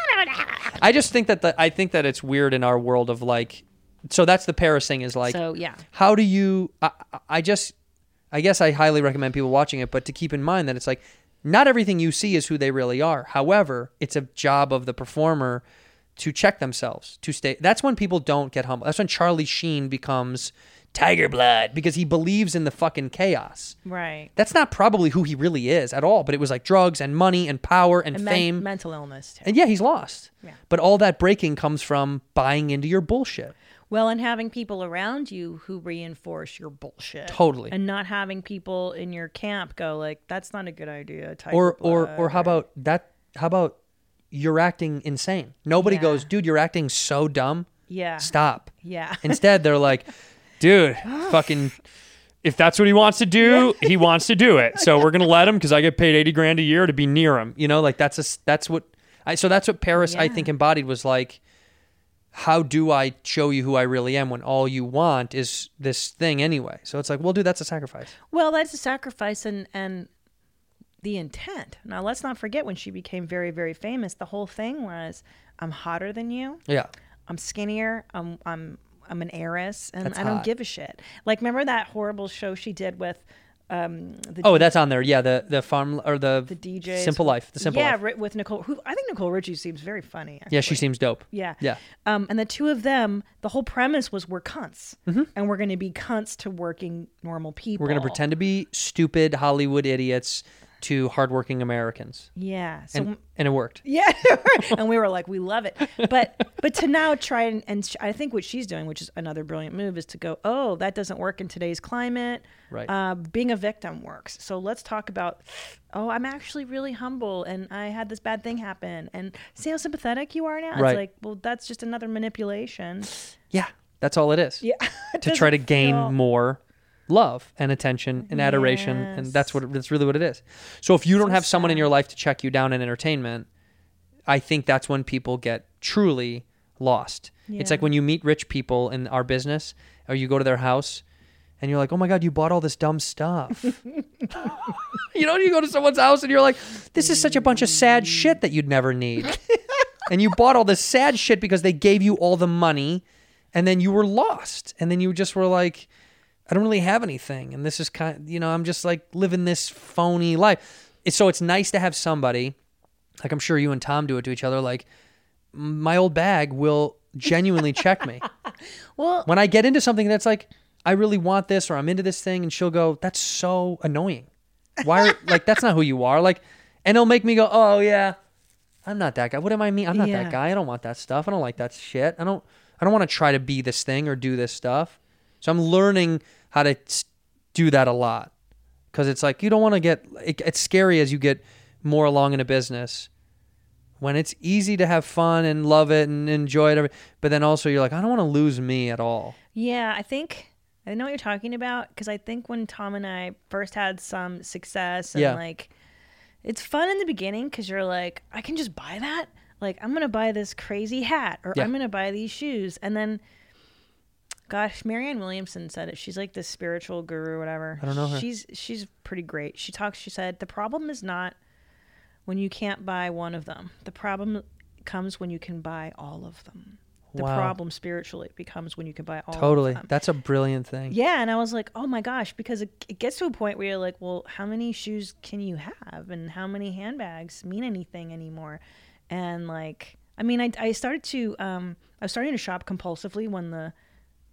[SPEAKER 1] I just think that the, I think that it's weird in our world of like so that's the Paris thing is like
[SPEAKER 9] so yeah.
[SPEAKER 1] how do you I, I- I just i guess i highly recommend people watching it but to keep in mind that it's like not everything you see is who they really are however it's a job of the performer to check themselves to stay that's when people don't get humble that's when charlie sheen becomes tiger blood because he believes in the fucking chaos
[SPEAKER 9] Right.
[SPEAKER 1] that's not probably who he really is at all but it was like drugs and money and power and,
[SPEAKER 9] And men-
[SPEAKER 1] fame
[SPEAKER 9] mental illness too.
[SPEAKER 1] and yeah he's lost but all that breaking comes from buying into your bullshit
[SPEAKER 9] Well, and having people around you who reinforce your bullshit.
[SPEAKER 1] Totally.
[SPEAKER 9] And not having people in your camp go like, "That's not a good idea." Type
[SPEAKER 1] or
[SPEAKER 9] of uh,
[SPEAKER 1] or
[SPEAKER 9] blah,
[SPEAKER 1] or how about that how about you're acting insane nobody goes dude you're acting so dumb
[SPEAKER 9] Yeah.
[SPEAKER 1] stop
[SPEAKER 9] Yeah.
[SPEAKER 1] instead they're like dude fucking if that's what he wants to do he wants to do it so we're gonna let him because i get paid 80 grand a year to be near him you know like that's a s- that's what I, so that's what paris i think embodied was like how do i show you who i really am when all you want is this thing anyway so it's like well dude that's a sacrifice
[SPEAKER 9] Well, that's a sacrifice and and the intent. Now, let's not forget when she became very very famous, the whole thing was I'm hotter than you.
[SPEAKER 1] yeah
[SPEAKER 9] I'm skinnier. I'm I'm I'm an heiress and
[SPEAKER 1] That's
[SPEAKER 9] I don't
[SPEAKER 1] hot.
[SPEAKER 9] give a shit. Like remember that horrible show she did with um the
[SPEAKER 1] oh that's on there yeah the the farm or the
[SPEAKER 9] the DJ
[SPEAKER 1] simple life the simple
[SPEAKER 9] yeah,
[SPEAKER 1] life
[SPEAKER 9] ri- with Nicole who I think Nicole Richie seems very funny.
[SPEAKER 1] Yeah, she seems dope.
[SPEAKER 9] Yeah.
[SPEAKER 1] Yeah.
[SPEAKER 9] Um, and the two of them, the whole premise was we're cunts and we're going to be cunts to working normal people.
[SPEAKER 1] Mm-hmm. We're going to pretend to be stupid Hollywood idiots to hardworking Americans.
[SPEAKER 9] Yeah. So
[SPEAKER 1] And, and it worked.
[SPEAKER 9] Yeah, and we were like, we love it, but but to now try and, and sh- I think what she's doing, which is another brilliant move, is to go, oh, that doesn't work in today's climate.
[SPEAKER 1] Right.
[SPEAKER 9] Uh, being a victim works. So let's talk about, oh, I'm actually really humble, and I had this bad thing happen, and see how sympathetic you are now.
[SPEAKER 1] Right.
[SPEAKER 9] It's like, well, that's just another manipulation.
[SPEAKER 1] Yeah. That's all it is. Yeah. to try to gain more love and attention and adoration. And that's what that's really what it is. So if you don't have someone in your life to check you down in entertainment, I think that's when people get truly lost. It's like when you meet rich people in our business or you go to their house and you're like, oh my God, you bought all this dumb stuff. you know, you go to someone's house and you're like, this is such a bunch of sad shit that you'd never need. and you bought all this sad shit because they gave you all the money and then you were lost. And then you just were like, I don't really have anything. And this is kind you know, I'm just like living this phony life. It's- So it's nice to have somebody like I'm sure you and Tom do it to each other. Like my old bag will genuinely check me.
[SPEAKER 9] Well-
[SPEAKER 1] when I get into something that's like I really want this or I'm into this thing, and she'll go, "That's so annoying. Why? Are, like that's not who you are." Like, and it'll make me go, "Oh yeah, I'm not that guy. What am I mean? I'm not
[SPEAKER 9] Yeah.
[SPEAKER 1] that guy. I don't want that stuff. I don't like that shit. I don't. I don't want to try to be this thing or do this stuff. So I'm learning how to s- do that a lot because it's like you don't want to get. It, it's scary as you get more along in a business when it's easy to have fun and love it and enjoy it. every- But then also you're like, I don't want to lose me at all.
[SPEAKER 9] Yeah, I think I know what you're talking about because I think when Tom and I first had some success and
[SPEAKER 1] Yeah.
[SPEAKER 9] like it's fun in the beginning because you're like, I can just buy that. Like I'm gonna buy this crazy hat or
[SPEAKER 1] Yeah.
[SPEAKER 9] I'm gonna buy these shoes, and then, gosh, Marianne Williamson said it. She's like this spiritual guru, whatever. I
[SPEAKER 1] don't know her.
[SPEAKER 9] She's she's pretty great. She talks. She said the problem is not when you can't buy one of them. The problem comes when you can buy all of them. The
[SPEAKER 1] Wow.
[SPEAKER 9] problem spiritually becomes when you can buy all
[SPEAKER 1] Totally.
[SPEAKER 9] of them.
[SPEAKER 1] That's a brilliant thing.
[SPEAKER 9] Yeah, and I was like, oh my gosh, because it, it gets to a point where you're like, well, how many shoes can you have, and how many handbags mean anything anymore? And like, I mean, I, I started to, um, I was starting to shop compulsively when the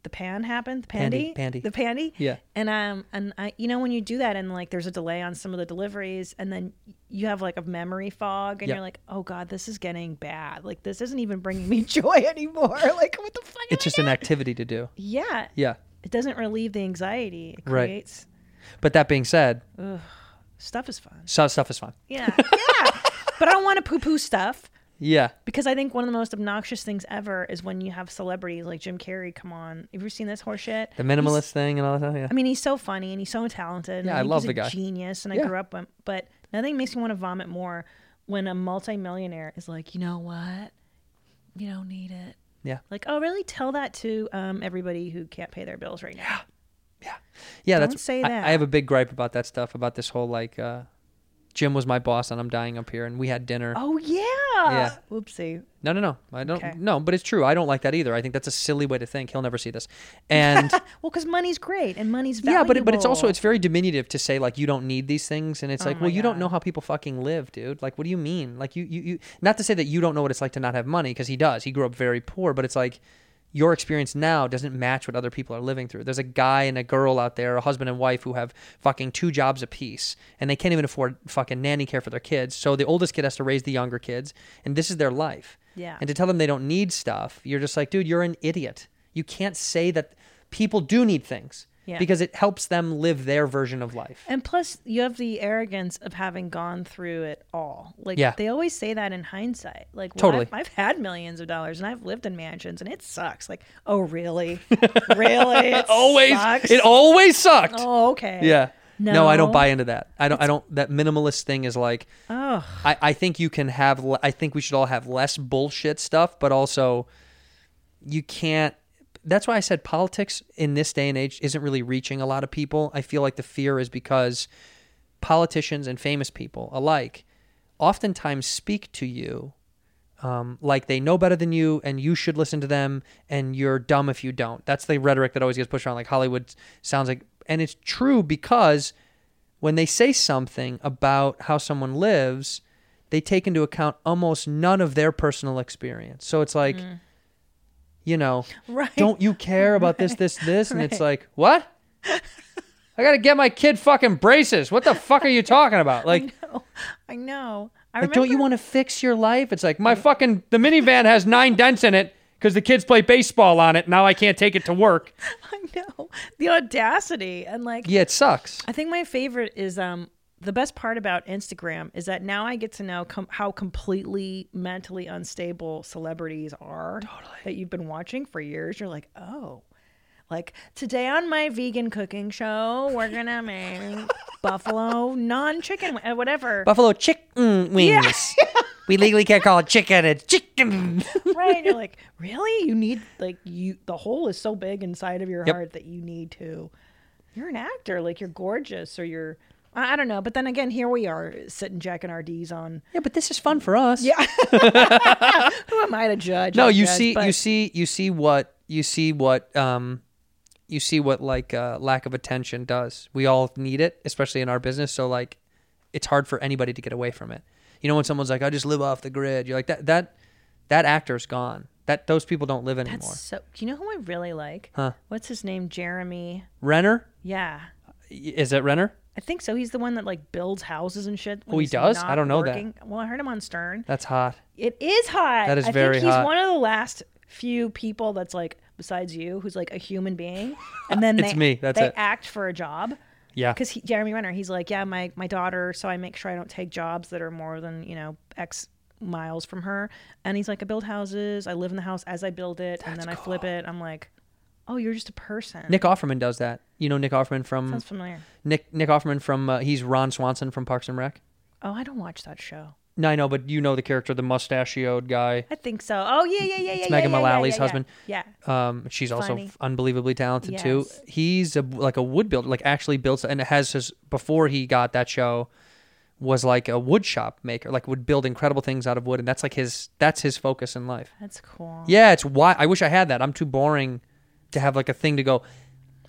[SPEAKER 9] the pan happened, the
[SPEAKER 1] Pandy,
[SPEAKER 9] pandy,
[SPEAKER 1] pandy.
[SPEAKER 9] the pandy,
[SPEAKER 1] Yeah.
[SPEAKER 9] And um, and I, you know, when you do that, and like, there's a delay on some of the deliveries, and then you have like a memory fog, and
[SPEAKER 1] Yeah.
[SPEAKER 9] you're like, oh god, this is getting bad. Like, this isn't even bringing me joy anymore. like, what the fuck? am
[SPEAKER 1] It's
[SPEAKER 9] I
[SPEAKER 1] just
[SPEAKER 9] doing?
[SPEAKER 1] an activity to do.
[SPEAKER 9] yeah,
[SPEAKER 1] Yeah.
[SPEAKER 9] it doesn't relieve the anxiety. It
[SPEAKER 1] Right.
[SPEAKER 9] creates
[SPEAKER 1] But that being said,
[SPEAKER 9] stuff is fun.
[SPEAKER 1] so- stuff is fun.
[SPEAKER 9] Yeah, yeah. but I don't want to poo-poo stuff
[SPEAKER 1] Yeah.
[SPEAKER 9] because I think one of the most obnoxious things ever is when you have celebrities like Jim Carrey. Come on, have you seen this horseshit?
[SPEAKER 1] The minimalist thing and all that. Yeah.
[SPEAKER 9] I mean, he's so funny and he's so talented.
[SPEAKER 1] Yeah,
[SPEAKER 9] and
[SPEAKER 1] I
[SPEAKER 9] think
[SPEAKER 1] love
[SPEAKER 9] he's
[SPEAKER 1] the
[SPEAKER 9] a
[SPEAKER 1] guy.
[SPEAKER 9] Genius, and
[SPEAKER 1] Yeah.
[SPEAKER 9] I grew up. With, but nothing makes me want to vomit more when a multimillionaire is like, you know what, you don't need it.
[SPEAKER 1] yeah.
[SPEAKER 9] Like, oh, really? Tell that to um, everybody who can't pay their bills right now.
[SPEAKER 1] Yeah.
[SPEAKER 9] Don't
[SPEAKER 1] that's.
[SPEAKER 9] say
[SPEAKER 1] I-
[SPEAKER 9] that.
[SPEAKER 1] I, have a big gripe about that stuff. About this whole like, uh, Jim was my boss and I'm dying up here, and we had dinner.
[SPEAKER 9] Oh yeah. Whoopsie.
[SPEAKER 1] No, no, no. I don't.
[SPEAKER 9] Okay.
[SPEAKER 1] No, but it's true. I don't like that either. I think that's a silly way to think. He'll never see this. And
[SPEAKER 9] Well, because money's great and money's
[SPEAKER 1] yeah,
[SPEAKER 9] valuable. Oh
[SPEAKER 1] but it, but it's also it's very diminutive to say like you don't need these things, and it's like, well, you don't know how people fucking live, dude. Like, what do you mean? Like, you you, you not to say that you don't know what it's like to not have money because he does. He grew up very poor, but it's like your experience now doesn't match what other people are living through. There's a guy and a girl out there, a husband and wife who have fucking two jobs apiece, and they can't even afford fucking nanny care for their kids. So the oldest kid has to raise the younger kids, and this is their life.
[SPEAKER 9] Yeah.
[SPEAKER 1] And to tell them they don't need stuff, you're just like, dude, you're an idiot. You can't say that people do need things
[SPEAKER 9] Yeah.
[SPEAKER 1] because it helps them live their version of life.
[SPEAKER 9] And plus, you have the arrogance of having gone through it all. Like
[SPEAKER 1] Yeah.
[SPEAKER 9] they always say that in hindsight. Like well,
[SPEAKER 1] Totally.
[SPEAKER 9] I've, I've had millions of dollars and I've lived in mansions and it sucks. Like oh really, really? It
[SPEAKER 1] always
[SPEAKER 9] sucks?
[SPEAKER 1] it always sucked.
[SPEAKER 9] Oh okay.
[SPEAKER 1] Yeah. No. I don't
[SPEAKER 9] No.
[SPEAKER 1] buy into that. I don't. I don't. That minimalist thing is like.
[SPEAKER 9] Oh.
[SPEAKER 1] I, I think you can have. le- I think we should all have less bullshit stuff, but also, you can't. That's why I said politics in this day and age isn't really reaching a lot of people. I feel like the fear is because politicians and famous people alike oftentimes speak to you um, like they know better than you and you should listen to them and you're dumb if you don't. That's the rhetoric that always gets pushed around. Like Hollywood sounds like, and it's true because when they say something about how someone lives, they take into account almost none of their personal experience. So it's like, you know,
[SPEAKER 9] Right.
[SPEAKER 1] don't you care about this, this, this? And it's like, what? I gotta get my kid fucking braces. What the fuck are you talking about? Like,
[SPEAKER 9] I know. I
[SPEAKER 1] like,
[SPEAKER 9] remember.
[SPEAKER 1] don't you want to fix your life? It's like my fucking the minivan has nine dents in it because the kids play baseball on it. Now I can't take it to work.
[SPEAKER 9] I know the audacity and like
[SPEAKER 1] Yeah, it sucks.
[SPEAKER 9] I think my favorite is um the best part about Instagram is that now I get to know com- how completely mentally unstable celebrities are totally. that you've been watching for years. You're like, oh, like today on my vegan cooking show, we're gonna make buffalo non-chicken wi- uh, whatever.
[SPEAKER 1] Buffalo chicken wings. we legally can't call it chicken. It's chicken.
[SPEAKER 9] right? And you're like, really? You need like you the hole is so big inside of your
[SPEAKER 1] Yep.
[SPEAKER 9] heart that you need to. You're an actor, like you're gorgeous or you're. I I don't know, but then again, here we are sitting jacking our D's on
[SPEAKER 1] yeah, but this is fun for us. Yeah.
[SPEAKER 9] Who am I to judge?
[SPEAKER 1] No,
[SPEAKER 9] I
[SPEAKER 1] you
[SPEAKER 9] judge,
[SPEAKER 1] see,
[SPEAKER 9] but
[SPEAKER 1] you see, you see what you see what um, you see what like uh, lack of attention does. We all need it, especially in our business. So like, it's hard for anybody to get away from it. You know, when someone's like, "I just live off the grid," you're like, "That that that actor's gone. That those people don't live anymore."
[SPEAKER 9] So, do you know who I really like?
[SPEAKER 1] Huh.
[SPEAKER 9] What's his name? Jeremy.
[SPEAKER 1] Renner
[SPEAKER 9] Yeah,
[SPEAKER 1] is it Renner?
[SPEAKER 9] I think so. He's the one that like builds houses and shit. when
[SPEAKER 1] Oh, he
[SPEAKER 9] he's
[SPEAKER 1] does?
[SPEAKER 9] not
[SPEAKER 1] I don't know that.
[SPEAKER 9] working. Well, I heard him on Stern.
[SPEAKER 1] That's hot.
[SPEAKER 9] It is hot.
[SPEAKER 1] That is
[SPEAKER 9] I
[SPEAKER 1] very
[SPEAKER 9] think he's
[SPEAKER 1] hot.
[SPEAKER 9] one of the last few people that's like besides you who's like a human being, and then
[SPEAKER 1] It's
[SPEAKER 9] they
[SPEAKER 1] me. That's
[SPEAKER 9] they
[SPEAKER 1] it.
[SPEAKER 9] act for a job.
[SPEAKER 1] Yeah.
[SPEAKER 9] Because Jeremy Renner, he's like, yeah, my my daughter, so I make sure I don't take jobs that are more than you know X miles from her. And he's like, I build houses. I live in the house as I build it, and then I flip it. I'm like, oh, you're just a person.
[SPEAKER 1] Nick Offerman does that. You know Nick Offerman from
[SPEAKER 9] sounds familiar.
[SPEAKER 1] Nick Nick Offerman from uh, he's Ron Swanson from Parks and Rec.
[SPEAKER 9] Oh, I don't watch that show.
[SPEAKER 1] No, I know, but you know the character, the mustachioed guy.
[SPEAKER 9] I think so. Oh yeah, yeah, yeah, yeah.
[SPEAKER 1] It's
[SPEAKER 9] yeah,
[SPEAKER 1] Megan
[SPEAKER 9] yeah, yeah,
[SPEAKER 1] Mullally's
[SPEAKER 9] yeah,
[SPEAKER 1] husband.
[SPEAKER 9] Yeah.
[SPEAKER 1] Um, she's also
[SPEAKER 9] Funny.
[SPEAKER 1] f- unbelievably talented too.
[SPEAKER 9] Yes.
[SPEAKER 1] He's a, like a wood builder, like actually builds and has his before he got that show was like a wood shop maker, like would build incredible things out of wood, and that's like his that's his focus in life.
[SPEAKER 9] That's cool.
[SPEAKER 1] Yeah, it's why I wish I had that. I'm too boring to have like a thing to go.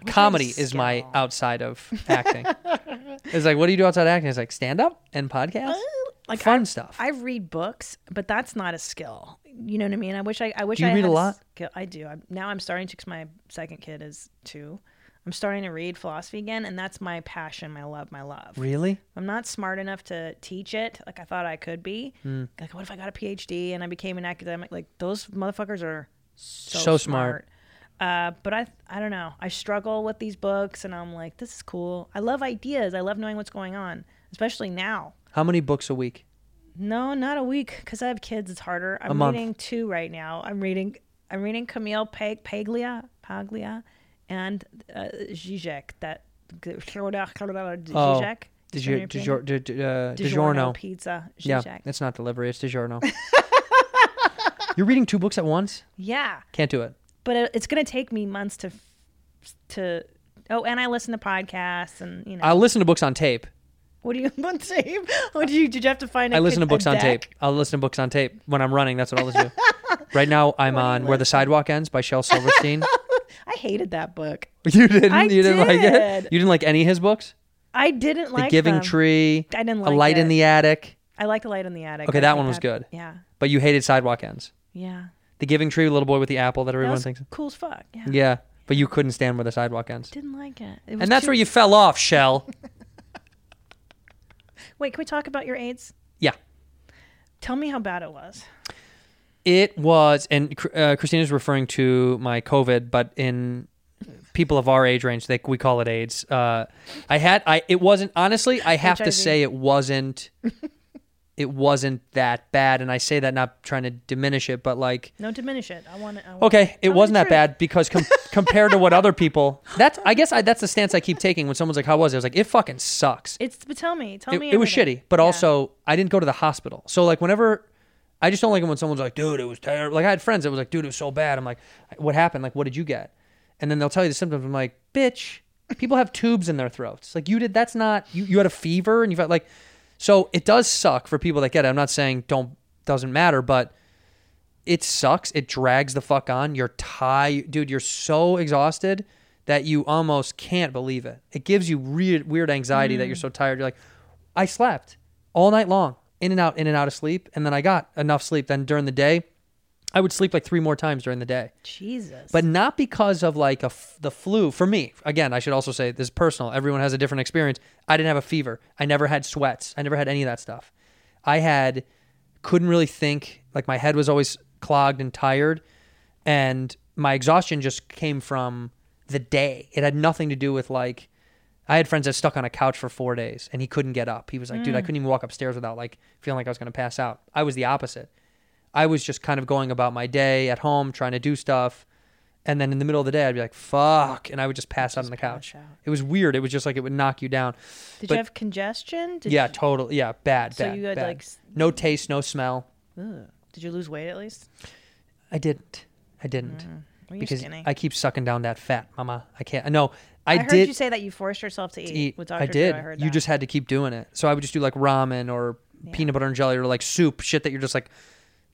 [SPEAKER 1] Comedy is my outside of acting. it's like, what do you do outside of acting? It's like stand up and podcast,
[SPEAKER 9] Oh.
[SPEAKER 1] like fun stuff.
[SPEAKER 9] I read books, but that's not a skill. You know what I mean? I wish I, I wish
[SPEAKER 1] Do you
[SPEAKER 9] I
[SPEAKER 1] read
[SPEAKER 9] had
[SPEAKER 1] a lot?
[SPEAKER 9] skill- I do. I'm, now I'm starting to because my second kid is two. I'm starting to read philosophy again, and that's my passion, my love, my love.
[SPEAKER 1] really?
[SPEAKER 9] I'm not smart enough to teach it like I thought I could be.
[SPEAKER 1] Hmm.
[SPEAKER 9] Like, what if I got a PhD and I became an academic? Like those motherfuckers are so,
[SPEAKER 1] So smart.
[SPEAKER 9] smart. Uh, but I, I don't know. I struggle with these books, and I'm like, this is cool. I love ideas. I love knowing what's going on, especially now.
[SPEAKER 1] How many books a week?
[SPEAKER 9] No, not a week because I have kids. It's harder. I'm
[SPEAKER 1] month.
[SPEAKER 9] reading two right now. I'm reading I'm reading Camille Pag- Paglia Paglia and uh, Zizek. That
[SPEAKER 1] Oh,
[SPEAKER 9] Zizek.
[SPEAKER 1] Did you did Oh. your did uh, DiGiorno?
[SPEAKER 9] DiGiorno pizza?
[SPEAKER 1] Yeah,
[SPEAKER 9] Zizek. Yeah,
[SPEAKER 1] it's not delivery. It's DiGiorno. You're reading two books at once? Can't do it.
[SPEAKER 9] but it, it's gonna take me months to f- to. Oh, and I listen to podcasts and you know.
[SPEAKER 1] I'll listen to books on tape.
[SPEAKER 9] what do you on tape? What do you did you have to find? a
[SPEAKER 1] I listen
[SPEAKER 9] con-
[SPEAKER 1] to
[SPEAKER 9] a
[SPEAKER 1] books on
[SPEAKER 9] deck?
[SPEAKER 1] tape. I'll listen to books on tape when I'm running. That's what I'll listen to. right now, I'm on Where the Sidewalk Ends by Shel Silverstein.
[SPEAKER 9] I hated that book.
[SPEAKER 1] you didn't.
[SPEAKER 9] I
[SPEAKER 1] you didn't like it.
[SPEAKER 9] did.
[SPEAKER 1] You didn't like any of his books.
[SPEAKER 9] I didn't like
[SPEAKER 1] the Giving
[SPEAKER 9] them.
[SPEAKER 1] Tree.
[SPEAKER 9] I didn't
[SPEAKER 1] A
[SPEAKER 9] like
[SPEAKER 1] Light in
[SPEAKER 9] it.
[SPEAKER 1] the Attic.
[SPEAKER 9] I liked Light in the Attic.
[SPEAKER 1] Okay,
[SPEAKER 9] I
[SPEAKER 1] that
[SPEAKER 9] think
[SPEAKER 1] one was good.
[SPEAKER 9] Yeah,
[SPEAKER 1] But you hated Sidewalk Ends.
[SPEAKER 9] yeah.
[SPEAKER 1] The Giving Tree, Little Boy with the Apple that
[SPEAKER 9] That
[SPEAKER 1] everyone
[SPEAKER 9] was
[SPEAKER 1] thinks.
[SPEAKER 9] cool as fuck. Yeah.
[SPEAKER 1] Yeah, but you couldn't stand Where the Sidewalk Ends.
[SPEAKER 9] Didn't like it. It was
[SPEAKER 1] And that's
[SPEAKER 9] too-
[SPEAKER 1] where you fell off, Shell.
[SPEAKER 9] Wait, can we talk about your AIDS?
[SPEAKER 1] yeah.
[SPEAKER 9] Tell me how bad it was.
[SPEAKER 1] It was, and Cr- uh, Christina's referring to my COVID, but in people of our age range, they, we call it AIDS. Uh, I had, I it wasn't honestly. I have to
[SPEAKER 9] HIV.
[SPEAKER 1] say, it wasn't. it wasn't that bad, and I say that not trying to diminish it, but like
[SPEAKER 9] No, diminish it. I want it. I want
[SPEAKER 1] Okay, it
[SPEAKER 9] Tell me
[SPEAKER 1] wasn't
[SPEAKER 9] the
[SPEAKER 1] that
[SPEAKER 9] truth.
[SPEAKER 1] bad because com- compared to what other people, that's I guess I, that's the stance I keep taking when someone's like, "How was it?" I was like, "It fucking sucks."
[SPEAKER 9] It's but tell me, tell
[SPEAKER 1] It,
[SPEAKER 9] me.
[SPEAKER 1] it was
[SPEAKER 9] everything.
[SPEAKER 1] shitty, but
[SPEAKER 9] Yeah.
[SPEAKER 1] also I didn't go to the hospital. So like, whenever I just don't like it when someone's like, "Dude, it was terrible." Like I had friends that was like, "Dude, it was so bad." I'm like, "What happened? Like, what did you get?" And then they'll tell you the symptoms. I'm like, "Bitch, people have tubes in their throats. Like you did. That's not you. You had a fever and you felt like." So it does suck for people that get it. I'm not saying don't doesn't matter, but it sucks. It drags the fuck on. You're tired, dude. You're so exhausted that you almost can't believe it. It gives you weird, weird anxiety that you're so tired. You're like, I slept all night long, in and out, in and out of sleep, and then I got enough sleep. Then during the day, I would sleep like three more times during the day
[SPEAKER 9] Jesus.
[SPEAKER 1] but not because of like a f- the flu for me again i should also say this is personal everyone has a different experience i didn't have a fever i never had sweats i never had any of that stuff i had couldn't really think like my head was always clogged and tired and my exhaustion just came from the day it had nothing to do with like i had friends that stuck on a couch for four days and he couldn't get up he was like dude i couldn't even walk upstairs without like feeling like i was going to pass out i was the opposite I was just kind of going about my day at home trying to do stuff. And then in the middle of the day, I'd be like, fuck. And I would just pass out on the couch. It was weird. It was just like it would knock you down.
[SPEAKER 9] Did
[SPEAKER 1] but-
[SPEAKER 9] you have congestion? Did
[SPEAKER 1] yeah,
[SPEAKER 9] You,
[SPEAKER 1] totally. Yeah, bad,
[SPEAKER 9] So
[SPEAKER 1] bad,
[SPEAKER 9] you had,
[SPEAKER 1] bad.
[SPEAKER 9] like, s-
[SPEAKER 1] no taste, no smell.
[SPEAKER 9] did you lose weight at least?
[SPEAKER 1] I didn't. I didn't.
[SPEAKER 9] Were you
[SPEAKER 1] because
[SPEAKER 9] Mm-hmm. skinny?
[SPEAKER 1] I keep sucking down that fat, mama. I can't. No, I,
[SPEAKER 9] heard
[SPEAKER 1] did.
[SPEAKER 9] you say that you forced yourself to eat,
[SPEAKER 1] to eat.
[SPEAKER 9] with Dr.
[SPEAKER 1] I did.
[SPEAKER 9] Drew. I heard
[SPEAKER 1] you
[SPEAKER 9] that.
[SPEAKER 1] just had to keep doing it. So I would just do like ramen or peanut butter and jelly or like soup, shit that you're just like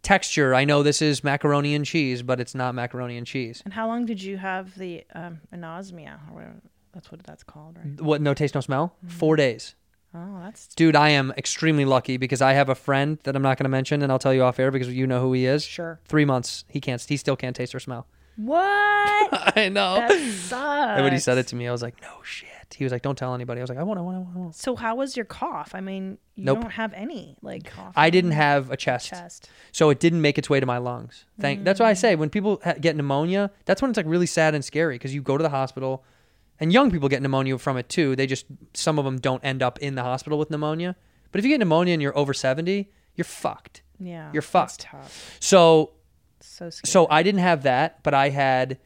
[SPEAKER 1] texture. I know this is macaroni and cheese, but it's not macaroni and cheese.
[SPEAKER 9] And how long did you have the um, anosmia or whatever? That's what that's called, right?
[SPEAKER 1] What? No taste, no smell. Four days.
[SPEAKER 9] Oh, that's
[SPEAKER 1] dude, I am extremely lucky because I have a friend that I'm not going to mention, and I'll tell you off air because you know who he is.
[SPEAKER 9] Sure.
[SPEAKER 1] Three months, he can't. He still can't taste or smell.
[SPEAKER 9] what
[SPEAKER 1] I know.
[SPEAKER 9] that sucks.
[SPEAKER 1] And when he said it to me, I was like, "No shit." He was like, "Don't tell anybody." I was like, "I won't. I won't. I won't. I won't."
[SPEAKER 9] So how was your cough? I mean, you
[SPEAKER 1] Nope.
[SPEAKER 9] don't have any like cough.
[SPEAKER 1] I didn't have a chest,
[SPEAKER 9] Chest.
[SPEAKER 1] so it didn't make its way to my lungs. Thank. That's why I say when people ha- get pneumonia, that's when it's like really sad and scary because you go to the hospital, and young people get pneumonia from it too. They just some of them don't end up in the hospital with pneumonia, but if you get pneumonia and you're over seventy, you're fucked.
[SPEAKER 9] Yeah,
[SPEAKER 1] you're
[SPEAKER 9] that's
[SPEAKER 1] fucked.
[SPEAKER 9] tough.
[SPEAKER 1] So
[SPEAKER 9] So scary.
[SPEAKER 1] so I didn't have that, but I had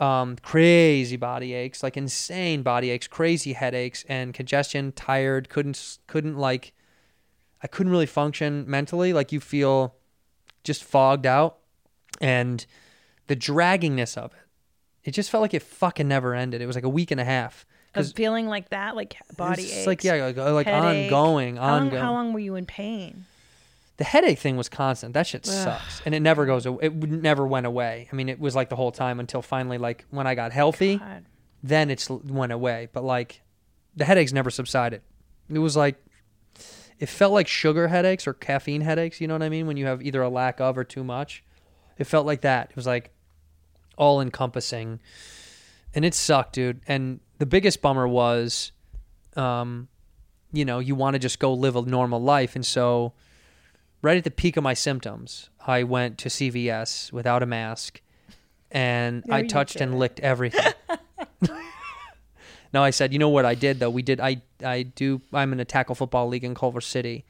[SPEAKER 1] um, crazy body aches, like insane body aches, crazy headaches, and congestion. Tired, couldn't s- couldn't like, I couldn't really function mentally. Like you feel just fogged out, and the draggingness of it. It just felt like it fucking never ended. It was like a week and a half.
[SPEAKER 9] Of feeling like that, like body
[SPEAKER 1] It's
[SPEAKER 9] aches.
[SPEAKER 1] just like, yeah, like- like
[SPEAKER 9] headache.
[SPEAKER 1] ongoing,
[SPEAKER 9] How long-
[SPEAKER 1] ongoing.
[SPEAKER 9] How long were you in pain?
[SPEAKER 1] the headache thing was constant. That shit sucks, and it never goes. away. It would- never went away. I mean, it was like the whole time until finally, like when I got healthy,
[SPEAKER 9] God.
[SPEAKER 1] then it's l- went away. But like, the headaches never subsided. It was like, it felt like sugar headaches or caffeine headaches. You know what I mean? When you have either a lack of or too much, it felt like that. It was like all encompassing, and it sucked, dude. And the biggest bummer was, um, you know, you want to just go live a normal life, and so right at the peak of my symptoms, I went to CVS without a mask and I touched and licked everything. no, I said, you know what I did though? We did I I do I'm in a tackle football league in Culver City.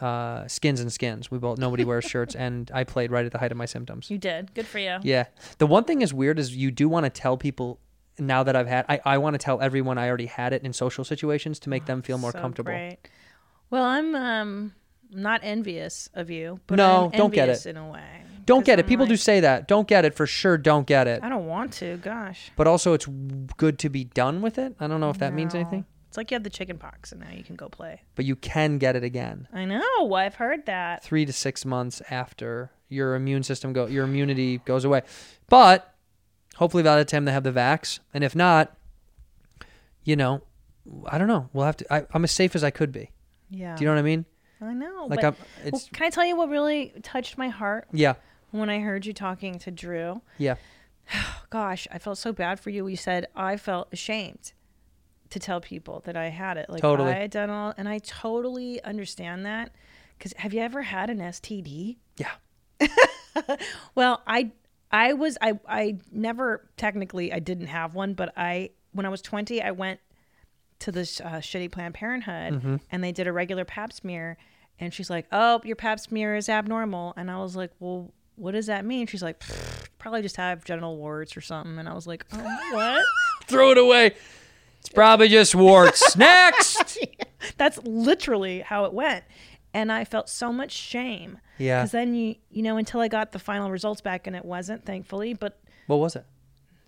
[SPEAKER 1] Uh, skins and skins. We both nobody wears shirts and I played right at the height of my symptoms.
[SPEAKER 9] You did. Good for you.
[SPEAKER 1] Yeah. The one thing is weird is you do want to tell people now that I've had I, I want to tell everyone I already had it in social situations to make them feel more
[SPEAKER 9] So
[SPEAKER 1] comfortable.
[SPEAKER 9] great. Well, I'm um not envious of you, but
[SPEAKER 1] No,
[SPEAKER 9] I'm
[SPEAKER 1] don't get
[SPEAKER 9] envious
[SPEAKER 1] it.
[SPEAKER 9] in a way.
[SPEAKER 1] Don't
[SPEAKER 9] 'Cause
[SPEAKER 1] get it.
[SPEAKER 9] I'm
[SPEAKER 1] People do
[SPEAKER 9] like,
[SPEAKER 1] say that. Don't get it for sure. Don't get it.
[SPEAKER 9] I don't want to. Gosh,
[SPEAKER 1] but also it's w- good to be done with it. I don't know if that means anything,
[SPEAKER 9] it's like you had the chicken pox, and now you can go play.
[SPEAKER 1] but you can get it again
[SPEAKER 9] I know. I've heard that.
[SPEAKER 1] three to six months after your immune system go your immunity goes away. But hopefully by the time they have the vax, and if not, you know, I don't know. We'll have to. I, I'm as safe as I could be.
[SPEAKER 9] Yeah.
[SPEAKER 1] Do you know what I mean?
[SPEAKER 9] I know.
[SPEAKER 1] Like
[SPEAKER 9] but,
[SPEAKER 1] I'm.
[SPEAKER 9] well,
[SPEAKER 1] It's
[SPEAKER 9] can I tell you what really touched my heart
[SPEAKER 1] yeah,
[SPEAKER 9] when I heard you talking to Drew?
[SPEAKER 1] yeah.
[SPEAKER 9] Gosh, I felt so bad for you. You said I felt ashamed to tell people that I had it. Like
[SPEAKER 1] Totally.
[SPEAKER 9] I had done all, and I totally understand that. Because have you ever had an STD?
[SPEAKER 1] Yeah.
[SPEAKER 9] well, I I was I I never technically I didn't have one, but I when I was 20, I went to this uh, shitty Planned Parenthood and they did a regular pap smear and she's like, "Oh, your pap smear is abnormal." And I was like, "Well, what does that mean?" She's like, "Pfft, "Probably just have genital warts or something." And I was like, "Oh, what?"
[SPEAKER 1] Throw it away. It's probably just warts. Next.
[SPEAKER 9] That's literally how it went. And I felt so much shame.
[SPEAKER 1] Yeah.
[SPEAKER 9] Because then you you know until I got the final results back and it wasn't thankfully, but
[SPEAKER 1] What was it?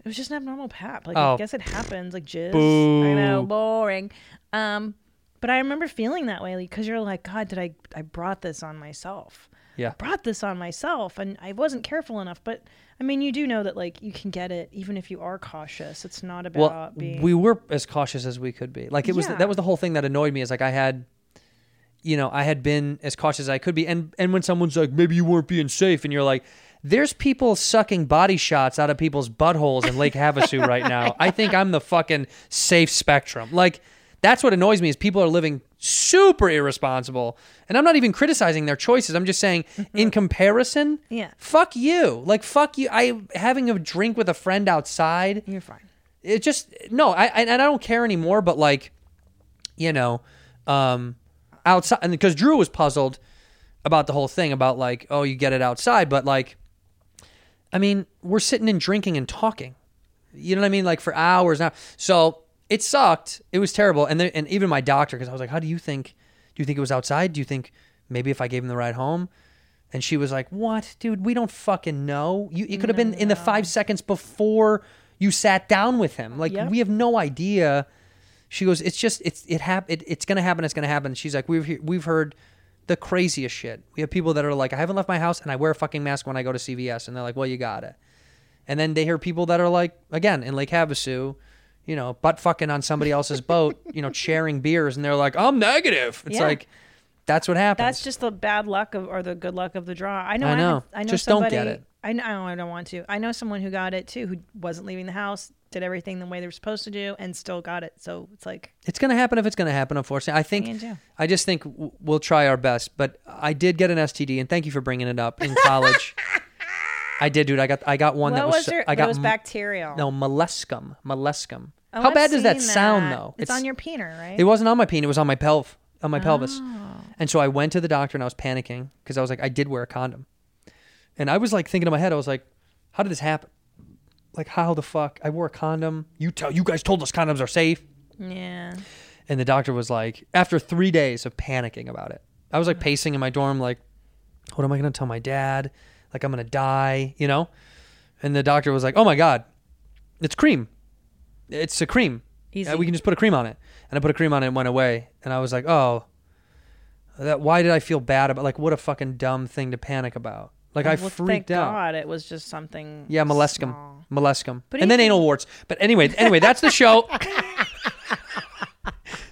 [SPEAKER 9] it was just an abnormal pap. Like
[SPEAKER 1] Oh.
[SPEAKER 9] I guess it happens. Like jizz.
[SPEAKER 1] Boo.
[SPEAKER 9] I know, boring. Um, but I remember feeling that way because you're like, God, did I? I brought this on myself.
[SPEAKER 1] Yeah.
[SPEAKER 9] brought this on myself, and I wasn't careful enough. But I mean, you do know that like you can get it even if you are cautious. It's not about
[SPEAKER 1] Well,
[SPEAKER 9] being.
[SPEAKER 1] we were as cautious as we could be. Like it was
[SPEAKER 9] Yeah.
[SPEAKER 1] that was the whole thing that annoyed me is like I had you know, I had been as cautious as I could be and and when someone's like maybe you weren't being safe and you're like there's people sucking body shots out of people's buttholes in Lake Havasu right now. I think I'm the fucking safe spectrum. Like that's what annoys me is people are living super irresponsible. And I'm not even criticizing their choices. I'm just saying in comparison,
[SPEAKER 9] Mm-hmm. Yeah.
[SPEAKER 1] fuck you. Like fuck you. I having a drink with a friend outside
[SPEAKER 9] you're fine.
[SPEAKER 1] it just no I, I and i don't care anymore but like you know um outside and because drew was puzzled about the whole thing about like oh you get it outside but like i mean we're sitting and drinking and talking you know what i mean like for hours now so it sucked it was terrible and then and even my doctor because i was like how do you think do you think it was outside do you think maybe if i gave him the ride home and she was like, "What, dude? We don't fucking know. You, it could have been in the five seconds before you sat down with him. Like,
[SPEAKER 9] Yep.
[SPEAKER 1] we have no idea." She goes, "It's just, it's, it hap- it, It's gonna happen. It's gonna happen." She's like, "We've, he- we've heard the craziest shit. We have people that are like, I haven't left my house and I wear a fucking mask when I go to CVS, and they're like, well, you got it.'" And then they hear people that are like, again, in Lake Havasu, you know, butt fucking on somebody else's boat, you know, sharing beers, and they're like, I'm negative. It's
[SPEAKER 9] Yeah.
[SPEAKER 1] like, that's what happens.
[SPEAKER 9] That's just the bad luck of or the good luck of the draw. I know.
[SPEAKER 1] I
[SPEAKER 9] I,
[SPEAKER 1] know.
[SPEAKER 9] know. I know
[SPEAKER 1] Just don't
[SPEAKER 9] somebody,
[SPEAKER 1] get it.
[SPEAKER 9] I know. I don't, I don't want to. I know someone who got it too, who wasn't leaving the house, did everything the way they were supposed to do, and still got it. So it's like
[SPEAKER 1] it's going to happen if it's going to happen unfortunately i
[SPEAKER 9] Me
[SPEAKER 1] think
[SPEAKER 9] too.
[SPEAKER 1] i just think w- we'll try our best but i did get an std and thank you for bringing it up in college i did dude i got i got one that
[SPEAKER 9] what
[SPEAKER 1] was,
[SPEAKER 9] was
[SPEAKER 1] so-
[SPEAKER 9] your?
[SPEAKER 1] i got
[SPEAKER 9] it was
[SPEAKER 1] m-
[SPEAKER 9] bacterial.
[SPEAKER 1] no molluscum molluscum
[SPEAKER 9] Oh,
[SPEAKER 1] how
[SPEAKER 9] I've
[SPEAKER 1] bad does that,
[SPEAKER 9] seen
[SPEAKER 1] sound though
[SPEAKER 9] It's, on your peener, right?
[SPEAKER 1] it wasn't on my peen it was on my pelv on my pelvis
[SPEAKER 9] Oh.
[SPEAKER 1] and so i went to the doctor and i was panicking because i was like i did wear a condom and i was like thinking in my head i was like how did this happen like how the fuck i wore a condom you tell you guys told us condoms are safe
[SPEAKER 9] yeah.
[SPEAKER 1] and the doctor was like, after three days of panicking about it, I was like pacing in my dorm, like, what am I going to tell my dad? Like, I'm going to die, you know? And the doctor was like, oh my God, it's cream. It's a cream.
[SPEAKER 9] Easy.
[SPEAKER 1] Uh, we can just put a cream on it. And I put a cream on it and went away. And I was like, oh, that, why did I feel bad about, like, what a fucking dumb thing to panic about. Like, I
[SPEAKER 9] Well,
[SPEAKER 1] freaked
[SPEAKER 9] thank
[SPEAKER 1] out.
[SPEAKER 9] God it was just something.
[SPEAKER 1] Yeah, molluscum,
[SPEAKER 9] small.
[SPEAKER 1] molluscum,
[SPEAKER 9] But
[SPEAKER 1] and then
[SPEAKER 9] even-
[SPEAKER 1] anal warts. But anyway, anyway, that's the show.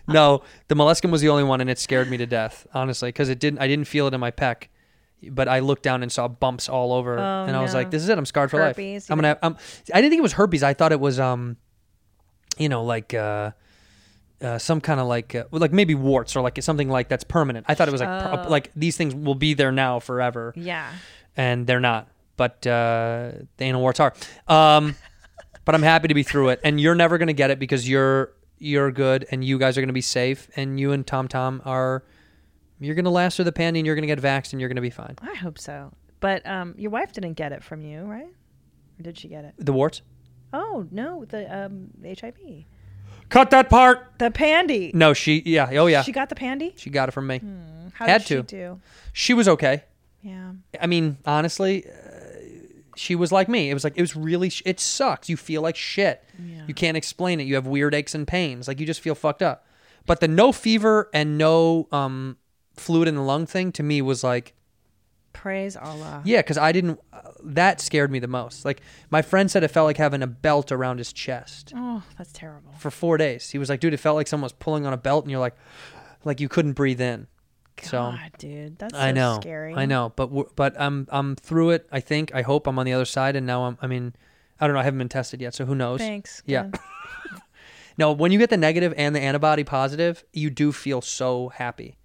[SPEAKER 1] no, the molluscum was the only one, and it scared me to death, honestly, because it didn't. I didn't feel it in my pec, but I looked down and saw bumps all over, and I was like,
[SPEAKER 9] Oh, no.
[SPEAKER 1] "This is it. I'm scarred for life.
[SPEAKER 9] Herpes, you
[SPEAKER 1] I'm gonna. Have, um, I didn't think it was herpes. I thought it was um, you know, like uh." Uh, some kind of like, uh, well, like maybe warts or like something like that's permanent. I thought it was like, per-
[SPEAKER 9] Oh.
[SPEAKER 1] like these things will be there now forever
[SPEAKER 9] Yeah.
[SPEAKER 1] and they're not. But uh, the anal warts are. Um, but I'm happy to be through it, and you're never gonna get it because you're you're good, and you guys are gonna be safe, and you and Tom Tom are. You're gonna last through the pandy, and you're gonna get vaxxed, and you're gonna be fine.
[SPEAKER 9] I hope so. But um, your wife didn't get it from you, right? Or did she get it?
[SPEAKER 1] The warts.
[SPEAKER 9] Oh no, the um, HIV,
[SPEAKER 1] Cut that part.
[SPEAKER 9] the pandy.
[SPEAKER 1] No, she. Yeah. Oh yeah.
[SPEAKER 9] She
[SPEAKER 1] She,
[SPEAKER 9] got the pandy.
[SPEAKER 1] got it from me.
[SPEAKER 9] How
[SPEAKER 1] Had
[SPEAKER 9] did she
[SPEAKER 1] to.
[SPEAKER 9] do?
[SPEAKER 1] She was okay.
[SPEAKER 9] Yeah.
[SPEAKER 1] I mean, honestly, uh, she was like me. It was like it was really. Sh- it sucks. You feel like shit. You can't explain it. You have weird aches and pains. Like you just feel fucked up. But the no fever and no um, fluid in the lung thing to me was like,
[SPEAKER 9] Praise Allah.
[SPEAKER 1] yeah, because I didn't. Uh, that scared me the most. Like my friend said, it felt like having a belt around his chest
[SPEAKER 9] Oh, that's terrible.
[SPEAKER 1] for four days. He was like, dude, it felt like someone was pulling on a belt, and you're like, like you couldn't breathe in. so
[SPEAKER 9] God, dude, that's so
[SPEAKER 1] I know.
[SPEAKER 9] scary.
[SPEAKER 1] I know, but we're, but I'm I'm through it. I think. I hope I'm on the other side. And now I'm. I mean, I don't know. I haven't been tested yet, so who knows?
[SPEAKER 9] Thanks.
[SPEAKER 1] Yeah.
[SPEAKER 9] God.
[SPEAKER 1] no, when you get the negative and the antibody positive, you do feel so happy.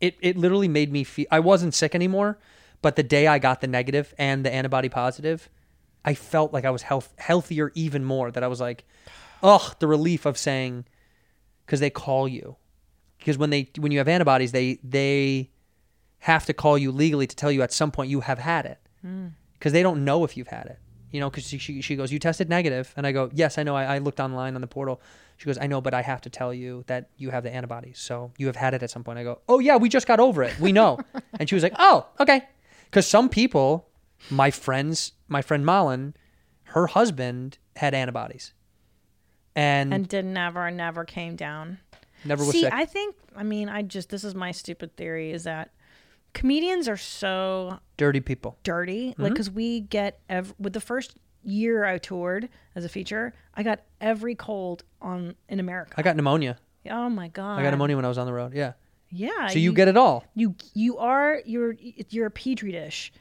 [SPEAKER 1] It it literally made me feel. I wasn't sick anymore, But the day I got the negative and the antibody positive, I felt like I was health- healthier even more. That I was like, ugh, the relief of saying, because they call you, because when they when you have antibodies, they they have to call you legally to tell you at some point you have had it,
[SPEAKER 9] Hmm.
[SPEAKER 1] because they don't know if you've had it. You know, because she, she she goes, you tested negative, and I go, yes, I know. I, I looked online on the portal. She goes, I know, but I have to tell you that you have the antibodies, so you have had it at some point. I go, oh yeah, we just got over it. We know. and she was like, oh okay, because some people, my friends, my friend Malin, her husband had antibodies, and,
[SPEAKER 9] and did never never came down.
[SPEAKER 1] never was
[SPEAKER 9] See,
[SPEAKER 1] sick.
[SPEAKER 9] I think I mean I just this is my stupid theory is that comedians are so
[SPEAKER 1] Dirty people.
[SPEAKER 9] dirty
[SPEAKER 1] Mm-hmm.
[SPEAKER 9] like because we get ev- with the first year I toured as a feature I got every cold on in America.
[SPEAKER 1] I got pneumonia.
[SPEAKER 9] oh my god!
[SPEAKER 1] I got pneumonia when I was on the road. Yeah.
[SPEAKER 9] Yeah.
[SPEAKER 1] So you get it all.
[SPEAKER 9] Uh, you you are you're you're a petri dish.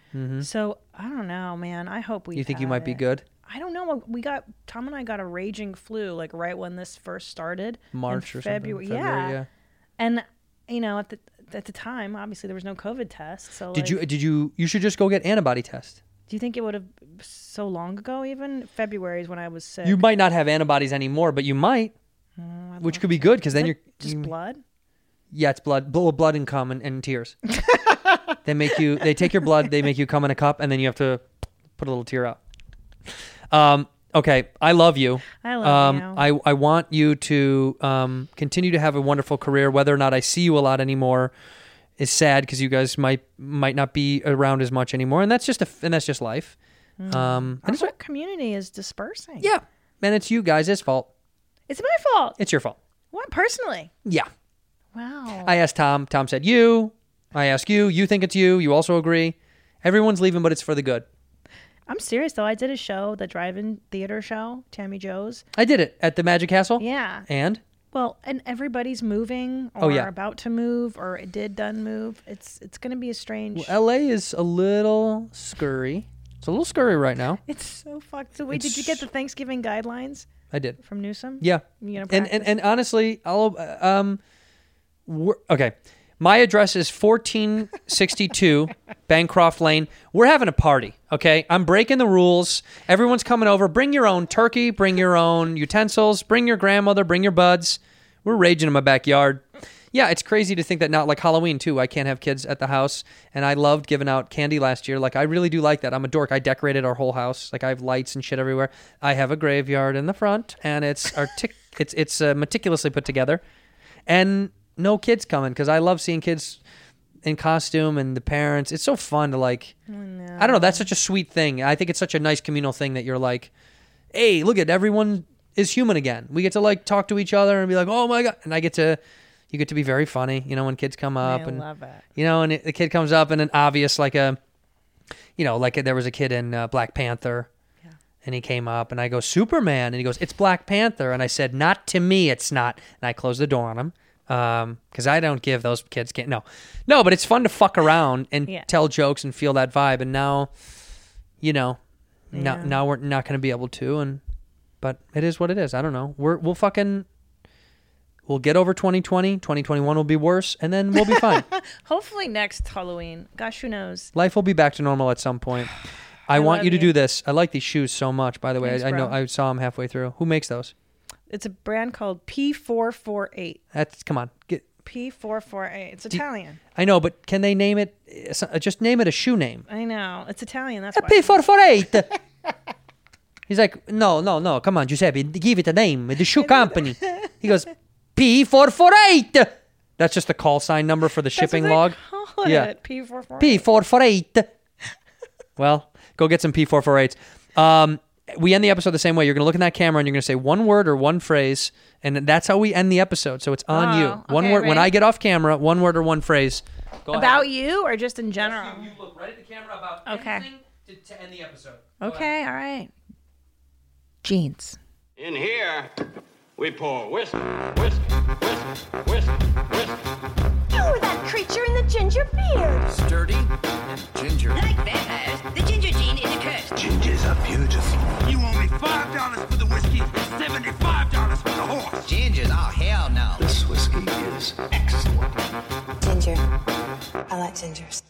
[SPEAKER 9] So I don't know, man. I hope we.
[SPEAKER 1] Mm-hmm. You think you might be good?
[SPEAKER 9] I don't know. We got Tom and I got a raging flu like right when this first started. in
[SPEAKER 1] March or something.
[SPEAKER 9] February.
[SPEAKER 1] February,
[SPEAKER 9] Yeah.
[SPEAKER 1] yeah.
[SPEAKER 9] And you know at the at the time, obviously there was no COVID test. So
[SPEAKER 1] Did
[SPEAKER 9] like,
[SPEAKER 1] you did you you should just go get antibody test.
[SPEAKER 9] Do you think it would have so long ago? Even February is when I was sick.
[SPEAKER 1] You might not have antibodies anymore, but you might. Which could be good because then you're
[SPEAKER 9] just
[SPEAKER 1] you-
[SPEAKER 9] blood.
[SPEAKER 1] yeah, it's blood, blood, blood and cum and, and tears. they make you. They take your blood. They make you cum in a cup, and then you have to put a little tear out. Um. Okay. I love you.
[SPEAKER 9] I
[SPEAKER 1] um,
[SPEAKER 9] love you.
[SPEAKER 1] I I want you to um continue to have a wonderful career. Whether or not I see you a lot anymore is sad because you guys might might not be around as much anymore, and that's just a and that's just life. Um.
[SPEAKER 9] Our
[SPEAKER 1] And it's,
[SPEAKER 9] whole community is dispersing.
[SPEAKER 1] yeah. And it's you guys' fault.
[SPEAKER 9] It's my fault.
[SPEAKER 1] It's your fault.
[SPEAKER 9] what personally?
[SPEAKER 1] Yeah.
[SPEAKER 9] Wow.
[SPEAKER 1] I asked Tom. Tom said you. I ask you. You think it's you. You also agree. Everyone's leaving, but it's for the good.
[SPEAKER 9] I'm serious though. I did a show, the drive-in theater show, Tammy Joe's.
[SPEAKER 1] I did it at the Magic Castle.
[SPEAKER 9] Yeah.
[SPEAKER 1] And
[SPEAKER 9] Well, and everybody's moving or
[SPEAKER 1] Oh, yeah.
[SPEAKER 9] about to move or it did done move. It's it's going to be a strange.
[SPEAKER 1] LA is a little scurry. It's a little scurry right now.
[SPEAKER 9] it's so fucked. So wait, did you get the Thanksgiving guidelines
[SPEAKER 1] I did.
[SPEAKER 9] from Newsom?
[SPEAKER 1] Yeah.
[SPEAKER 9] You gonna
[SPEAKER 1] and, and and honestly, I'll uh, um we're, okay. My address is 1462 Bancroft Lane. We're having a party, okay? I'm breaking the rules. Everyone's coming over. Bring your own turkey, bring your own utensils, bring your grandmother, bring your buds. We're raging in my backyard. Yeah, it's crazy to think that not like Halloween too. I can't have kids at the house, and I loved giving out candy last year. Like I really do like that. I'm a dork. I decorated our whole house. Like I have lights and shit everywhere. I have a graveyard in the front, and it's artic- it's it's uh, meticulously put together, and no kids coming because I love seeing kids in costume and the parents. It's so fun to like. I don't know. That's such a sweet thing. I think it's such a nice communal thing that you're like, hey, look at everyone is human again. We get to like talk to each other and be like, oh my god, and I get to, you get to be very funny. You know, when kids come up and
[SPEAKER 9] love it.
[SPEAKER 1] you know, and it, the kid comes up in an obvious like a, you know, like there was a kid in uh, Black Panther. And he came up and I go, Superman. And he goes, It's Black Panther. And I said, Not to me, it's not. And I closed the door on him because I don't give those kids. Can- no. No, but it's fun to fuck around and
[SPEAKER 9] Yeah.
[SPEAKER 1] tell jokes and feel that vibe. And now, you know, now, now we're not going to be able to. And, but it is what it is. I don't know. We're, we'll fucking, we'll get over 2020. 2021 will be worse and then we'll be fine.
[SPEAKER 9] Hopefully next Halloween. Gosh, who knows?
[SPEAKER 1] Life will be back to normal at some point. I, want
[SPEAKER 9] love
[SPEAKER 1] you to
[SPEAKER 9] you.
[SPEAKER 1] do this. I like these shoes so much. By the way,
[SPEAKER 9] Thanks,
[SPEAKER 1] I, I know
[SPEAKER 9] bro.
[SPEAKER 1] I saw them halfway through. Who makes those?
[SPEAKER 9] It's a brand called P448.
[SPEAKER 1] That's come on. Get,
[SPEAKER 9] P448. It's Italian.
[SPEAKER 1] I know, but can they name it? it's not- Just name it a shoe name.
[SPEAKER 9] I know. It's Italian. That's why.
[SPEAKER 1] P four four eight. He's like, no, no, no. Come on, Giuseppe, give it a name. The shoe company. He goes, P four four eight. That's just the call sign number for the
[SPEAKER 9] That's
[SPEAKER 1] shipping
[SPEAKER 9] what they
[SPEAKER 1] log.
[SPEAKER 9] call it,
[SPEAKER 1] Yeah.
[SPEAKER 9] P448.
[SPEAKER 1] P448. well, go get some P448s. Um, we end the episode the same way. You're going to look in that camera and you're going to say one word or one phrase, and that's how we end the episode. So it's on
[SPEAKER 9] Oh,
[SPEAKER 1] you. One
[SPEAKER 9] okay,
[SPEAKER 1] word. When
[SPEAKER 9] ready?
[SPEAKER 1] I get off camera, one word or one phrase. Go
[SPEAKER 9] About you or just in general?
[SPEAKER 1] You look right at the camera about
[SPEAKER 9] Okay. anything
[SPEAKER 1] to, end the episode.
[SPEAKER 9] Okay, all right. Jeans.
[SPEAKER 2] In here, we pour whiskey, whiskey, whiskey, whiskey, whiskey.
[SPEAKER 3] You were that creature in the ginger beard.
[SPEAKER 4] Sturdy and ginger.
[SPEAKER 5] Like vampires, the ginger gene is a curse.
[SPEAKER 6] Gingers are beautiful.
[SPEAKER 7] You owe me five dollars for the whiskey and seventy-five dollars for the horse.
[SPEAKER 4] Gingers, oh hell no.
[SPEAKER 6] This whiskey is excellent.
[SPEAKER 8] Ginger. I like gingers.